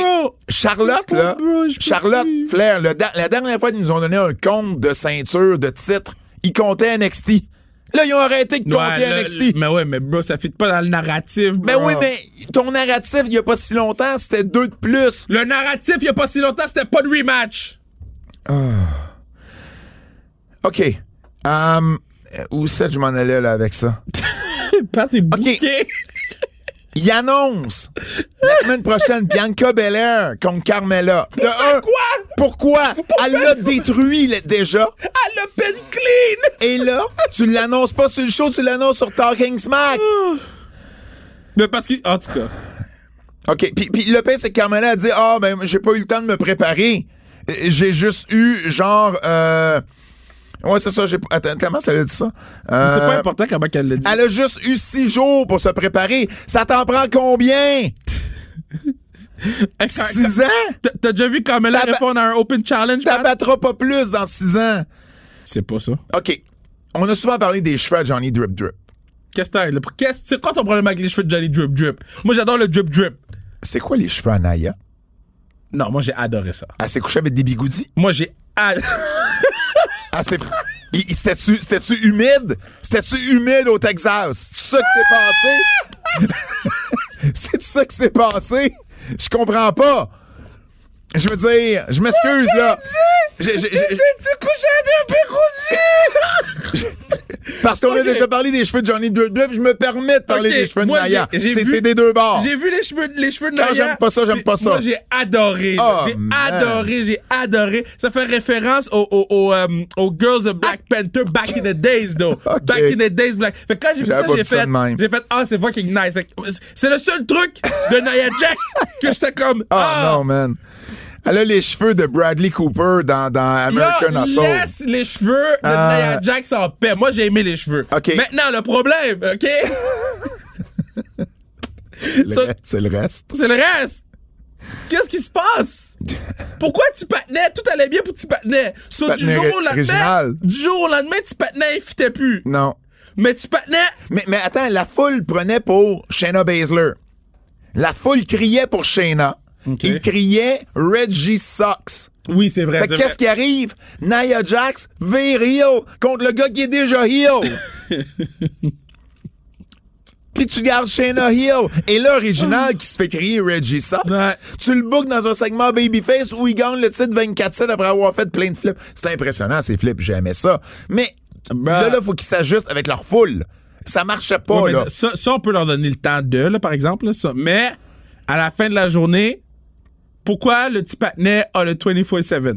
[SPEAKER 2] Charlotte, là.
[SPEAKER 3] Bro, je peux
[SPEAKER 2] Charlotte
[SPEAKER 3] plus.
[SPEAKER 2] Flair, le da- la dernière fois qu'ils nous ont donné un compte de ceinture, de titre, ils comptaient NXT. Là, ils ont arrêté de
[SPEAKER 3] Ouais,
[SPEAKER 2] compter
[SPEAKER 3] là,
[SPEAKER 2] NXT.
[SPEAKER 3] mais ouais, mais bro, ça fit pas dans le narratif, bro.
[SPEAKER 2] Ben oui, mais ton narratif, il n'y a pas si longtemps, c'était deux de plus.
[SPEAKER 3] Le narratif, il y a pas si longtemps, c'était pas de rematch!
[SPEAKER 2] OK. Um, où c'est que je m'en allais là, avec ça?
[SPEAKER 3] Pat t'es bouqué!
[SPEAKER 2] Il annonce la semaine
[SPEAKER 3] *laughs*
[SPEAKER 2] prochaine Bianca Belair contre Carmela. De un,
[SPEAKER 3] *laughs* quoi?
[SPEAKER 2] Pourquoi? Elle l'a détruit le- déjà.
[SPEAKER 3] Elle le pin clean!
[SPEAKER 2] Et là, tu l'annonces pas sur le show, tu l'annonces sur Talking Smack.
[SPEAKER 3] Ah. Mais parce que, en tout cas,
[SPEAKER 2] OK. Puis, puis le pire, c'est que Carmela a dit Ah, ben, j'ai pas eu le temps de me préparer. Euh, J'ai juste eu, genre. Euh... Ouais, c'est ça. J'ai... pas- Attends, comment ça a dit ça?
[SPEAKER 3] c'est
[SPEAKER 2] Euh,
[SPEAKER 3] pas important comment qu'elle le dit.
[SPEAKER 2] Elle a juste eu six jours pour se préparer. Ça t'en prend combien?
[SPEAKER 3] Hey, quand-
[SPEAKER 2] Six ans?
[SPEAKER 3] T'as- T'as déjà vu Carmela
[SPEAKER 2] T'as ba-
[SPEAKER 3] répondre à un open challenge?
[SPEAKER 2] T'en
[SPEAKER 3] Pat?
[SPEAKER 2] battras pas plus dans six ans.
[SPEAKER 3] C'est pas ça.
[SPEAKER 2] OK. On a souvent parlé des cheveux à Johnny Drip Drip.
[SPEAKER 3] Qu'est-ce que t'as? le- qu'est-ce- C'est quoi ton problème avec les cheveux de Johnny Drip Drip? Moi, j'adore le Drip Drip.
[SPEAKER 2] C'est quoi les cheveux à Naya?
[SPEAKER 3] Non, moi, j'ai adoré ça.
[SPEAKER 2] Elle s'est couchée avec des bigoudis.
[SPEAKER 3] Moi, j'ai *laughs* adoré.
[SPEAKER 2] Elle
[SPEAKER 3] *laughs*
[SPEAKER 2] s'est... Il- il- C'était-tu c'était-tu humide? C'était-tu humide au Texas? C'est ça qui s'est passé? *laughs* C'est ça qui s'est passé? Je comprends pas. Je veux dire, je m'excuse, là. J'ai- j'ai- j'ai-
[SPEAKER 3] couché avec un
[SPEAKER 2] *laughs* Parce qu'on a
[SPEAKER 3] Ok.
[SPEAKER 2] déjà parlé des cheveux de Johnny Deux puis je me permets de parler
[SPEAKER 3] Ok,
[SPEAKER 2] des cheveux de
[SPEAKER 3] moi,
[SPEAKER 2] Naya.
[SPEAKER 3] j'ai- j'ai
[SPEAKER 2] C'est
[SPEAKER 3] vu-
[SPEAKER 2] c'est des deux bords.
[SPEAKER 3] J'ai vu les cheveux, les cheveux de
[SPEAKER 2] Quand
[SPEAKER 3] Naya.
[SPEAKER 2] Ah. j'aime pas ça, j'aime pas ça.
[SPEAKER 3] Moi, j'ai adoré. là.
[SPEAKER 2] Oh,
[SPEAKER 3] j'ai
[SPEAKER 2] man.
[SPEAKER 3] adoré, j'ai adoré. Ça fait référence aux au, au, euh, aux Girls of Black Panther back in the days, though.
[SPEAKER 2] *laughs* Ok.
[SPEAKER 3] Back in the days, Black. Fait que quand j'ai vu
[SPEAKER 2] J'avais
[SPEAKER 3] ça,
[SPEAKER 2] pas
[SPEAKER 3] j'ai
[SPEAKER 2] vu ça
[SPEAKER 3] fait,
[SPEAKER 2] de même.
[SPEAKER 3] j'ai fait, ah, c'est fucking nice. Fait que c'est le seul truc de Naya Jax que j'étais comme,
[SPEAKER 2] Ah
[SPEAKER 3] ah,
[SPEAKER 2] non, man. Elle a les cheveux de Bradley Cooper dans, dans American
[SPEAKER 3] Yo,
[SPEAKER 2] Hustle.
[SPEAKER 3] laisse les cheveux de
[SPEAKER 2] Ah.
[SPEAKER 3] Nia Jax en paix. Moi, j'ai aimé les cheveux.
[SPEAKER 2] OK.
[SPEAKER 3] Maintenant, le problème, OK?
[SPEAKER 2] C'est *laughs* le
[SPEAKER 3] ça-
[SPEAKER 2] reste- C'est le reste.
[SPEAKER 3] C'est le reste. Qu'est-ce qui se passe? Pourquoi tu patinais? Tout allait bien pour tu patinais. So,
[SPEAKER 2] Tu
[SPEAKER 3] du
[SPEAKER 2] patinais
[SPEAKER 3] jour au
[SPEAKER 2] ri-
[SPEAKER 3] lendemain,
[SPEAKER 2] original.
[SPEAKER 3] du jour au lendemain, tu patinais, il fitait plus.
[SPEAKER 2] Non.
[SPEAKER 3] Mais tu patinais,
[SPEAKER 2] Mais, mais attends, la foule prenait pour Shayna Baszler. La foule criait pour Shayna.
[SPEAKER 3] Ok.
[SPEAKER 2] Il criait Reggie Sucks.
[SPEAKER 3] oui, c'est vrai.
[SPEAKER 2] Fait que qu'est-ce qui arrive? Nia Jax vire heel contre le gars qui est déjà
[SPEAKER 3] *laughs*
[SPEAKER 2] heel. Puis tu gardes Shayna heel. Et là, original qui se fait crier Reggie Sucks,
[SPEAKER 3] Ouais.
[SPEAKER 2] tu le bookes dans un segment Babyface où il gagne le titre 24-7 après avoir fait plein de flips. C'est impressionnant, ces flips. J'aimais ça. Mais
[SPEAKER 3] Bah.
[SPEAKER 2] là, là, faut qu'ils s'ajustent avec leur foule. Ça marchait pas, là.
[SPEAKER 3] ça, ça, on peut leur donner le temps de, là, par exemple. là, ça. Mais à la fin de la journée, pourquoi le petit patinet a le 24-7?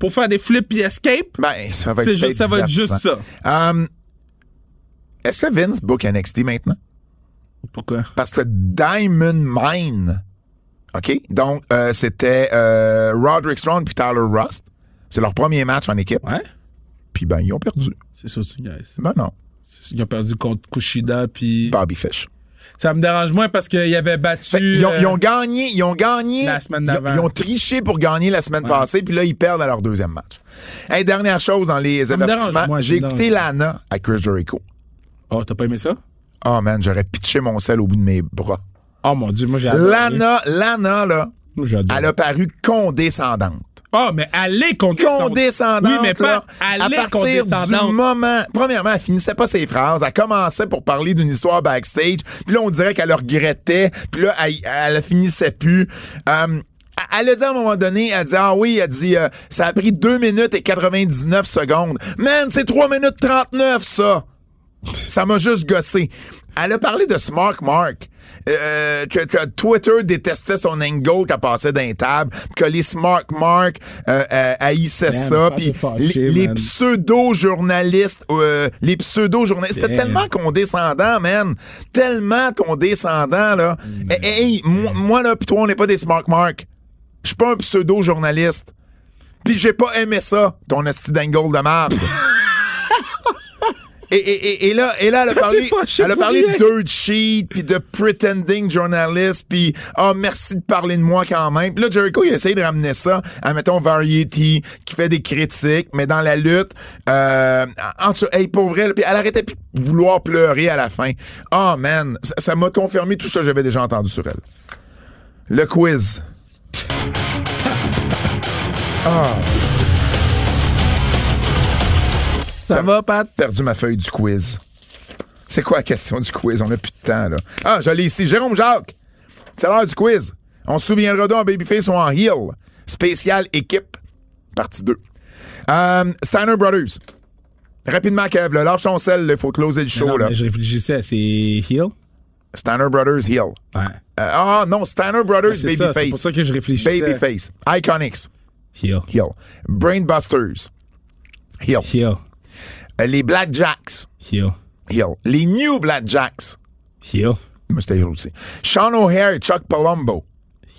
[SPEAKER 3] Pour faire des flips et escape?
[SPEAKER 2] Ben, ça va être,
[SPEAKER 3] C'est juste-
[SPEAKER 2] peut-être
[SPEAKER 3] ça va être juste
[SPEAKER 2] 1900. Euh, Est-ce que Vince book NXT maintenant?
[SPEAKER 3] Pourquoi?
[SPEAKER 2] Parce que Diamond Mine, OK? Donc, euh, c'était euh, Roderick Strong puis Tyler Rust. C'est leur premier match en équipe.
[SPEAKER 3] Ouais?
[SPEAKER 2] Puis ben, ils ont perdu.
[SPEAKER 3] C'est ça, tu guys.
[SPEAKER 2] Ben non,
[SPEAKER 3] Ils ont perdu contre Kushida, puis
[SPEAKER 2] Bobby Fish.
[SPEAKER 3] ça me dérange moins parce qu'ils avaient battu.
[SPEAKER 2] Fait, ils, ont,
[SPEAKER 3] euh,
[SPEAKER 2] ils ont gagné, ils ont gagné.
[SPEAKER 3] La semaine
[SPEAKER 2] ils ont-
[SPEAKER 3] d'avant.
[SPEAKER 2] Ils, ont triché pour gagner la semaine passée, puis là, ils perdent à leur deuxième match. Hey, dernière chose dans les
[SPEAKER 3] me dérange,
[SPEAKER 2] avertissements.
[SPEAKER 3] moi,
[SPEAKER 2] J'ai
[SPEAKER 3] ça me
[SPEAKER 2] écouté Lana à Chris Jericho.
[SPEAKER 3] Oh, t'as pas aimé ça?
[SPEAKER 2] Oh man, j'aurais pitché mon sel au bout de mes bras.
[SPEAKER 3] Oh mon dieu, moi j'ai adoré.
[SPEAKER 2] Lana, Lana, là,
[SPEAKER 3] Moi, j'ai adoré.
[SPEAKER 2] elle a paru condescendante.
[SPEAKER 3] Oh, mais allez condescendante.
[SPEAKER 2] condescendante.
[SPEAKER 3] Oui, mais
[SPEAKER 2] là.
[SPEAKER 3] pas
[SPEAKER 2] à
[SPEAKER 3] allez
[SPEAKER 2] partir du
[SPEAKER 3] condescendante.
[SPEAKER 2] moment, premièrement, elle finissait pas ses phrases, elle commençait pour parler d'une histoire backstage, puis là on dirait qu'elle le regrettait, puis là elle, elle finissait plus. Euh, elle a dit à un moment donné, elle dit ah oui, elle dit euh, ça a pris 2 minutes et 99 secondes. Man, c'est 3 minutes 39 ça. Ça m'a juste gossé. Elle a parlé de Smart Mark. euh, que, que Twitter détestait son angle qu'elle passait d'un table, que les Smart Mark euh, euh, haïssaient
[SPEAKER 3] Man,
[SPEAKER 2] ça,
[SPEAKER 3] pas
[SPEAKER 2] puis
[SPEAKER 3] t'es fâché,
[SPEAKER 2] les, les
[SPEAKER 3] man.
[SPEAKER 2] pseudo-journalistes, euh, les pseudo-journalistes, c'était
[SPEAKER 3] Damn.
[SPEAKER 2] tellement condescendant, man, tellement condescendant là. Hey, hey, moi, moi, là, puis toi, on n'est pas des Smart Mark. Je suis pas un pseudo-journaliste. Puis j'ai pas aimé ça, ton esti d'angle de *laughs* merde. Et, et- et- et là, et là, elle a parlé,
[SPEAKER 3] fois, je sais
[SPEAKER 2] elle a
[SPEAKER 3] pas
[SPEAKER 2] parlé
[SPEAKER 3] rien.
[SPEAKER 2] de dirt sheet, puis de pretending journalist, puis ah merci de parler de moi quand même. Puis là, Jericho, il essaye de ramener ça à mettons Variety, qui fait des critiques, mais dans la lutte, euh, en dessous- hey, pour vrai, là, puis elle arrêtait plus de vouloir pleurer à la fin. Oh man, ça- ça m'a confirmé tout ça que j'avais déjà entendu sur elle. Le quiz.
[SPEAKER 3] Ça va, Pat?
[SPEAKER 2] perdu ma feuille du quiz. C'est quoi la question du quiz? On n'a plus de temps, là. Ah, je l'ai ici. Jérôme Jacques. C'est l'heure du quiz. On se souviendra d'eux en Babyface ou en Heel. Spécial équipe, partie 2. Euh, Steiner Brothers. Rapidement, Kev, là, lâche ton sel, il faut closer le show.
[SPEAKER 3] Non,
[SPEAKER 2] là.
[SPEAKER 3] mais je réfléchissais, c'est Hill?
[SPEAKER 2] Steiner Brothers, Heel.
[SPEAKER 3] Ouais.
[SPEAKER 2] Euh, ah non, Steiner Brothers,
[SPEAKER 3] C'est ça, c'est
[SPEAKER 2] Babyface.
[SPEAKER 3] pour ça que je réfléchissais.
[SPEAKER 2] Babyface. Iconics,
[SPEAKER 3] Hill.
[SPEAKER 2] Heel. Brainbusters, Heel.
[SPEAKER 3] Hill.
[SPEAKER 2] Euh, Les Blackjacks,
[SPEAKER 3] Hill.
[SPEAKER 2] Heel. Les New Blackjacks,
[SPEAKER 3] Hill.
[SPEAKER 2] Mais c'était hier aussi. Sean O'Hare et Chuck Palumbo.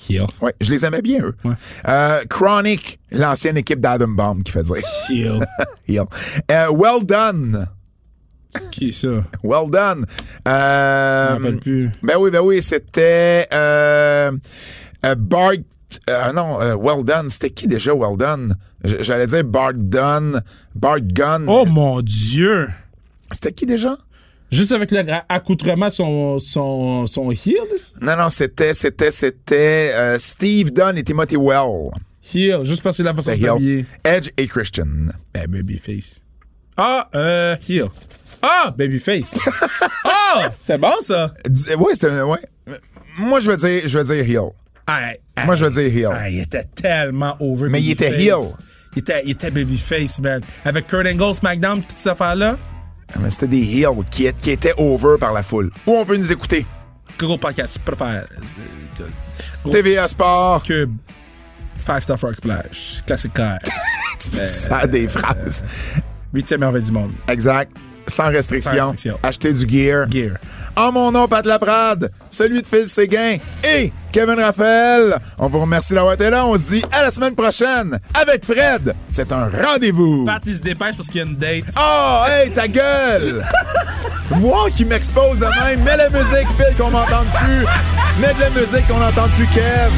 [SPEAKER 3] Hill.
[SPEAKER 2] Ouais, je les aimais bien, eux.
[SPEAKER 3] Ouais.
[SPEAKER 2] Euh, Chronic, l'ancienne équipe d'Adam Bomb, qui fait dire. *laughs*
[SPEAKER 3] Hill.
[SPEAKER 2] Yo. Euh, well done.
[SPEAKER 3] Qui ça?
[SPEAKER 2] Well done.
[SPEAKER 3] Je
[SPEAKER 2] Euh,
[SPEAKER 3] me rappelle plus.
[SPEAKER 2] ben oui, ben oui, c'était euh, euh, Bart. euh, non, euh, Well Done. C'était qui déjà Well Done? J- J'allais dire Bart Dunn, Bart Gunn.
[SPEAKER 3] Oh mon dieu!
[SPEAKER 2] C'était qui déjà?
[SPEAKER 3] Juste avec le gra- accoutrement, son, son, son heel, this-
[SPEAKER 2] Non, non, c'était, c'était, c'était euh, Steve Dunn et Timothy Well.
[SPEAKER 3] heel, juste parce que la façon
[SPEAKER 2] C'était
[SPEAKER 3] de
[SPEAKER 2] Hill.
[SPEAKER 3] habiller.
[SPEAKER 2] Edge et Christian.
[SPEAKER 3] Ben, babyface. Ah, euh, heel. Ah,
[SPEAKER 2] *laughs*
[SPEAKER 3] babyface. ah, c'est bon, ça.
[SPEAKER 2] Dis- Ouais, c'était, ouais. Moi, je veux dire, je veux dire heel.
[SPEAKER 3] Aïe, aïe,
[SPEAKER 2] Moi, je veux dire heel.
[SPEAKER 3] aïe, il était tellement over.
[SPEAKER 2] Mais il était
[SPEAKER 3] babyface.
[SPEAKER 2] heel.
[SPEAKER 3] Il était, il était babyface, man. Avec Kurt Angle, SmackDown, toute cette affaire-là.
[SPEAKER 2] Mais c'était des heels qui, qui étaient over par la foule. Où on peut nous écouter?
[SPEAKER 3] Gros podcast, préfère. Gros
[SPEAKER 2] TVA Sport.
[SPEAKER 3] cube. Five Star Frog Splash. Classic Car.
[SPEAKER 2] *laughs* Tu peux faire des phrases.
[SPEAKER 3] Huitième merveille du monde.
[SPEAKER 2] Euh, Exact. Sans restriction.
[SPEAKER 3] Sans restriction.
[SPEAKER 2] Acheter du gear.
[SPEAKER 3] Gear.
[SPEAKER 2] En mon nom, Pat Laprade, celui de Phil Séguin et Kevin Raphaël. On vous remercie d'avoir été là. On se dit à la semaine prochaine avec Fred. C'est un rendez-vous.
[SPEAKER 3] Pat, il se dépêche parce qu'il y a une date.
[SPEAKER 2] Oh, hey, ta gueule! Moi qui m'expose de même, mets la musique, Phil, qu'on m'entende plus. Mets de la musique, qu'on n'entende plus Kev.